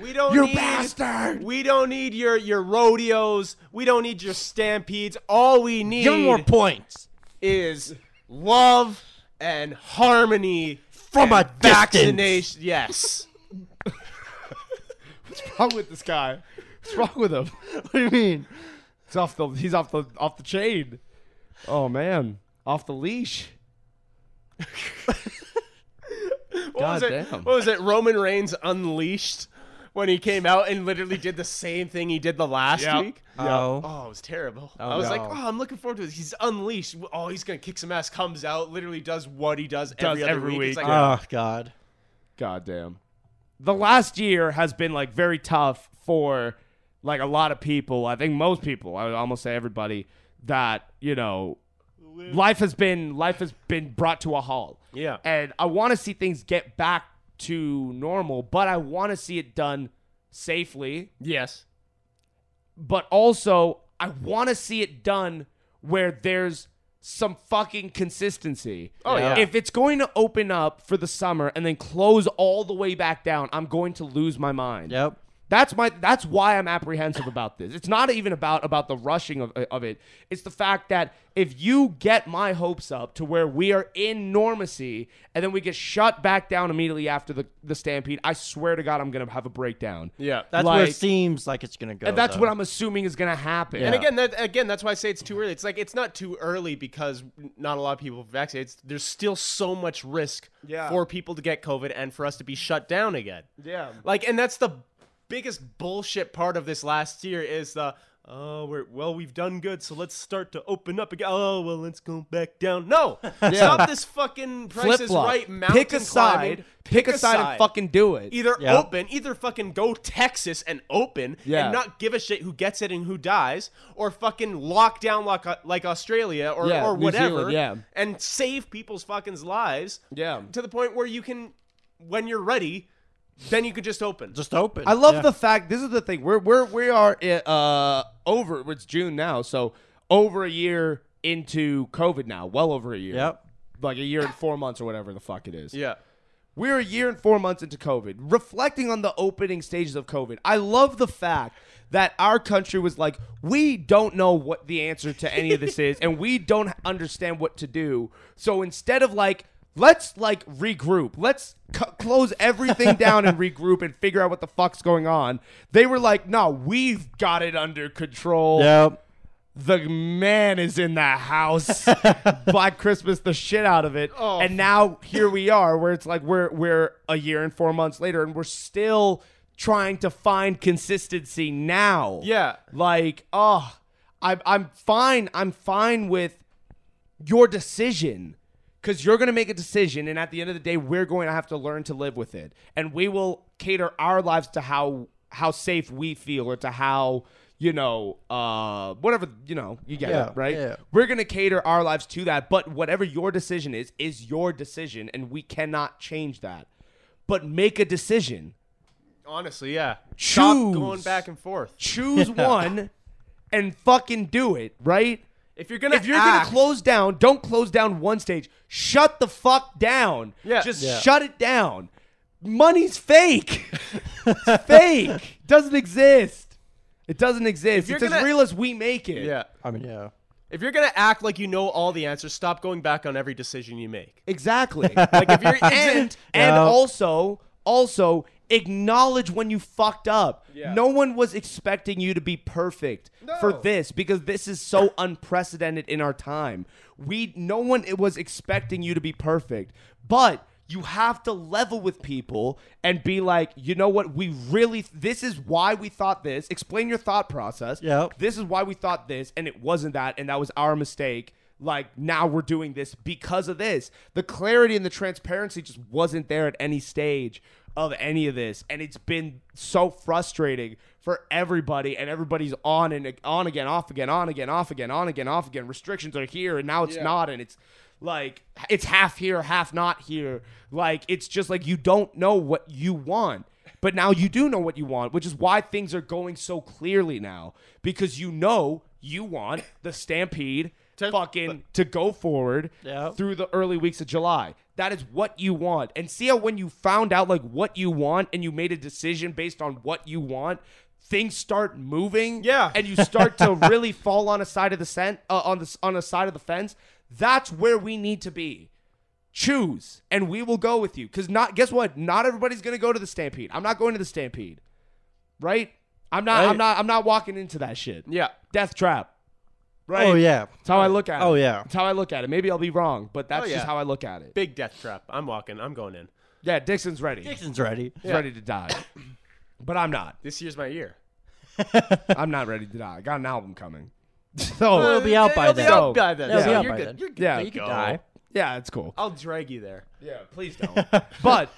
We don't. You <laughs> need, bastard. We don't need your your rodeos. We don't need your stampedes. All we need Give him more points. is love and harmony From and a distance. vaccination. Yes. What's wrong with this guy? What's wrong with <laughs> him? What do you mean? He's off the he's off the off the chain. Oh man, off the leash. What was, it, Goddamn. what was it? Roman Reigns unleashed when he came out and literally did the same thing he did the last Yep. week. Oh, Oh, it was terrible. I was like, no. oh, I'm looking forward to this. He's unleashed. Oh, he's gonna kick some ass. Comes out, literally does what he does, every other every week. week. It's like, oh God. God damn. The last year has been like very tough for like a lot of people. I think most people, I would almost say everybody that, you know, life has been life has been brought to a halt. Yeah. And I want to see things get back to normal, but I want to see it done safely yes, but also I want to see it done where there's some fucking consistency. Oh, yeah. If it's going to open up for the summer and then close all the way back down, I'm going to lose my mind. Yep. That's my. That's why I'm apprehensive about this. It's not even about about the rushing of of it. It's the fact that if you get my hopes up to where we are in normacy and then we get shut back down immediately after the the stampede, I swear to God, I'm gonna have a breakdown. Yeah. That's where Like- it seems like it's gonna go. And that's though. what I'm assuming is gonna happen. And again, that again, that's why I say it's too early. It's like it's not too early because not a lot of people vaccinate. It's, there's still so much risk Yeah. for people to get COVID and for us to be shut down again. Yeah. Like, and that's the biggest bullshit part of this last year is the oh, we're well, we've done good, so let's start to open up again. Oh, well, let's go back <laughs> down. No, stop this fucking Price is Flip-flop. Right mountain Pick a climbing. side. Pick, a side, and fucking do it. Either Yeah. open, either fucking go Texas and open Yeah. and not give a shit who gets it and who dies, or fucking lock down like, uh, like Australia or, Yeah, or New whatever Zealand, yeah. and save people's fucking lives Yeah. to the point where you can, when you're ready, then you could just open. just open. I love Yeah. the fact. This is the thing. We're we're we are uh over. It's June now, so over a year into COVID now. Well over a year. Yep. Like a year and four months or whatever the fuck it is. yeah. We're a year and four months into COVID. Reflecting on the opening stages of COVID, I love the fact that our country was like, we don't know what the answer to any of this is, and we don't understand what to do. So instead of like, let's like regroup, let's c- close everything down and regroup and figure out what the fuck's going on, they were like, no, we've got it under control. Yep. The man is in the house. Black Christmas the shit out of it. and now here we are where it's like we're we're a year and 4 months later and we're still trying to find consistency now. Yeah. Like, oh, I I'm fine. I'm fine with your decision because you're going to make a decision and at the end of the day we're going to have to learn to live with it and we will cater our lives to how how safe we feel or to how you know uh whatever you know you get Yeah, it right yeah. we're going to cater our lives to that but whatever your decision is is your decision and we cannot change that but make a decision Honestly, yeah. Stop going Choose. back and forth. <laughs> choose one and fucking do it right If you're gonna, if you're act, gonna close down, don't close down one stage. Shut the fuck down. Yeah. Just Yeah. shut it down. Money's fake. It's fake. Doesn't exist. It doesn't exist. you're It's as gonna- real as we make it. yeah. I mean, yeah. If you're gonna act like you know all the answers, stop going back on every decision you make. Exactly. Like if you're <laughs> and and Yeah. also also acknowledge when you fucked up. Yeah. No one was expecting you to be perfect for No. this because this is so unprecedented in our time. We no one it was expecting you to be perfect, but you have to level with people and be like, you know what? We really this is why we thought this. Explain your thought process. Yep. This is why we thought this, and it wasn't that, and that was our mistake. Like now we're doing this because of this. The clarity and the transparency just wasn't there at any stage of any of this, and it's been so frustrating for everybody. And everybody's on and on again, off again, on again, off again, on again, off again. Restrictions are here, and now it's not, and it's like it's half here, half not here. Like it's just like you don't know what you want. But now you do know what you want, which is why things are going so clearly now because you know you want the Stampede To- fucking to go forward Yeah. through the early weeks of July. That is what you want. And see how when you found out like what you want and you made a decision based on what you want, things start moving Yeah. and you start <laughs> to really fall on a side of the scent, uh, on the on a side of the fence. That's where we need to be choose and we will go with you because not guess what not everybody's gonna go to the stampede i'm not going to the stampede right i'm not i'm Right. not i'm not walking into that shit yeah. death trap right Oh yeah. that's how i look at it Oh, yeah. that's how i look at it maybe i'll be wrong but that's Oh, yeah. just how i look at it Big death trap. I'm walking. I'm going in. yeah dixon's ready dixon's Dixon's ready. ready to die but i'm not This year's my year. i'm not ready to die i got an album <laughs> coming so it'll Oh, be out by It'll then. Be out by then. It'll be Yeah, out you're by good. then. You're good. yeah to You could go. die. yeah it's cool I'll drag you there. Yeah, <laughs> please don't. but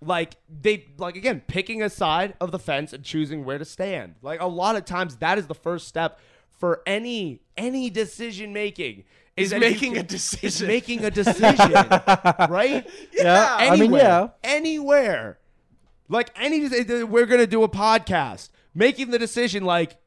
like they like again picking a side of the fence and choosing where to stand. Like a lot of times that is the first step for any any decision making. Is that you making can- a <laughs> Is decision. making a <laughs> decision, right? Yeah. I mean, Anywhere. yeah. Anywhere. Like any we're going to do a podcast. Making the decision like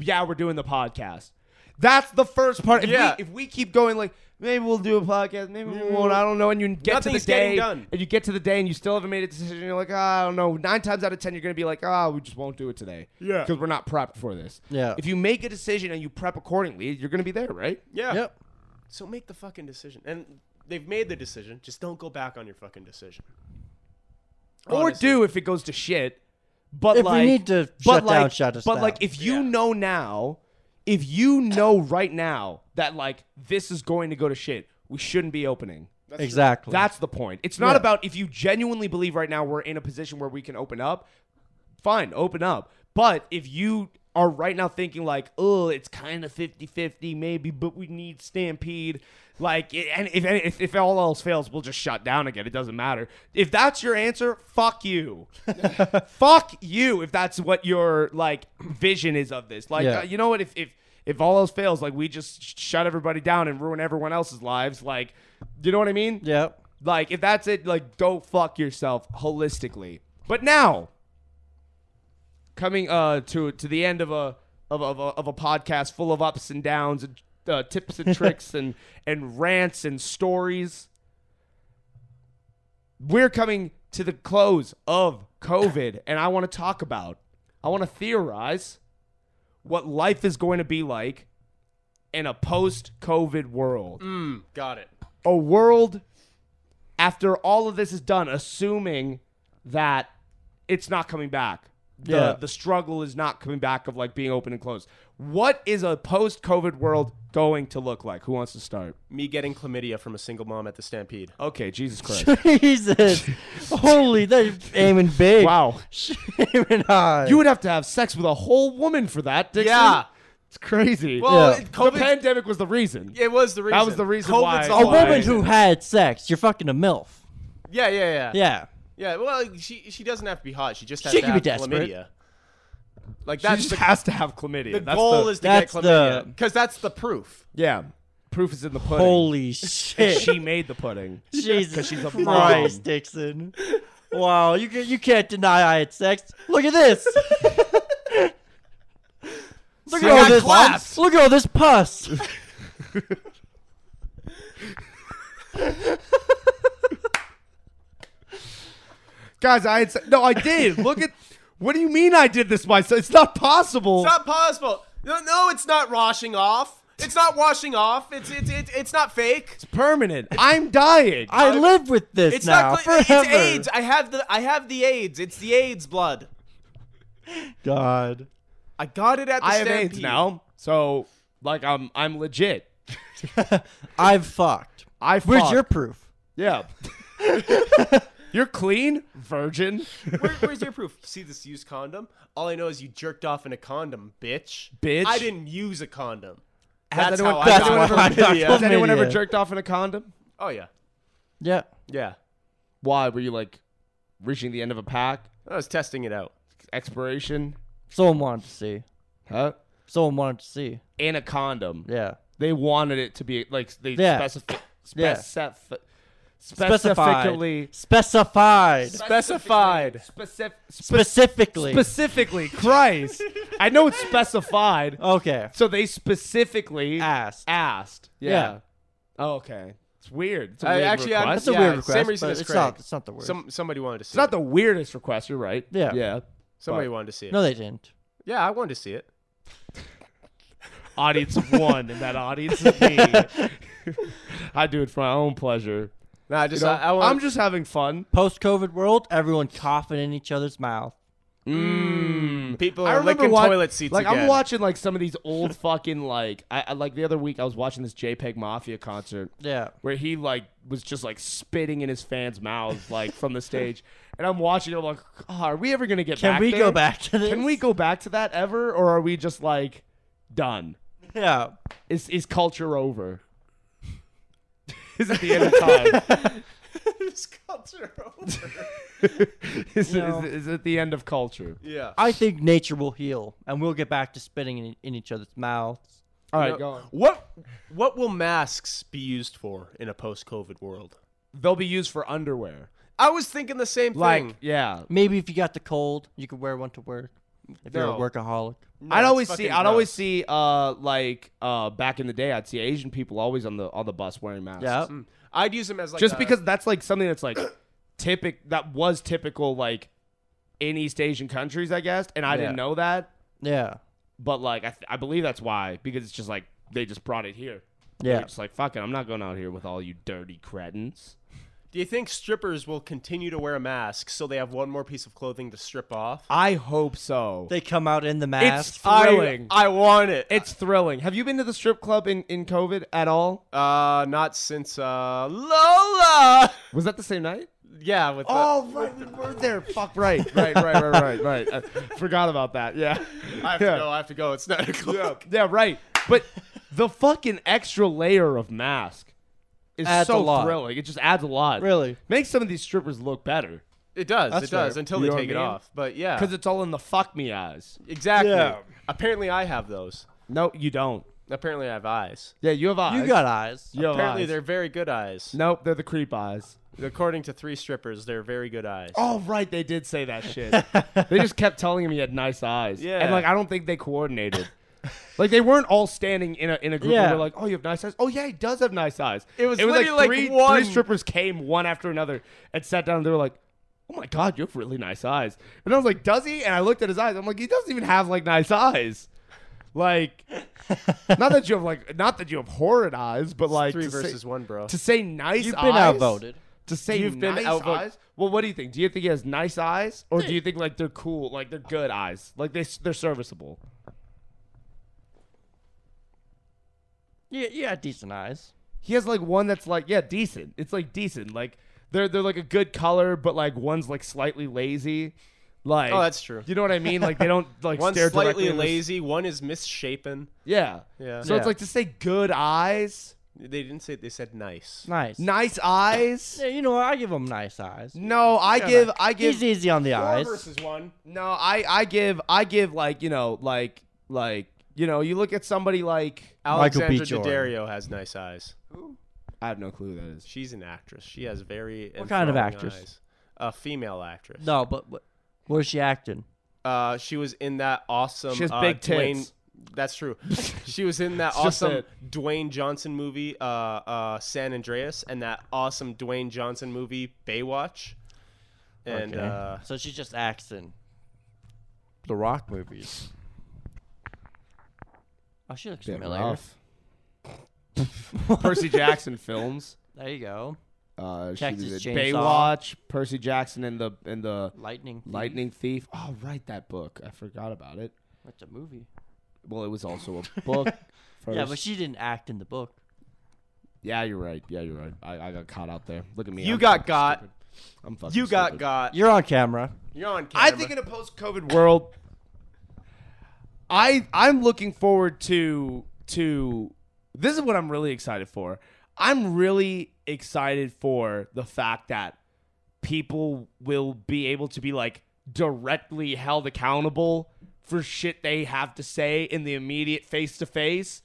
yeah, we're doing the podcast. That's the first part. If, Yeah. we, if we keep going, like maybe we'll do a podcast, maybe we won't. I don't know. And you get to the Nothing's day, getting done. and you get to the day, and you still haven't made a decision. You're like, "Ah, I don't know. Nine times out of ten, you're gonna be like, ah, we just won't do it today. Yeah. because we're not prepped for this. Yeah. If you make a decision and you prep accordingly, you're gonna be there, right? Yeah. Yep. So make the fucking decision. And they've made the decision. Just don't go back on your fucking decision. Or Honestly. do if it goes to shit. But If we like, need to but shut down, like- shut us But down. like, if you Yeah. know now, if you know right now that like this is going to go to shit, we shouldn't be opening. exactly. That's the point. It's not Yeah. about if you genuinely believe right now we're in a position where we can open up, fine, open up. But if you are right now thinking like, oh, it's kind of 50-50 maybe, but we need Stampede. Like, i- and if, if if all else fails, we'll just shut down again. It doesn't matter. If that's your answer, fuck <laughs> you, fuck you. If that's what your like vision is of this, like, Yeah. uh, you know what? If if if all else fails, like we just sh- shut everybody down and ruin everyone else's lives. Like, you know what I mean? Yep. <laughs> Like, if that's it, like, go fuck yourself holistically. But now, coming uh to to the end of a of a, of a, of a podcast full of ups and downs and uh, tips and tricks and and rants and stories, we're coming to the close of COVID, and I want to talk about, I want to theorize what life is going to be like in a post COVID world Got it. a world after all of this is done, assuming that it's not coming back. The, Yeah. the struggle is not coming back of like being open and closed. What is a post COVID world going to look like? Who wants to start? Me getting chlamydia from a single mom at the Stampede. Okay, Jesus <laughs> Christ. Jesus. Holy, they're aiming big. wow. <laughs> aiming high. You would have to have sex with a whole woman for that, Dixon. Yeah. It's crazy. Well, Yeah. it- the COVID. pandemic was the reason. it was the reason. was the reason COVID's why- the a why- woman who had sex. You're fucking a milf. Yeah, yeah, yeah. Yeah. Yeah, well, she she doesn't have to be hot. She just has She to can be have desperate. chlamydia. Like She that's just the, has to have chlamydia. the That's goal the- is to get that's chlamydia the- because that's the proof. yeah. Proof is in the pudding. Holy And shit. she made the pudding. Jesus she's a mom. Christ, Dixon. Wow, you can, you can't deny I had sex. Look at this. Look I at all got this. clapped. Look at all this pus. Guys, I had se- no, I did. Look at. What do you mean I did this myself? It's not possible. It's not possible. No, no, it's not washing off. It's not washing off. It's it's it's, it's not fake. permanent. <laughs> I'm dying. I live with this It's now not. cla- forever. It's AIDS. I have the I have the AIDS. It's the AIDS blood. God. I got it at the I have Stampede. AIDS now, so like I'm I'm legit. <laughs> I've fucked. I Where's fuck. your proof? yeah. <laughs> You're clean, virgin, Where, <laughs> where's your proof? You see this used condom? All I know is you jerked off in a condom, bitch. bitch. I didn't use a condom. Has That's anyone, how I has got anyone my ever, chlamydia. has anyone ever Chlamydia. jerked off in a condom? Oh yeah, Yeah. yeah. Why were you like reaching the end of a pack I was testing it out. expiration? Someone wanted to see. Huh? Someone wanted to see. In a condom. Yeah. They wanted it to be like they Yeah. specifi- Yeah. specif- specifically Specified. Specified. Specified. Specif- spe- Specifically. specifically, Christ. I know it's specified. okay. <laughs> So they specifically Asked. asked. Yeah. Uh, Yeah. Oh, okay. It's weird. It's a I weird actually- I'm- request. That's a Yeah, weird request. same reason but as it's Craig. not, it's not the worst. Some somebody wanted to see. it's not it. the weirdest request. You're right. Yeah. Yeah. somebody wanted to see it. No, they didn't. Yeah, I wanted to see it. Audience of one, and that audience is me. <laughs> I do it for my own pleasure. Nah, just You know, I, I want. I'm just having fun. Post COVID world, everyone coughing in each other's mouth. people I are remember licking wa- toilet seats Like again. I'm watching like some of these old fucking like I, I like the other week I was watching this JPEG Mafia concert Yeah. where he like was just like spitting in his fans' mouths like from the stage, and I'm watching. it, I'm like, "Oh, are we ever gonna get? Can back we go there? back to this? Can we go back to that ever, or are we just like done? Yeah. Is is culture over? <laughs> Is it the end of <laughs> time? <laughs> this culture over. <laughs> is, it- No. is, it- is it the end of culture? yeah. I think nature will heal, and we'll get back to spitting in, in each other's mouths. All right, No. go on. What what will masks be used for in a post-COVID world? They'll be used for underwear. I was thinking the same Like, thing. yeah, Maybe if you got the cold, you could wear one to work. if you're a No. workaholic. I'd it's always see. fucking I'd gross. always see. Uh, like uh, back in the day, I'd see Asian people always on the on the bus wearing masks. Yeah. I'd use them as Mm. like just a- because that's like something that's like <coughs> typical. That was typical, like in East Asian countries, I guess. And I didn't Yeah. know that, Yeah. but like I, th- I believe that's why because it's just like they just brought it here. Yeah. They're just like fuck it, I'm not going out here with all you dirty cretins. Do you think strippers will continue to wear masks so they have one more piece of clothing to strip off? I hope so. They come out in the It's mask. thrilling. I, I want it. <laughs> it's thrilling. Have you been to the strip club in in COVID at all? uh, not since uh Lola. <laughs> Was that the same night? Yeah, with Oh, Uh, right, we were there. Fuck right, right, right, right, right, right. <laughs> I forgot about that. Yeah, the, I have yeah. to go. I have to go. It's nine <laughs> o'clock. yeah, right. But the fucking extra layer of mask is Adds a so lot. thrilling. It just adds a lot. Really? makes some of these strippers look better It does. That's it does fair. until You know they what take I it mean? off. But yeah, because it's all in the fuck me eyes. exactly. Yeah. Apparently, I have those. No, you don't. Apparently, I have eyes. Yeah, you have eyes. You got eyes. You have Apparently, eyes. they're very good eyes. Nope, they're the creep eyes. According to three strippers, they're very good eyes. Oh right, they did say that shit. they just kept telling him he had nice eyes. Yeah. and like I don't think they coordinated. like they weren't all standing in a in a group. Yeah. and They're like, oh, you have nice eyes. Oh yeah, he does have nice eyes. It was literally, like, three, one- three strippers came one after another and sat down. and They were like. Oh my God, you have really nice eyes. And I was like, does he? And I looked at his eyes. I'm like, he doesn't even have like nice eyes. Like, not that you have like, not that you have horrid eyes, but like three to say- versus one, bro. to say nice You've eyes. been outvoted. To say You've been nice outvoted. eyes. Well, what do you think? Do you think he has nice eyes, or do you think like they're cool, like they're good eyes, like they they're serviceable? Yeah, you got decent eyes. He has like one that's like yeah, decent. It's like decent. Like they're they're like a good color, but like one's like slightly lazy. Like Oh, that's true. You know what I mean? Like they <laughs> don't like One's stare directly slightly in the s- lazy. One is misshapen. Yeah. Yeah. So Yeah. it's like to say good eyes, They didn't say. They said nice. Nice. nice eyes. Yeah, you know what? I give him nice eyes. No, I give I give He's easy on the eyes. one. No, I I give I give like you know like like you know you look at somebody like Michael B. Alexandra Jordan. Daddario has nice eyes. I have no clue who that is. She's an actress. She has very what kind of actress? A female actress. No, but what? Where's she acting? Uh, she was in that awesome. She has uh, big Dwayne- tits. That's <laughs> true. she was in that just awesome it. Dwayne Johnson movie, uh, uh, San Andreas, and that awesome Dwayne Johnson movie, Baywatch. And Okay. uh, so she just acts in the Rock movies. Oh, she looks familiar. <laughs> Percy Jackson films. There you go. Uh, she Texas was in Chainsaw. Baywatch. Percy Jackson and the and the Lightning. Thief. Lightning Thief. Oh, right, that book. I forgot about it. That's a movie. Well, it was also <laughs> a book. First. Yeah, but she didn't act in the book. Yeah, you're right. Yeah, you're right. I, I got caught out there. Look at me. you I'm got fucking got. stupid. I'm fucking. You got stupid. got. You're on camera. You're on camera. I think in a post-COVID world, I I'm looking forward to to this is what I'm really excited for. I'm really excited for the fact that people will be able to be like directly held accountable for shit they have to say in the immediate face to face.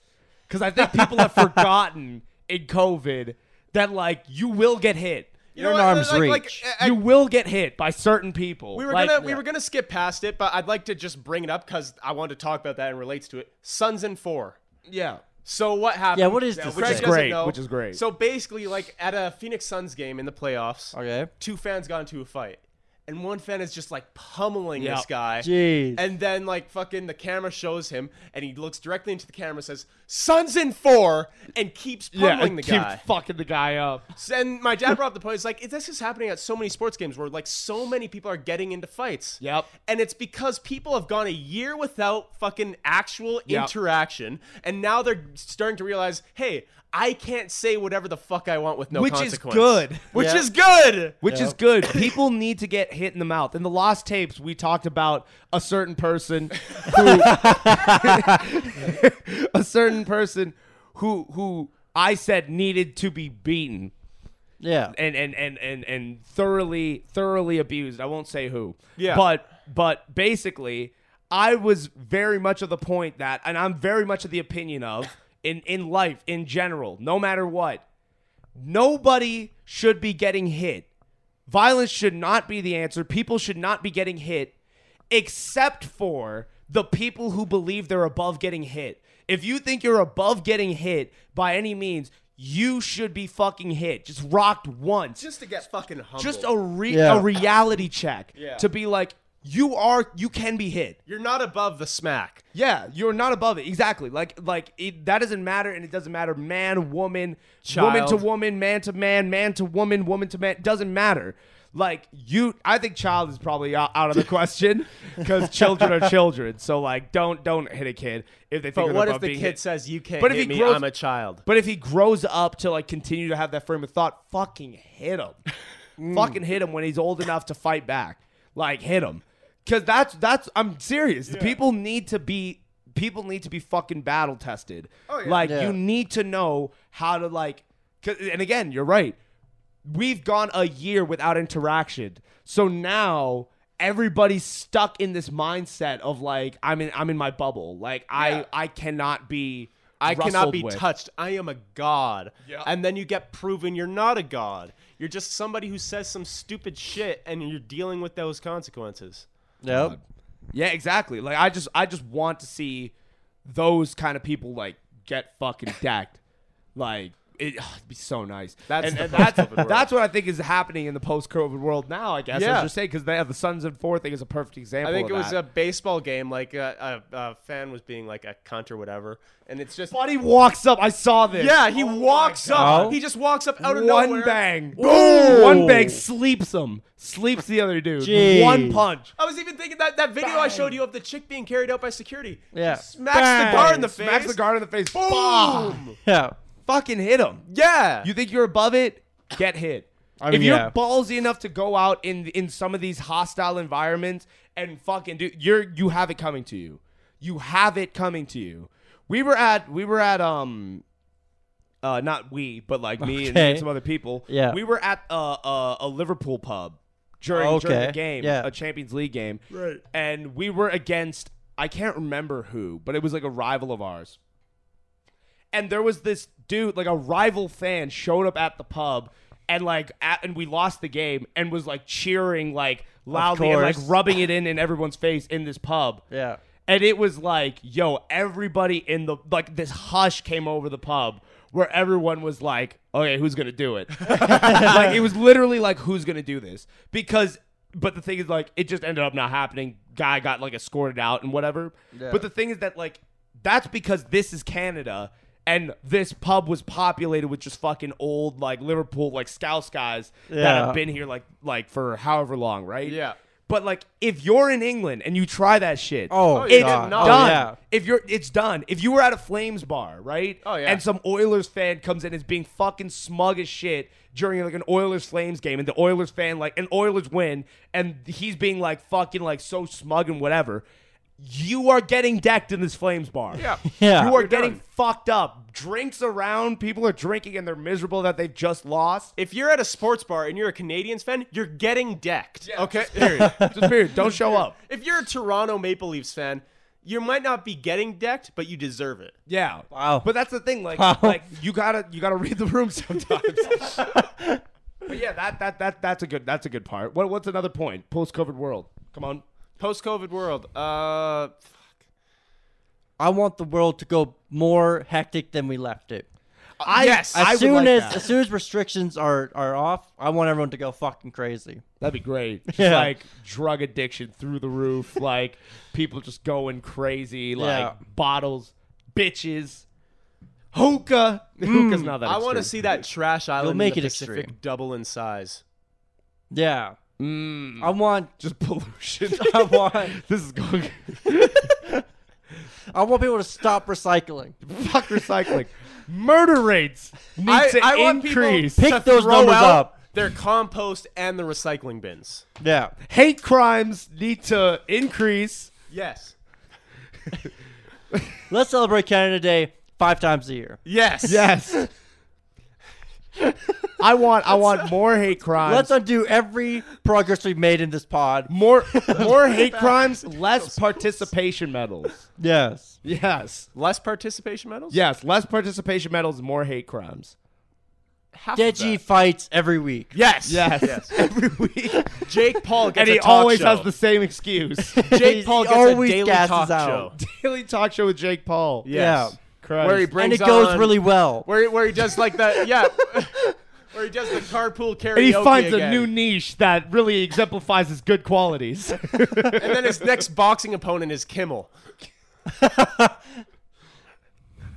Cause I think people <laughs> have forgotten in COVID that like you will get hit. you you're in what, arm's like- like, reach. uh, You will get hit by certain people. We were Like- gonna we were gonna skip past it, but I'd like to just bring it up because I want to talk about that and relates to it. Sons and four. yeah. So what happened? Yeah, what is this Which thing? is Which is great. great, which is great. So basically, like at a Phoenix Suns game in the playoffs, Okay. two fans got into a fight, and one fan is just like pummeling Yeah. this guy. Jeez. And then like fucking the camera shows him, and he looks directly into the camera, says "Sons in four, and keeps Yeah, pummeling the keeps guy. fucking the guy up. and my dad brought up the point. It's like this is happening at so many sports games where like so many people are getting into fights. Yep. And it's because people have gone a year without fucking actual Yep. interaction, and now they're starting to realize, hey, I can't say whatever the fuck I want with no Which is consequence. good. Which Yeah. is good. Which is good. People need to get hit in the mouth. In the lost tapes, we talked about a certain person who <laughs> a certain person who who I said needed to be beaten Yeah. and and and and and thoroughly thoroughly abused. I won't say who. Yeah. But but basically, I was very much of the point that, and I'm very much of the opinion of in in life in general, no matter what, nobody should be getting hit. Violence should not be the answer. People should not be getting hit. except for the people who believe they're above getting hit. If you think you're above getting hit by any means, you should be fucking hit. Just rocked once Just to get fucking humbled. just a re- Yeah. a reality check Yeah. to be like you are you can be hit You're not above the smack. yeah you're not above it exactly like like it, that doesn't matter and it doesn't matter man woman woman Child. to woman man to man man to woman woman to man doesn't matter like you i think child is probably o- out of the question because children are children so like don't don't hit a kid if they think But they're what above if the being kid hit. says you can't But if hit he me? grows- I'm a child. But if he grows up to like continue to have that frame of thought, fucking hit him. Mm. Fucking hit him when he's old enough to fight back. Like hit him. Cause that's that's I'm serious. The people need to be people need to be fucking battle tested. Oh, Like Yeah. you need to know how to like 'cause- and again, you're right. We've gone a year without interaction. So now everybody's stuck in this mindset of like I'm in I'm in my bubble. Like Yeah. I I cannot be I cannot rustled be with. touched. I am a god. Yeah. And then you get proven you're not a god. You're just somebody who says some stupid shit and you're dealing with those consequences. Yep. Yeah, exactly. Like I just I just want to see those kind of people like get fucking <coughs> decked. Like it, <sighs> would be so nice. That's and, the and that's, post-COVID world. that's what I think is happening in the post-COVID world now. I guess Yeah. I should say because the Suns and four thing is a perfect example. I think it of was a that. baseball game. Like a, a, a fan was being like a cunt or whatever, and it's just Buddy walks up. I saw this. yeah. He walks up. God. He just walks up out of Oh One nowhere. bang, boom! One bang sleeps him, sleeps the other dude. Jeez. One punch. I was even thinking that that video I showed you of the chick being carried out by security. Yeah. She smacks the guard in the face. Smacks the guard in the face. Boom! Boom. Yeah. Fucking hit him. Yeah. You think you're above it? Get hit. if mean, you're yeah. ballsy enough to go out in in some of these hostile environments and fucking do, you're you have it coming to you. You have it coming to you. We were at we were at um uh not we but like me and, Okay. and some other people. Yeah. we were at uh, uh, a Liverpool pub during during Okay. the game, Yeah. a Champions League game. Right. and we were against I can't remember who, but it was like a rival of ours and there was this dude, like a rival fan, showed up at the pub and like at, and we lost the game and was like cheering like loudly and like course. rubbing it in in everyone's face in this pub. Yeah. And it was like, yo, everybody in the like this hush came over the pub where everyone was like, okay, who's gonna do <laughs> it? like it was literally like, who's gonna do this? Because, but the thing is, like, it just ended up not happening. Guy got like escorted out and whatever. But the thing is that like, that's because this is Canada. And this pub was populated with just fucking old like Liverpool like Scouse guys that Yeah. have been here like like for however long, right? Yeah. But like if you're in England and you try that shit, Oh, it's God. done. Oh, yeah. If you're, it's done. If you were at a Flames bar, right? Oh, yeah. And some Oilers fan comes in, is being fucking smug as shit during like an Oilers Flames game, and the Oilers fan like an Oilers win, and he's being like fucking like so smug and whatever. You are getting decked in this Flames bar. <laughs> Yeah. Yeah. You are You're getting done. fucked up. Drinks around. People are drinking and they're miserable that they've just lost. If you're at a sports bar and you're a Canadians fan, you're getting decked. okay. Period. Just <laughs> period. Don't show up. if you're a Toronto Maple Leafs fan, you might not be getting decked, but you deserve it. Yeah. Wow. But that's the thing, like, Wow. like you gotta you gotta read the room <laughs> sometimes. but yeah, that that that that's a good that's a good part. What what's another point? Post COVID world. Come on. Post COVID world. Uh, I want the world to go more hectic than we left it. I, yes. Uh, As I would soon like as that. as soon as restrictions are are off, I want everyone to go fucking crazy. that'd be great. Just Yeah. like drug addiction through the roof, <laughs> like people just going crazy, like Yeah. bottles, bitches, hookah. Hmm. Hookah's not that. I want to extreme. see that trash island in make the it Pacific extreme. double in size. Yeah. I want <laughs> just pollution. I want <laughs> this is going. I want people to stop recycling. Fuck recycling. Murder rates need I, to I want people increase. Pick to those throw numbers out up. Their compost and the recycling bins. Yeah. hate crimes need to increase. Yes. Let's celebrate Canada Day five times a year. Yes. Yes. <laughs> I want I want more hate crimes. Let's undo every progress we've made in this <laughs> pod. more more hate crimes, less participation medals. Yes. Yes. Less participation medals. Yes, less participation medals, more hate crimes. half of Deji that. fights every week. Yes. Yes. Every <laughs> week. Jake Paul gets and a he talk always show. has the same excuse. Jake Paul He gets always a daily gasses talk out. show. <laughs> Daily talk show with Jake Paul. Yes. Yeah. Christ. Where he and brings it goes on- really well. where he- where he does like the yeah, <laughs> where he does the carpool karaoke. and he finds again. a new niche that really exemplifies his good <laughs> qualities. And then his next boxing opponent is Kimmel.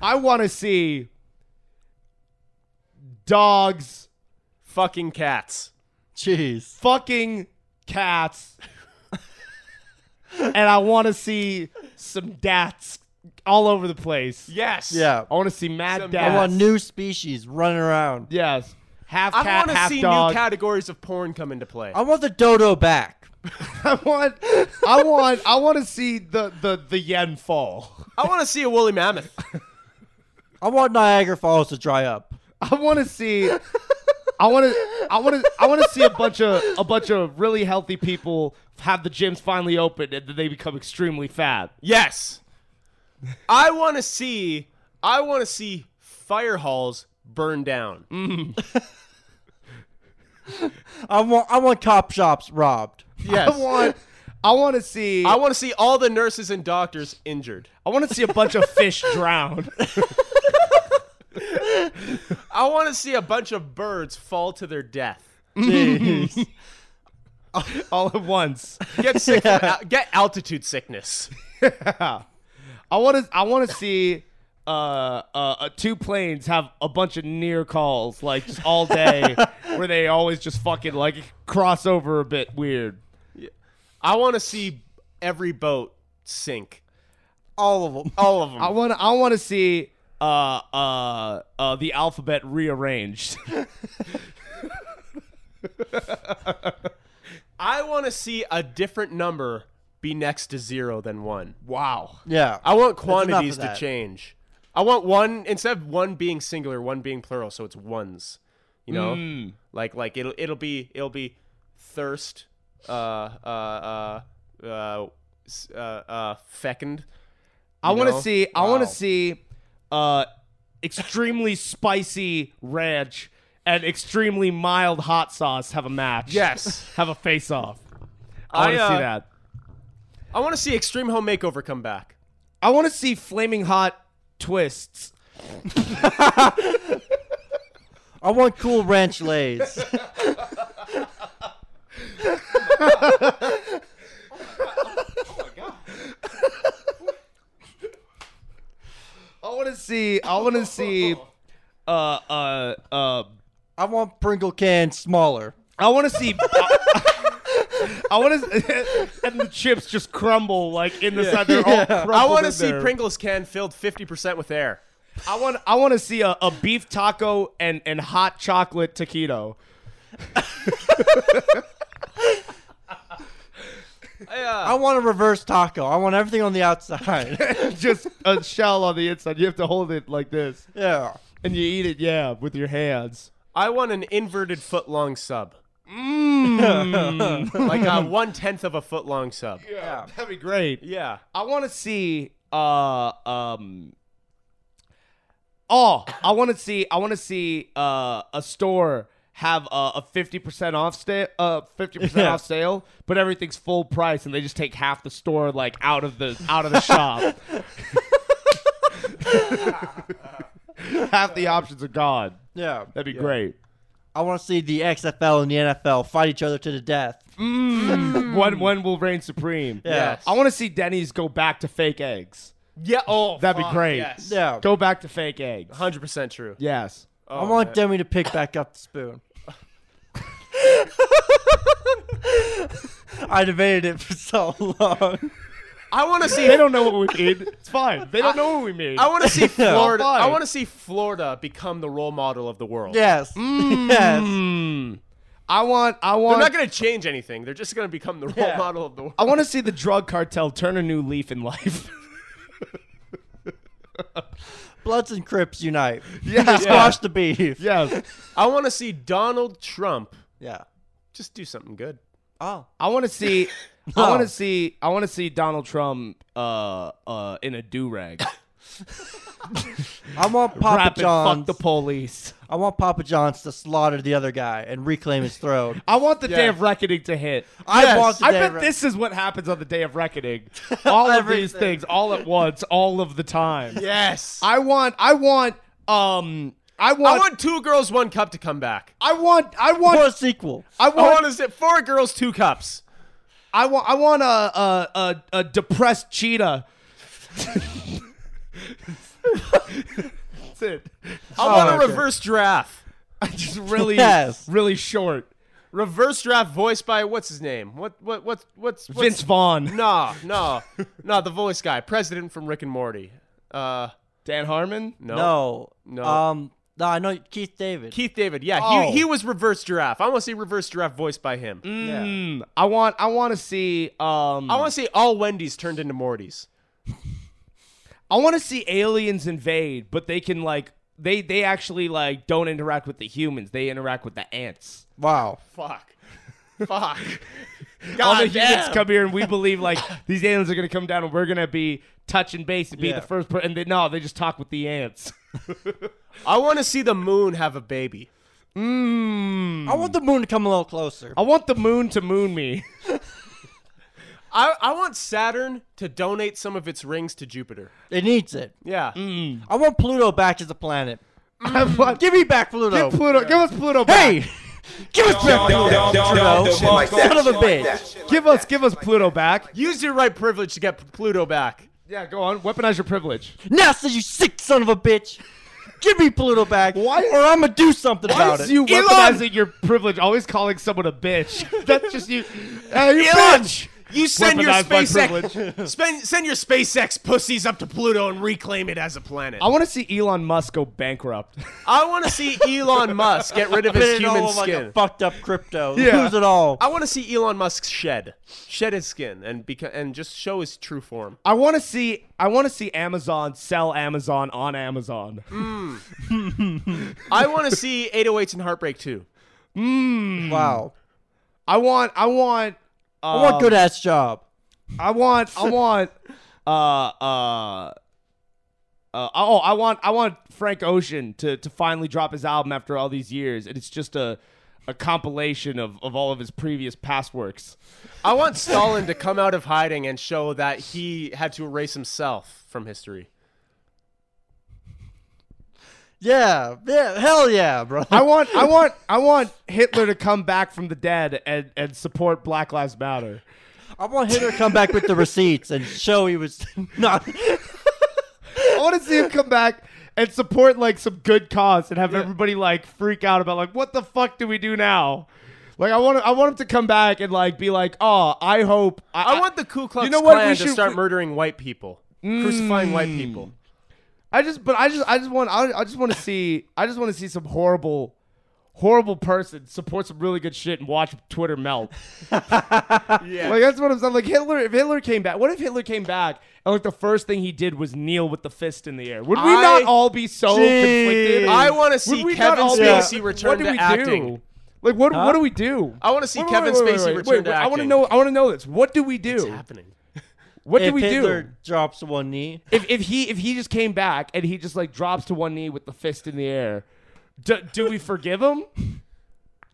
I want to see dogs, Fucking cats. <laughs> Jeez. fucking cats, and I want to see some dats all over the place. Yes. Yeah. I want to see mad Some- dats. I want new species running around. Yes. Half I cat, want to half see dog. Oh. new categories of porn come into play. I want the dodo back. <laughs> I want, I want, I want to see the the the yen fall. <laughs> I want to see a woolly mammoth. I want Niagara Falls to dry up. I want to see. I want to. I want to. I want to see a bunch of a bunch of really healthy people have the gyms finally open and then they become extremely fat. Yes. I want to see. I want to see fire halls burn down. Mm. I want I want cop shops robbed. Yes. I want. I want to see. I want to see all the nurses and doctors injured. I want to see a bunch of <laughs> fish drown. I want to see a bunch of birds fall to their death. Jeez. all at once. <laughs> Get sick. al- get altitude sickness. I want to. I want to see uh, uh, uh, two planes have a bunch of near calls like just all <laughs> day, where they always just fucking like cross over a bit weird. I want to see every boat sink. All of them. All of them. I want. I want to see uh, uh, uh, the alphabet rearranged. <laughs> I want to see a different number be next to zero than one. wow. Yeah. I want enough of quantities to that. change. I want one instead of one being singular, one being plural, so it's ones. You know, Hmm. like like it'll it'll be it'll be thirst, uh uh uh uh s- uh, uh fecund. I want to know? see. I want Wow. to see uh, extremely spicy ranch and extremely mild hot sauce have a match. Yes. <laughs> have a face off. I want to I, see uh, that. I want to see Extreme Home Makeover come back. I want to see flaming hot twists. I want cool <laughs> ranch lays. I want to see. I want to <laughs> see. Uh, uh, uh, I want Pringle cans smaller. I want to see. I <laughs> want to, <laughs> and the chips just crumble like in the side. <laughs> They're all crumpled I want to in see there. Pringles can filled fifty percent with air. I want. I want to see a, a beef taco and and hot chocolate taquito. Uh. I want a reverse taco. I want everything on the <laughs> outside. <laughs> just a shell on the inside. You have to hold it like this, yeah. and you eat it. Yeah, with your hands. I want an inverted foot long sub. Mmm. <laughs> like a one tenth of a foot long sub. Yeah. <laughs> That'd be great. Yeah. I want to see. Uh, um. Oh, I want to see. I want to see. Uh, a store have uh, a fifty percent off sta- Uh, fifty percent Yeah. off sale, but everything's full price, and they just take half the store like out of the out of the shop. <laughs> half the options are gone. Yeah. That'd be great. I want to see the XFL and the NFL fight each other to the death. One one will reign supreme. <laughs> Yeah. I want to see Denny's go back to fake eggs. Yeah. Oh, That'd be fuck, great. Yes. Yeah. Go back to fake eggs. Hundred percent true. Yes. I want Demi to pick back up the spoon. <laughs> I debated it for so long. I want to They see. don't know what we <laughs> mean. It's fine. They don't know what we mean. I want to <laughs> see Florida. fine. I want to see Florida become the role model of the world. Yes. Yes. Mm. I want. I They're want. not going to change anything. They're just going to become the role Yeah. model of the world. I want to see the drug cartel turn a new leaf in <laughs> life. Bloods and Crips unite. yes. Squash the beef. Yes. I want to see Donald Trump Yeah. just do something good. Oh. I want to <laughs> see. I No. want to <laughs> see. I want to see Donald Trump uh, uh, in a do rag. I want Papa Rap and John's. fuck the police. I want Papa John's to slaughter the other guy and reclaim his throne. I want the day of reckoning to hit. I want the I day bet of rec- this is what happens on the day of <laughs> reckoning. All of these Everything. things, all at once, all of the time. Yes. I, I want. I want. Um. I want. I want. want two girls, one cup to come back. I want. I Or a want. sequel. I I want want. to sit four girls, two cups. I want. I want a a a, a depressed cheetah. That's it. I Oh, want okay. a reverse draft. <laughs> I just really, Yes. really short. Reverse draft voiced by what's his name? What what what what's, what's Vince Vaughn. <laughs> Nah, nah, nah. The voice guy, president from Rick and Morty. Uh, Dan Harmon. no, No. No. Um. No, I know Keith David. Keith David. Yeah, Oh. he he was reverse giraffe. I want to see reverse giraffe voiced by him. Yeah. Mm, I want. I want to see. Um. I want to see all Wendy's turned into Mortys. I want to see aliens invade, but they can like they they actually like don't interact with the humans. They interact with the ants. Wow. Fuck, <laughs> <laughs> All fuck. the God humans damn. come here, and we believe like <laughs> these aliens are gonna come down, and we're gonna be touching base and be Yeah. the first person. And they, no, they just talk with the ants. I want to see the moon have a baby. Mmm. I want the moon to come a little closer. I want the moon to moon <laughs> me. I I want Saturn to donate some of its rings to Jupiter. It needs it. Yeah. Mm. I want Pluto back as a planet. I want, give Give me back Pluto. give Pluto. Give us Pluto. Back. hey, <laughs> give us back Pluto. Son of a bitch. give us give us Pluto back. Use your right privilege to get P- Pluto back. Yeah, go on. Weaponize your privilege. NASA, you sick son of a bitch. Give me Pluto back, Why is- or I'm gonna do something about it. you Elon- weaponizing <laughs> your privilege, always calling someone a bitch. <laughs> That's just you. Hey, you Elon, bitch. You send your Weaponized my SpaceX, <laughs> spend, send your SpaceX pussies up to Pluto and reclaim it as a planet. I want to see Elon Musk go bankrupt. <laughs> I want to see Elon Musk get rid of Spin his it all human like a skin. fucked up crypto. Yeah. Lose it all. I want to see Elon Musk shed, shed his skin, and beca- and just show his <laughs> true form. I want to see. I want to see Amazon sell Amazon on Amazon. I want to see 808s and Heartbreak too. Mm. Wow. I want. I want. I Um, want good ass job. I want. I want. Uh. Uh. Uh, oh, I want I want Frank Ocean to, to finally drop his album after all these years, and it's just a a compilation of, of all of his previous past works. I want Stalin to come out of hiding and show that he had to erase himself from history. Yeah. Yeah. Hell yeah, bro. I want I want I want Hitler to come back from the dead and, and support Black Lives Matter. <laughs> I want Hitler to come back with the receipts and show he was <laughs> not. I want to see him come back and support like some good cause and have everybody like freak out about like what the fuck do we do now? Like I want I want him to come back and like be like, "Oh, I hope I want the Ku Klux You know what? Klan We to should- start we- Mm. murdering white people, crucifying white people. I just but I just I just want I, I just want to see I just want to see some horrible horrible person support some really good shit and watch Twitter <laughs> melt. yeah. Like that's what I'm saying. Like Hitler if Hitler came back, what if Hitler came back and like the first thing he did was kneel with the fist in the air? Would we I- not all be so conflicted? Jeez. I want to Would see we not Kevin all be- Spacey what return do to we acting. Do? Like what Huh? what do we do? I want to see Wait, wait, Kevin wait, wait, Spacey wait, return wait, to wait, acting. I want to know I want to know this. What do we what's do? happening. What do if we Hitler do? drops to one knee, if if he if he just came back and he just like drops to one knee with the fist in the air, do, do we forgive him?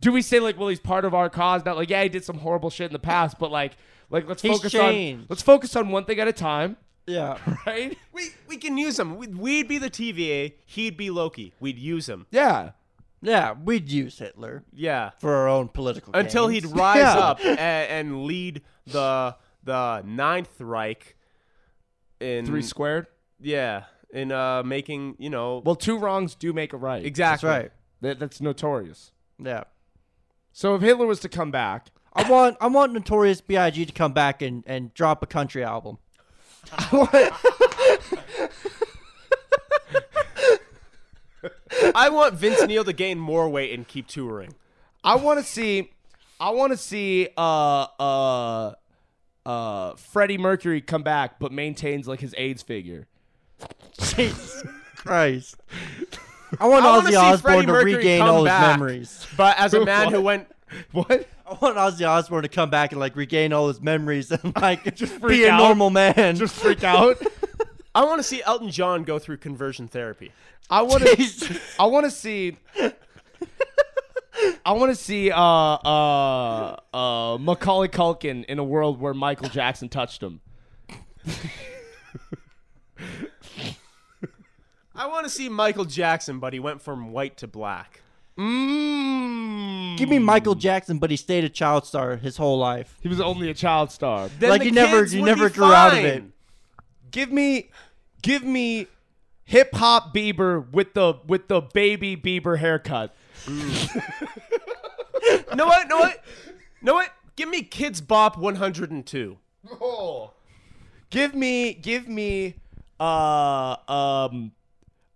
Do we say like, well, he's part of our cause? Not like, yeah, he did some horrible shit in the past, but like, like let's He's focus on changed. let's focus on one thing at a time, yeah. right? We we can use him. We'd, we'd be the TVA. He'd be Loki. We'd use him. <laughs> Yeah, Yeah, we'd use Hitler Yeah. for our own political Until gains. he'd rise Yeah. up and, and lead the the Ninth Reich. In three squared. Yeah. In uh, making you know Well, two wrongs do make a right. That's exactly right. That, that's notorious. Yeah. So if Hitler was to come back, I want I want Notorious B.I.G. to come back and, and drop a country album. <coughs> I want Vince Neil to gain more weight and keep touring. I want to see, I want to see, uh, uh, uh, Freddie Mercury come back, but maintains like his AIDS figure. Jesus Christ. I want I wanna Ozzy see Osbourne Freddie to Mercury regain come all his back. memories. But as <laughs> a man who went, What? I want Ozzy Osbourne to come back and like regain all his memories and like just freak be a out. <laughs> normal man. Just freak out. I want to see Elton John go through conversion therapy. <laughs> I want to. I want to see. I want to see uh, uh, uh, Macaulay Culkin in a world where Michael Jackson touched him. I want to see Michael Jackson, but he went from white to black. Mm. <laughs> Give me Michael Jackson, but he stayed a child star his whole life. He was only a child star. Then Like, the you never- kids you would never be grew out of fine. it. Give me, give me, hip hop Bieber with the with the baby Bieber haircut. No what? No what? No what? Give me Kids Bop 102. Give me, give me, uh, um,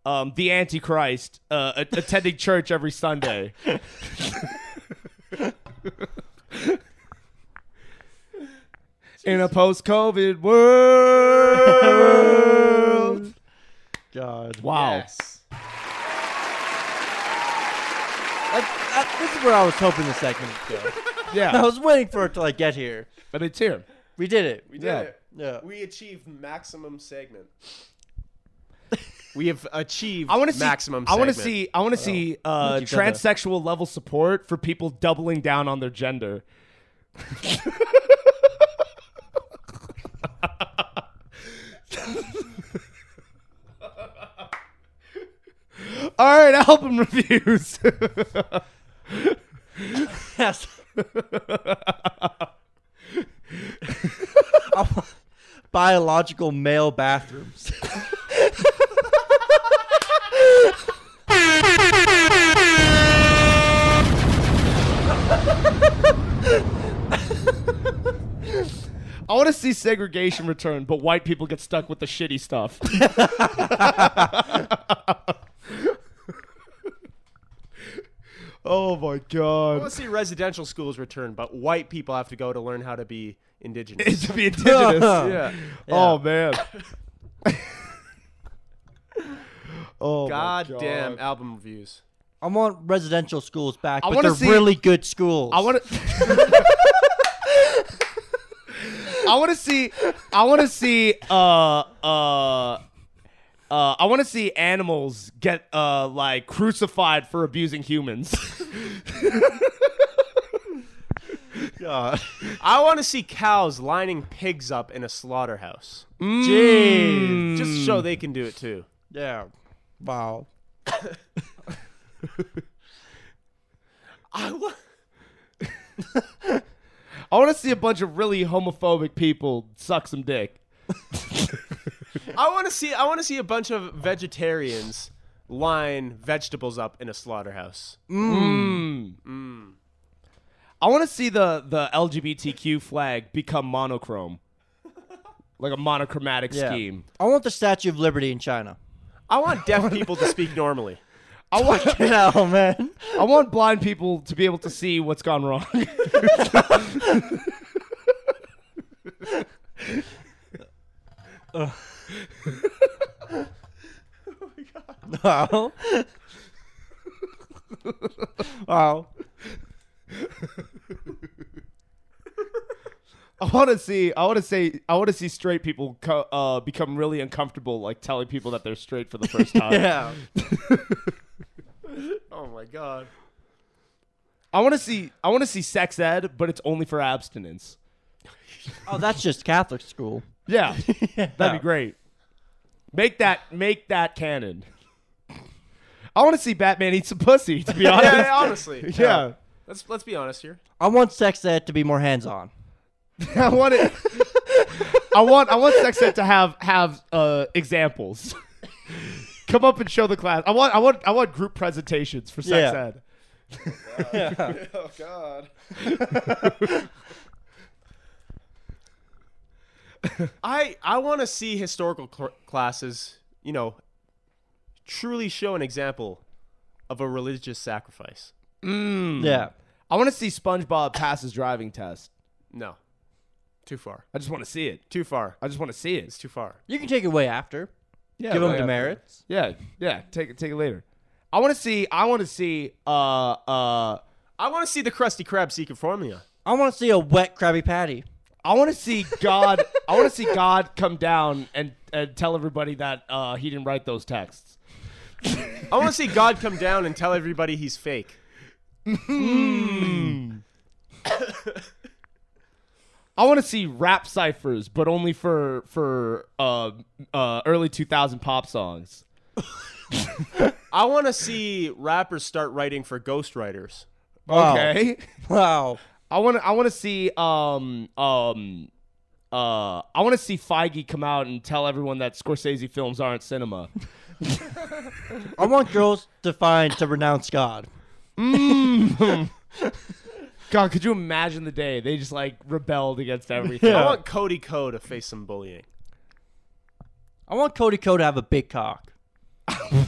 um, the Antichrist uh, a- attending church every Sunday. In a post-COVID world. God. Wow. That- this is where I was hoping the segment would go. I Yeah, was waiting for it till I get here. but it's here. We did it. We did Yeah. it. Yeah. We achieved maximum <laughs> segment. we have achieved I want to see. maximum I want to segment. see. I want to see uh, Look, you've done that. transsexual level support for people doubling down on their gender. <laughs> All right, album reviews. <laughs> <laughs> Yes. I want Biological male bathrooms. I want to see segregation return, but white people get stuck with the shitty stuff. <laughs> oh my I god. want to see residential schools return, but white people have to go to learn how to be indigenous. to be indigenous. <laughs> <laughs> yeah. Oh man. oh God, my damn album reviews. I want residential schools back, but wanna they're see- really good schools. I want to. <laughs> I want to see. I want to see. Uh, uh, uh, I want to see animals get uh like crucified for abusing humans. <laughs> God. I want to see cows lining pigs up in a slaughterhouse. Jeez. Just so they can do it too. Yeah. Wow. I want. I want to see a bunch of really homophobic people suck some dick. I want to see. I want to see a bunch of vegetarians line vegetables up in a slaughterhouse. I want to see the the LGBTQ flag become monochrome, like a monochromatic Yeah. scheme. I want the Statue of Liberty in <laughs> China. <laughs> I want deaf people to speak normally. I want. Hell, man. I want blind people to be able to see what's gone wrong. <laughs> Wow. wow. I want to see. I want to say. I want to see straight people co- uh, become really uncomfortable, like telling people that they're straight for the <laughs> first time. Yeah. Oh my god. I want to see. I want to see sex ed, but it's only for abstinence. Oh, that's just Catholic school. Yeah, that'd be great. Make that. Make that canon. I want to see Batman eat some pussy. To be Yeah, honest. <laughs> yeah, honestly. Yeah. Let's let's be honest here. I want sex ed to be more hands on. I want it. I want I want sex ed to have have uh, examples. <laughs> Come up and show the class. I want I want I want group presentations for sex Yeah. ed. Oh god. I I want to see historical cl- classes, you know, truly show an example of a religious sacrifice. Hmm. Yeah. I want to see SpongeBob pass his driving test. No. Too far. I just want to see it. Too far. I just want to see it. It's too far. You can take it way after. Yeah, Give them right after. demerits. Yeah, yeah. Take it. Take it later. I want to see. I want to see. Uh, uh. I want to see the Krusty Krab secret formula. I want to see a wet Krabby Patty. I want to see God. I want to see God come down and and tell everybody that uh, he didn't write those texts. I want to see God come down and tell everybody he's fake. I want to see rap ciphers, but only for for uh, uh, early two thousand pop songs. I want to see rappers start writing for ghostwriters. Wow. Okay. Wow. I want to. I want to see. Um. Um. Uh. I want to see Feige come out and tell everyone that Scorsese films aren't <laughs> cinema. I want girls to find to renounce God. God, could you imagine the day they just like rebelled against everything? I Yeah. want Cody Co to face some bullying. I want Cody Co to have a big cock. I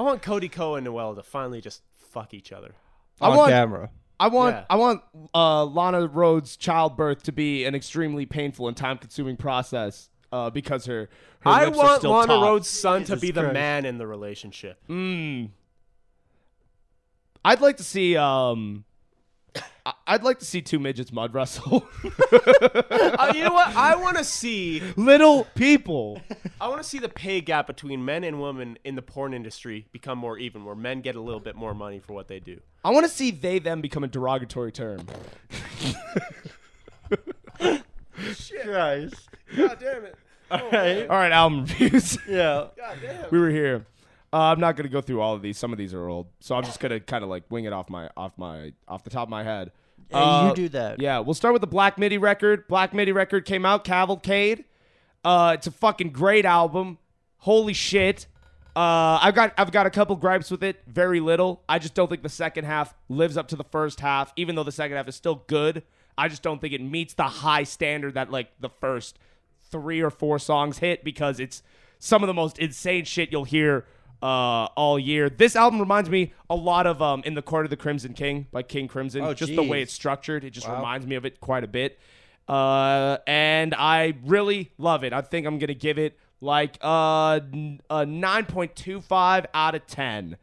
want Cody Co and Noel to finally just fuck each other. I on want- camera. I want. Yeah. I want uh, Lana Rhodes' childbirth to be an extremely painful and time-consuming process uh, because her. her I lips are want still Lana taut. Rhodes' son to Jesus be the Christ. man in the relationship. Mm. I'd like to see. Um, I- I'd like to see two midgets mud wrestle. Uh, you know <laughs> what? I want to see. Little people. I want to see the pay gap between men and women in the porn industry become more even, where men get a little bit more money for what they do. I want to see they them become a derogatory term. <laughs> Christ. God damn it! All right. All right, album <laughs> reviews. Yeah. God damn. we were here. Uh, I'm not gonna go through all of these. Some of these are old, so I'm just gonna kind of like wing it off my off my off the top of my head. Hey, Uh, you do that. Yeah, we'll start with the Black MIDI record. Black MIDI record came out, Cavalcade. Uh, it's a fucking great album. Holy shit. Uh, I've got I've got a couple gripes with it, very little. I just don't think the second half lives up to the first half, even though the second half is still good. I just don't think it meets the high standard that like the first three or four songs hit because it's some of the most insane shit you'll hear uh, all year. This album reminds me a lot of um, In the Court of the Crimson King by King Crimson. Oh, just the way jeez. it's structured. It just reminds me of it quite a bit. Uh, and I really love it. I think I'm going to give it like uh, n- a 9.25 out of 10.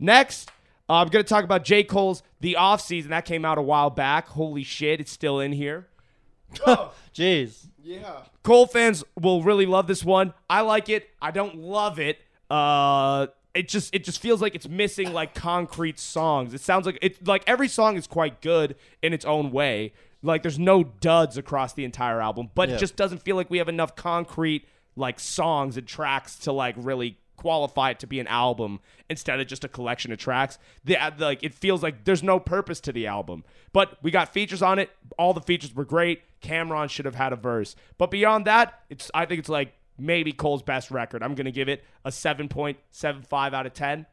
Next, uh, I'm going to talk about J. Cole's The Off Season. That came out a while back. Holy shit, it's still in here. Jeez. Cole fans will really love this one. I like it. I don't love it. Uh, it just it just feels like it's missing like concrete songs. It sounds like it's like every song is quite good in its own way. Like there's no duds across the entire album, but Yeah. it just doesn't feel like we have enough concrete like songs and tracks to like really qualify it to be an album instead of just a collection of tracks. The uh, like it feels like there's no purpose to the album. But we got features on it. All the features were great. Cameron should have had a verse. But beyond that, it's I think it's like maybe Cole's best record. I'm gonna give it a 7.75 out of 10.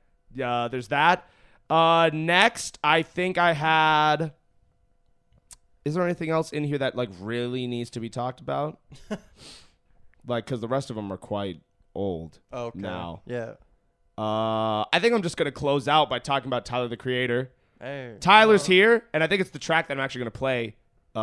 Uh, there's that. Uh, next, I think I had. Is there anything else in here that like really needs to be talked about? like, because the rest of them are quite old Okay. now. Yeah. Uh, I think I'm just gonna close out by talking about Tyler the Creator. Hey. Tyler's here, and I think it's the track that I'm actually gonna play uh,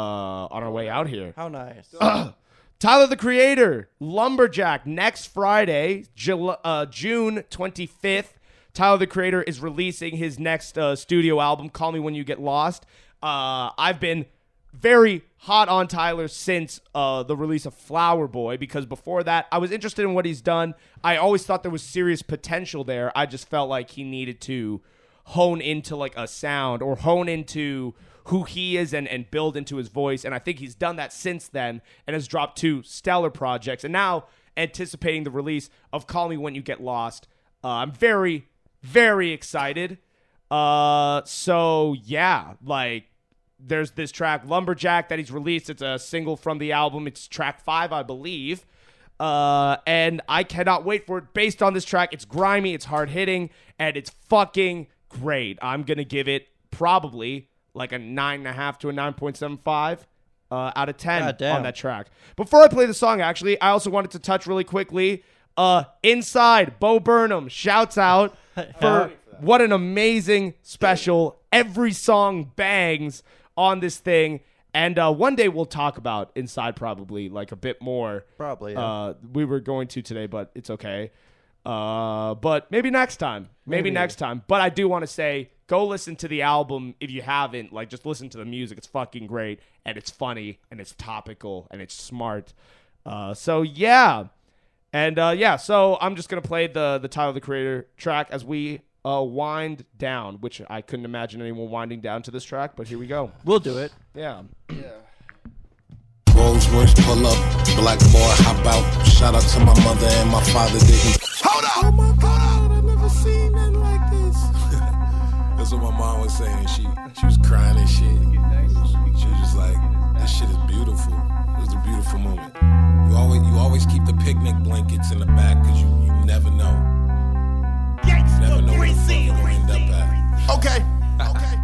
on our way out here. How nice. Uh. Tyler the Creator, Lumberjack, next Friday, Jul- uh, June 25th. Tyler the Creator is releasing his next uh, studio album, Call Me When You Get Lost. Uh, I've been very hot on Tyler since uh, the release of Flower Boy because before that, I was interested in what he's done. I always thought there was serious potential there. I just felt like he needed to hone into like a sound or hone into who he is and, and build into his voice. And I think he's done that since then and has dropped two stellar projects. And now anticipating the release of Call Me When You Get Lost. Uh, I'm very, very excited. Uh, so yeah, like there's this track Lumberjack that he's released. It's a single from the album. It's track five, I believe. Uh, and I cannot wait for it. Based on this track, it's grimy, it's hard hitting, and it's fucking great. I'm gonna give it probably like a nine and a half to a nine point seven five uh, out of ten God damn. on that track. Before I play the song, actually, I also wanted to touch really quickly. Uh, inside Bo Burnham shouts <laughs> out for what an amazing special. Every song bangs on this thing, and uh, one day we'll talk about Inside probably like a bit more. Probably, yeah. Uh, we were going to today, but it's okay. Uh, but maybe next time. Maybe, next time. But I do want to say, go listen to the album if you haven't. Like, just listen to the music. It's fucking great, and it's funny, and it's topical, and it's smart. Uh, so yeah, and uh, yeah, so I'm just gonna play the the title of the creator track as we uh, wind down, which I couldn't imagine anyone winding down to this track, but here we go. We'll do it. Yeah, Rosewood, pull up, black boy, hop out. Shout out to my mother and my father didn't. Hold up! Oh my god, I've never seen nothing like this. <laughs> That's what my mom was saying. She she was crying and shit. She was just like, this shit is beautiful. It was a beautiful moment. You always you always keep the picnic blankets in the back because you, you never know. You never know where the fuck you gonna end up at. Okay. Okay.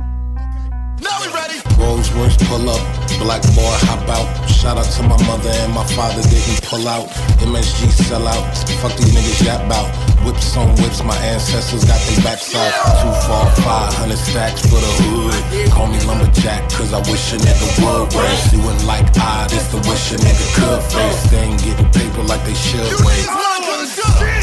Now we ready. Rosewood, pull up, black boy, hop out. Shout out to my mother and my father didn't pull out. MSG sell out. Fuck these niggas yap out. Whips on whips, my ancestors got their backs out. Two four five hundred stacks for the hood. Call me lumberjack, cause I wish a nigga would race. You would like I, this the wish a nigga could face. They ain't getting paper like they should. raise.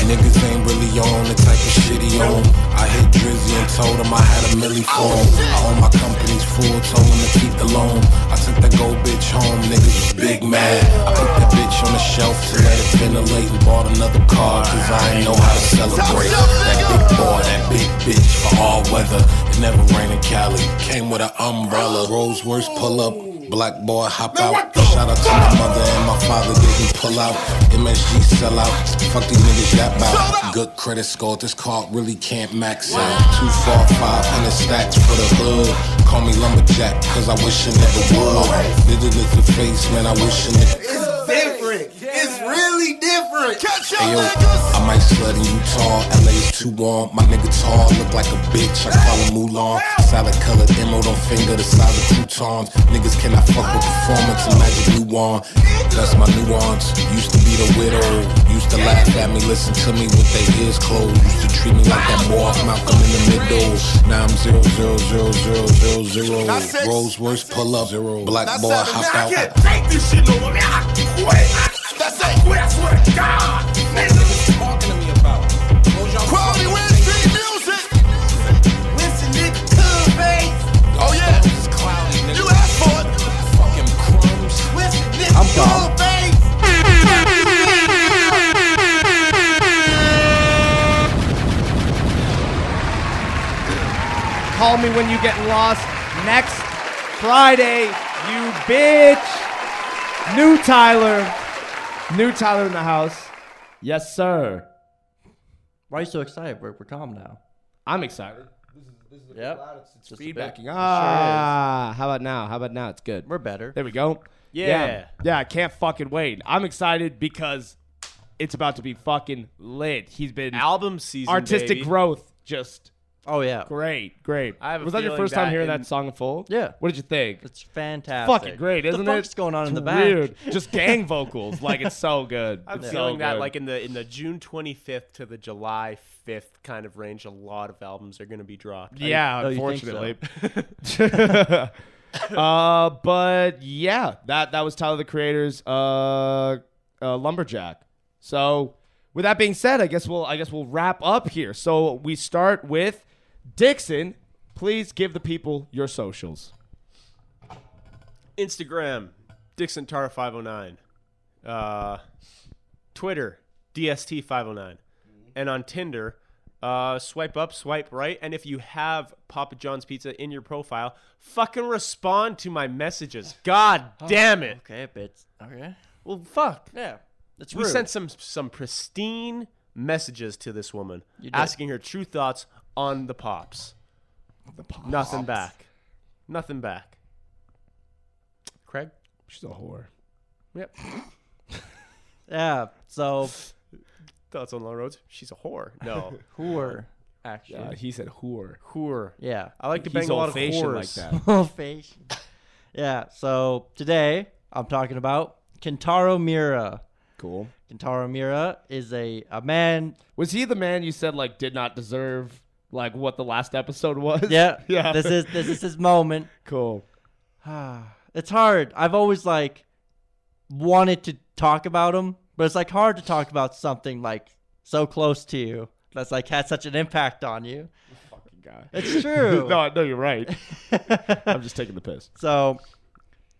Niggas ain't really on the type of shit he on. I hit Drizzy and told him I had a milli for him. I own my company's full, told him to keep the loan. I took that gold bitch home, niggas was big mad. I put that bitch on the shelf to let it ventilate and bought another car, cause I ain't know how to celebrate. That big boy, that big bitch for all weather. It never rained in Cali, came with an umbrella. Rolls Royce pull up. Black boy hop out. Shout out to my mother and my father didn't pull out. MSG sell out. Fuck these niggas yap out. Good credit score. This card really can't max out. Two, four, five hundred stacks for the hood. Call me lumberjack, cause I wish a nigga would. This is the face, man. I wish a nigga. It's different. It's really different. Catch your Ayo, niggas. I might slut in Utah, LA's too warm. My nigga tall, look like a bitch. I call him Mulan. Salad colored emerald on finger, the size of croutons. Niggas cannot fuck with performance, a magic new wand. That's my nuance. Used to be the widow. Used to laugh at me, listen to me with their ears closed. Used to treat me like that boy Malcolm in the middle. Now I'm zero zero zero zero zero That's zero. six. Rolls Royce pull up. Zero. Black That's boy seven. hop Man, out. I can't take this shit no more. Man, I quit. That's it. Quit. I swear to God. Niggas. Talking to me about. Close your Quality Wednesday music. Listen, nigga, cool, babe. Oh, yeah. This is cloudy, nigga. You asked for it. fucking crumbs. Listen, nigga, I'm cool, babe. call me when you get lost next Friday, you bitch. New Tyler, new Tyler in the house. Yes, sir. Why are you so excited? We're, we're calm now. I'm excited. Yep. Just a bit. Ah, how about now? How about now? It's good. We're better. There we go. yeah. Yeah. Yeah, I can't fucking wait. I'm excited because it's about to be fucking lit. He's been Album season. artistic baby. growth just Oh yeah. great, great. I have a Was that your feeling first time that hearing in- that song in full? Yeah. What did you think? It's fantastic. fucking great, isn't the it? What's going on in It's the back? Weird. <laughs> Just gang vocals. Like it's so good. I'm It's feeling so that good. like in the in the June 25th to the July 5th kind of range, a lot of albums are going to be dropped. I- yeah, Oh, you think so? unfortunately. <laughs> uh, but yeah, that that was Tyler the Creator's uh, uh, Lumberjack. So with that being said, I guess we'll I guess we'll wrap up here. So we start with Dixon. Please give the people your socials. Instagram, Dixon Tara 509. Uh, Twitter, DST 509. And on Tinder, uh, swipe up, swipe right. And if you have Papa John's Pizza in your profile, fucking respond to my messages. God damn it. <laughs> Okay, bitch. Okay. Well, fuck. Yeah. It's We rude. sent some some pristine messages to this woman, did. asking her true thoughts on the pops. Nothing back. Nothing back. Craig? She's a whore. Yep. Yeah. So Thoughts on Long Roads? She's a whore. No. who are actually? Uh, he said whore. whore. yeah. I like to He's bang a lot of old-fashioned whores. like <laughs> that. Full face. Yeah. So today I'm talking about Kentaro Mira. Cool. Kentaro Mira is a, a man. Was he the man you said like did not deserve like what the last episode was? Yeah. <laughs> yeah. This is this is his moment. cool. It's hard. I've always like wanted to talk about him, but it's like hard to talk about something like so close to you that's like had such an impact on you. <laughs> Fucking guy. <laughs> It's true. <laughs> no, I know you're right. I'm just taking the piss. So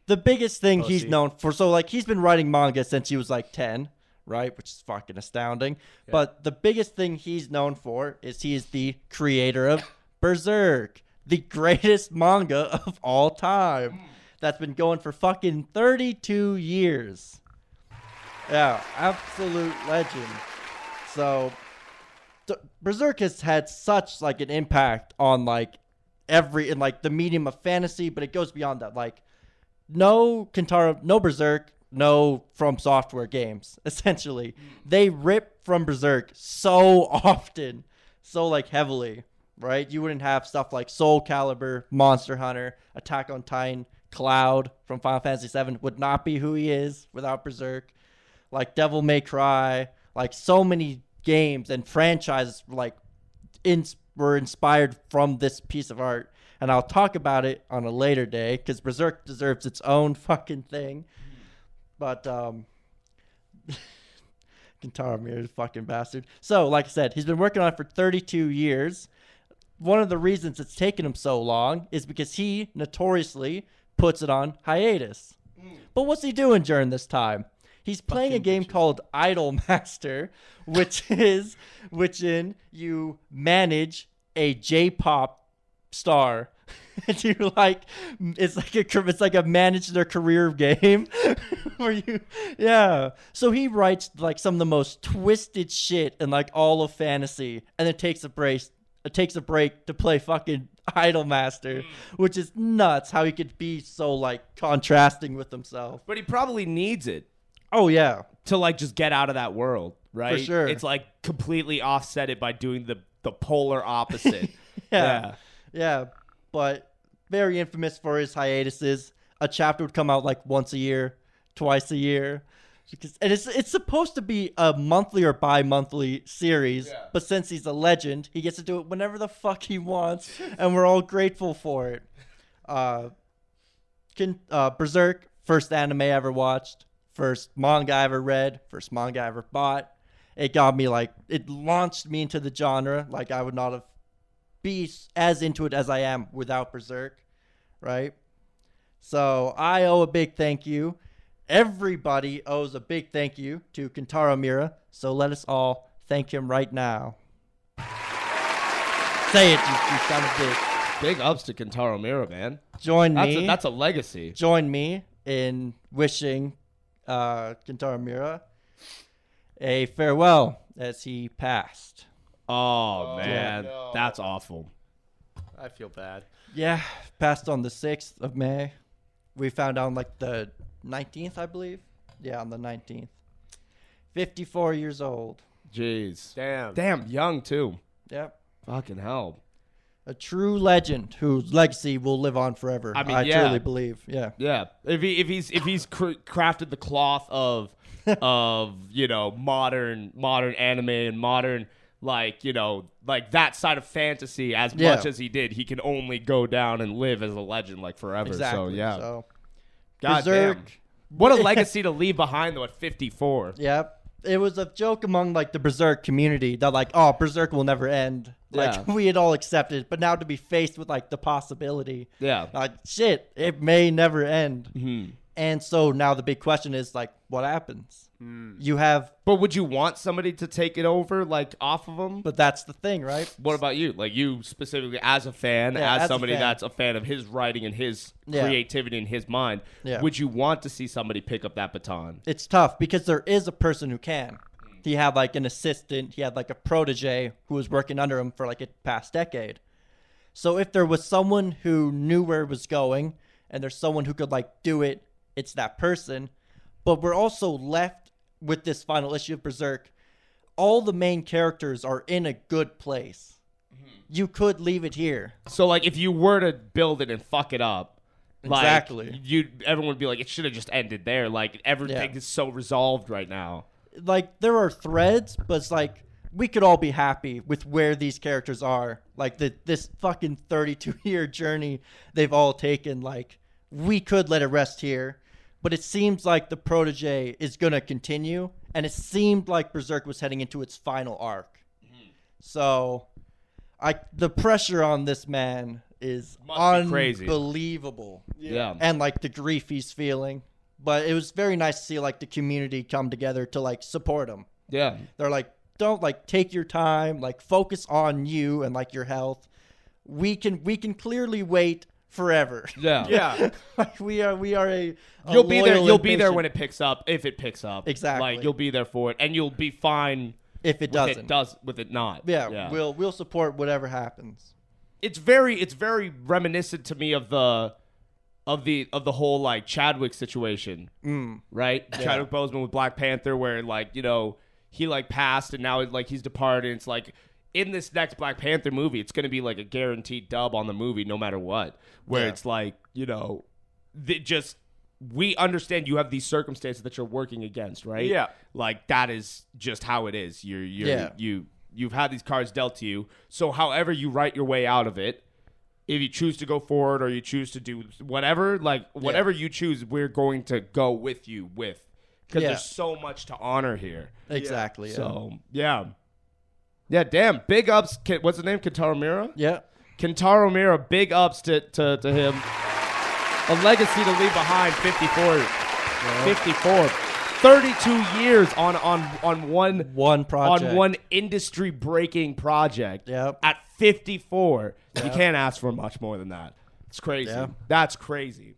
the biggest thing he's known for. So like he's been writing manga since he was like ten, right? Which is fucking astounding. But the biggest thing he's known for is he is the creator of Berserk, the greatest manga <laughs> of all time. That's been going for fucking thirty-two years. Yeah, absolute legend. So the- Berserk has had such like an impact on like every in like the medium of fantasy, but it goes beyond that. Like no Kintaro, no Berserk, no From Software games. <laughs> Essentially, they rip from Berserk so often, so like heavily, right? You wouldn't have stuff like Soul Calibur, Monster Hunter, Attack on Titan, Cloud from Final Fantasy VII would not be who he is without Berserk like Devil May Cry, like so many games and franchises like ins- were inspired from this piece of art. And I'll talk about it on a later day because Berserk deserves its own fucking thing. But um, <laughs> Kentaro Miura is a fucking bastard. So, like I said, he's been working on it for 32 years one of the reasons it's taken him so long is because he notoriously puts it on hiatus. But what's he doing during this time? He's playing a game called Idol Master, which <laughs> is which in you manage a J-pop star. <laughs> and you like it's like a cur- it's like a manage their career game <laughs> where you yeah so he writes like some of the most twisted shit in like all of fantasy and then takes a break takes a break to play fucking idolmaster which is nuts how he could be so like contrasting with himself But he probably needs it oh yeah to like just get out of that world, right? sure. It's like completely offset it by doing the the polar opposite. yeah. Yeah. But very infamous for his hiatuses. A chapter would come out like once a year, twice a year. Because, and it's it's supposed to be a monthly or bi-monthly series, but since he's a legend, he gets to do it whenever the fuck he wants, and we're all grateful for it. Uh, Kin- uh, Berserk, first anime I ever watched, first manga I ever read, first manga I ever bought. It got me like it launched me into the genre. Like I would not have be s- as into it as I am without Berserk, right? So I owe a big thank you. Everybody owes a big thank you to Kentaro Mira. So let us all thank him right now. Say it, you, you son of a <laughs> bitch. Big ups to Kentaro Mira, man. Join That's me. a, that's a legacy. join me in wishing uh, Kentaro Mira a farewell as he passed. Oh, man, that's awful. I feel bad. Yeah, passed on the 6th of May. We found out on like the 19th, I believe. Yeah, on the 19th. 54 years old. Jeez. Damn. Damn, young too. Yep. Fucking hell. A true legend whose legacy will live on forever. I mean, I yeah. truly believe. Yeah. Yeah. If he if he's if he's cr- crafted the cloth <laughs> of of you know modern modern anime and modern like you know like that side of fantasy as Yeah. much as he did, he can only go down and live as a legend like forever. So Exactly. yeah. So, God damn. Berserk. <laughs> What a legacy to leave behind though at 54. yep. It was a joke among like the Berserk community that like, oh, Berserk will never end. Like Yeah. <laughs> we had all accepted, but now to be faced with like the possibility. Yeah. Mm-hmm. like shit it may never end and so now the big question is like what happens Mm. you have But would you want somebody to take it over like off of him? but that's the thing right What about you? Like you specifically, as a fan, Yeah, as, as a somebody fan. that's a fan of his writing and his Yeah. creativity and his mind, Yeah. would you want to see somebody pick up that baton? it's tough because there is a person who can he had like an assistant he had like a protege who was working under him for like a past decade so if there was someone who knew where it was going and there's someone who could like do it it's that person but we're also left with this final issue of berserk all the main characters are in a good place you could leave it here So, like, if you were to build it and fuck it up, like, Exactly. you everyone would be like, it should have just ended there. Like everything Yeah. is so resolved right now. like there are threads, but it's like we could all be happy with where these characters are. Like the this fucking 32 year journey they've all taken. Like we could let it rest here, but it seems like the protege is gonna continue, and it seemed like Berserk was heading into its final arc. So, I the pressure on this man is Must be crazy. unbelievable. Yeah. And like the grief he's feeling. But it was very nice to see like the community come together to like support him. Yeah. They're like, don't like take your time, like focus on you and like your health. We can we can clearly wait forever. <laughs> Yeah. Yeah. <laughs> like we are we are a, a You'll be there. loyal You'll and be there when patient- it picks up, if it picks up. Exactly. Like you'll be there for it, and you'll be fine if it with doesn't. it does with it not. yeah, we'll we'll support whatever happens. it's very it's very reminiscent to me of the of the of the whole like Chadwick situation, mm. right? Chadwick Boseman with Black Panther, where like you know he like passed and now like he's departed. It's like in this next Black Panther movie, it's going to be like a guaranteed dub on the movie, no matter what. Where it's like you know, th- just we understand you have these circumstances that you're working against, right? Yeah. like that is just how it is. You're you're Yeah. you you've had these cards dealt to you. So however you write your way out of it, if you choose to go forward or you choose to do whatever, like whatever you choose, we're going to go with you with because Yeah. there's so much to honor here. Exactly. Yeah. So yeah, yeah. Damn, big ups. Ki- What's his name? Kentaro Mira. yeah. Kentaro Mira. Big ups to to, to him. A legacy to leave behind. 54. 54. 32 years on on on one One project. on one industry breaking project Yep. at 54. You can't ask for much more than that. It's crazy. Yeah. That's crazy.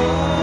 Oh,